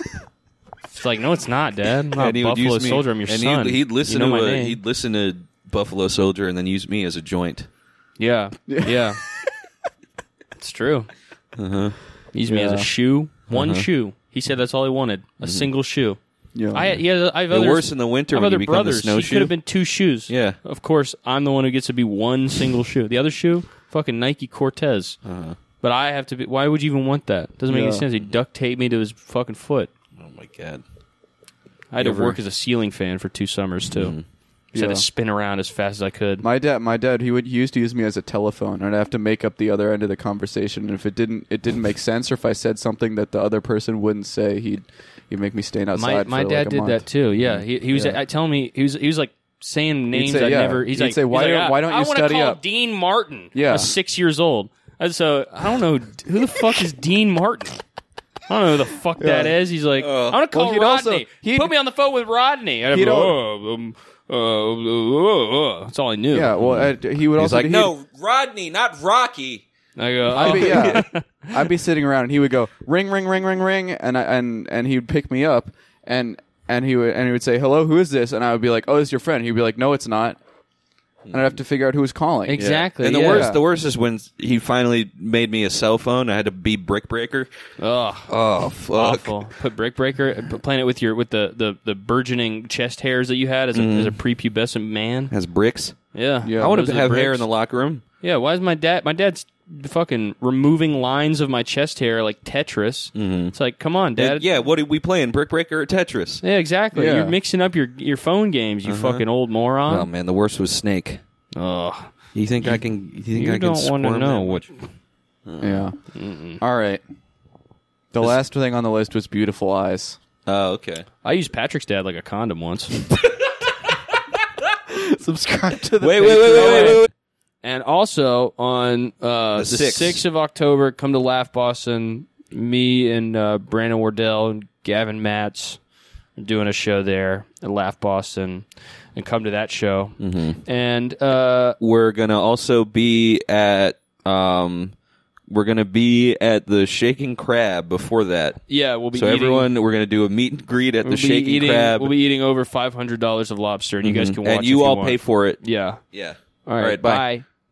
Speaker 4: it's like, no, it's not, Dad. I'm not
Speaker 5: And he would
Speaker 4: Buffalo
Speaker 5: use me-
Speaker 4: Soldier. I'm your
Speaker 5: and
Speaker 4: son.
Speaker 5: He'd, he'd listen
Speaker 4: you know
Speaker 5: to
Speaker 4: my
Speaker 5: a,
Speaker 4: name.
Speaker 5: he'd listen to Buffalo Soldier, and then use me as a joint.
Speaker 4: (laughs) Yeah, yeah. it's true. Uh-huh. He's me as a
Speaker 6: Yeah.
Speaker 4: shoe. One shoe. He said that's all he wanted. A single shoe.
Speaker 6: Yeah.
Speaker 4: I he has, I have
Speaker 5: Oh, They're
Speaker 4: others,
Speaker 5: worse in the
Speaker 4: I
Speaker 5: winter
Speaker 4: have
Speaker 5: when you
Speaker 4: other
Speaker 5: become the
Speaker 4: brothers. He
Speaker 5: snowshoe.
Speaker 4: could have been two shoes.
Speaker 5: Yeah.
Speaker 4: Of course, I'm the one who gets to be one single shoe. The other shoe, fucking Nike Cortez.
Speaker 5: Uh-huh.
Speaker 4: But I have to be. Why would you even want that? Doesn't make any
Speaker 6: Yeah.
Speaker 4: sense. He duct taped me to his fucking foot.
Speaker 5: Oh my god!
Speaker 4: I had to
Speaker 5: Ever- Mm.
Speaker 4: work as a ceiling fan for two summers too. Just
Speaker 6: Yeah.
Speaker 4: had to spin around as fast as I could.
Speaker 6: My dad, my dad, he would he used to use me as a telephone, and I'd have to make up the other end of the conversation. And if it didn't, it didn't make sense, or if I said something that the other person wouldn't say, he'd he'd make me stand
Speaker 4: my
Speaker 6: outside.
Speaker 4: my
Speaker 6: for
Speaker 4: dad
Speaker 6: like a
Speaker 4: did
Speaker 6: month.
Speaker 4: that too. Yeah, he, he was
Speaker 6: Yeah.
Speaker 4: uh, telling me he was he was like saying names
Speaker 6: say,
Speaker 4: I
Speaker 6: yeah.
Speaker 4: never. He's
Speaker 6: He'd
Speaker 4: like,
Speaker 6: say, "Why
Speaker 4: he's like,
Speaker 6: don't-
Speaker 4: "Ah,
Speaker 6: why don't
Speaker 4: I
Speaker 6: you
Speaker 4: wanna
Speaker 6: study
Speaker 4: call
Speaker 6: up?"
Speaker 4: Dean Martin.
Speaker 6: Yeah.
Speaker 4: I was six years old. And so I don't know who the fuck is Dean Martin. I don't know who the fuck that is. He's like, I'm gonna call
Speaker 6: Uh, Well, he'd
Speaker 4: Rodney.
Speaker 6: also- he'd-
Speaker 4: Put me on the phone with Rodney. And I'd be
Speaker 6: He'd
Speaker 4: like,
Speaker 6: al-
Speaker 4: "Oh, um, uh, uh, uh, uh." that's all I knew.
Speaker 6: Yeah, well, uh, he would
Speaker 5: He's
Speaker 6: also
Speaker 5: like,
Speaker 6: he'd-
Speaker 5: no, Rodney, not Rocky.
Speaker 4: I go,
Speaker 6: (laughs) I'd be,
Speaker 4: "Oh."
Speaker 6: yeah, (laughs) I'd be sitting around, and he would go ring, ring, ring, ring, ring, and I, and and he'd pick me up, and and he would and he would say, "Hello, who is this?" And I would be like, "Oh, it's your friend." He'd be like, "No, it's not," and I'd have to figure out who was calling.
Speaker 4: exactly.
Speaker 5: And the
Speaker 4: yeah.
Speaker 5: worst, the worst is when he finally made me a cell phone. I had to be brick breaker.
Speaker 4: (laughs) Ugh.
Speaker 5: Oh fuck!
Speaker 4: awful. Put brick breaker, p- playing it with your with the the, the burgeoning chest hairs that you had as a, as a
Speaker 6: Mm.
Speaker 4: prepubescent man.
Speaker 5: Has bricks?
Speaker 4: Yeah,
Speaker 6: Yeah.
Speaker 5: I want
Speaker 4: those
Speaker 5: to
Speaker 4: are
Speaker 5: have hair
Speaker 4: bricks.
Speaker 5: in the locker room.
Speaker 4: Yeah, why is my dad? My dad's fucking removing lines of my chest hair like Tetris. It's like, come on,
Speaker 5: And
Speaker 4: dad.
Speaker 5: Mm-hmm. yeah, what are we playing? Brick breaker or Tetris?
Speaker 4: Yeah, exactly.
Speaker 6: Yeah.
Speaker 4: You're mixing up your your phone games, you fucking old
Speaker 5: Oh
Speaker 4: moron.
Speaker 5: man, the worst was Snake.
Speaker 4: Ugh.
Speaker 5: You think I can? You think
Speaker 4: You
Speaker 5: I can
Speaker 4: don't want to
Speaker 5: squirm
Speaker 4: know
Speaker 5: that
Speaker 4: what.
Speaker 6: Yeah. All right. The last thing on the list was beautiful eyes.
Speaker 5: Oh, okay.
Speaker 4: I used Patrick's dad like a condom once.
Speaker 6: Subscribe to the
Speaker 5: Wait, wait, wait, wait, wait, wait.
Speaker 4: And also on uh, the
Speaker 5: The sixth.
Speaker 4: sixth of October, come to Laugh Boston. Me and uh, Brandon Wardell and Gavin Matz are doing a show there at Laugh Boston, and come to that show. Mm-hmm. And uh,
Speaker 5: We're gonna also be at. Um, we're gonna be at the Shaking Crab before that.
Speaker 4: yeah, we'll be
Speaker 5: so
Speaker 4: eating,
Speaker 5: everyone, we're gonna do a meet and greet at
Speaker 4: we'll
Speaker 5: the
Speaker 4: be
Speaker 5: Shaking
Speaker 4: eating,
Speaker 5: Crab, Mm-hmm.
Speaker 4: We'll be eating over five hundred dollars of lobster, and you guys can watch.
Speaker 5: and
Speaker 4: if
Speaker 5: you all
Speaker 4: want.
Speaker 5: pay for it.
Speaker 4: Yeah.
Speaker 5: Yeah.
Speaker 4: Mm-hmm. All right.
Speaker 5: bye.
Speaker 4: bye.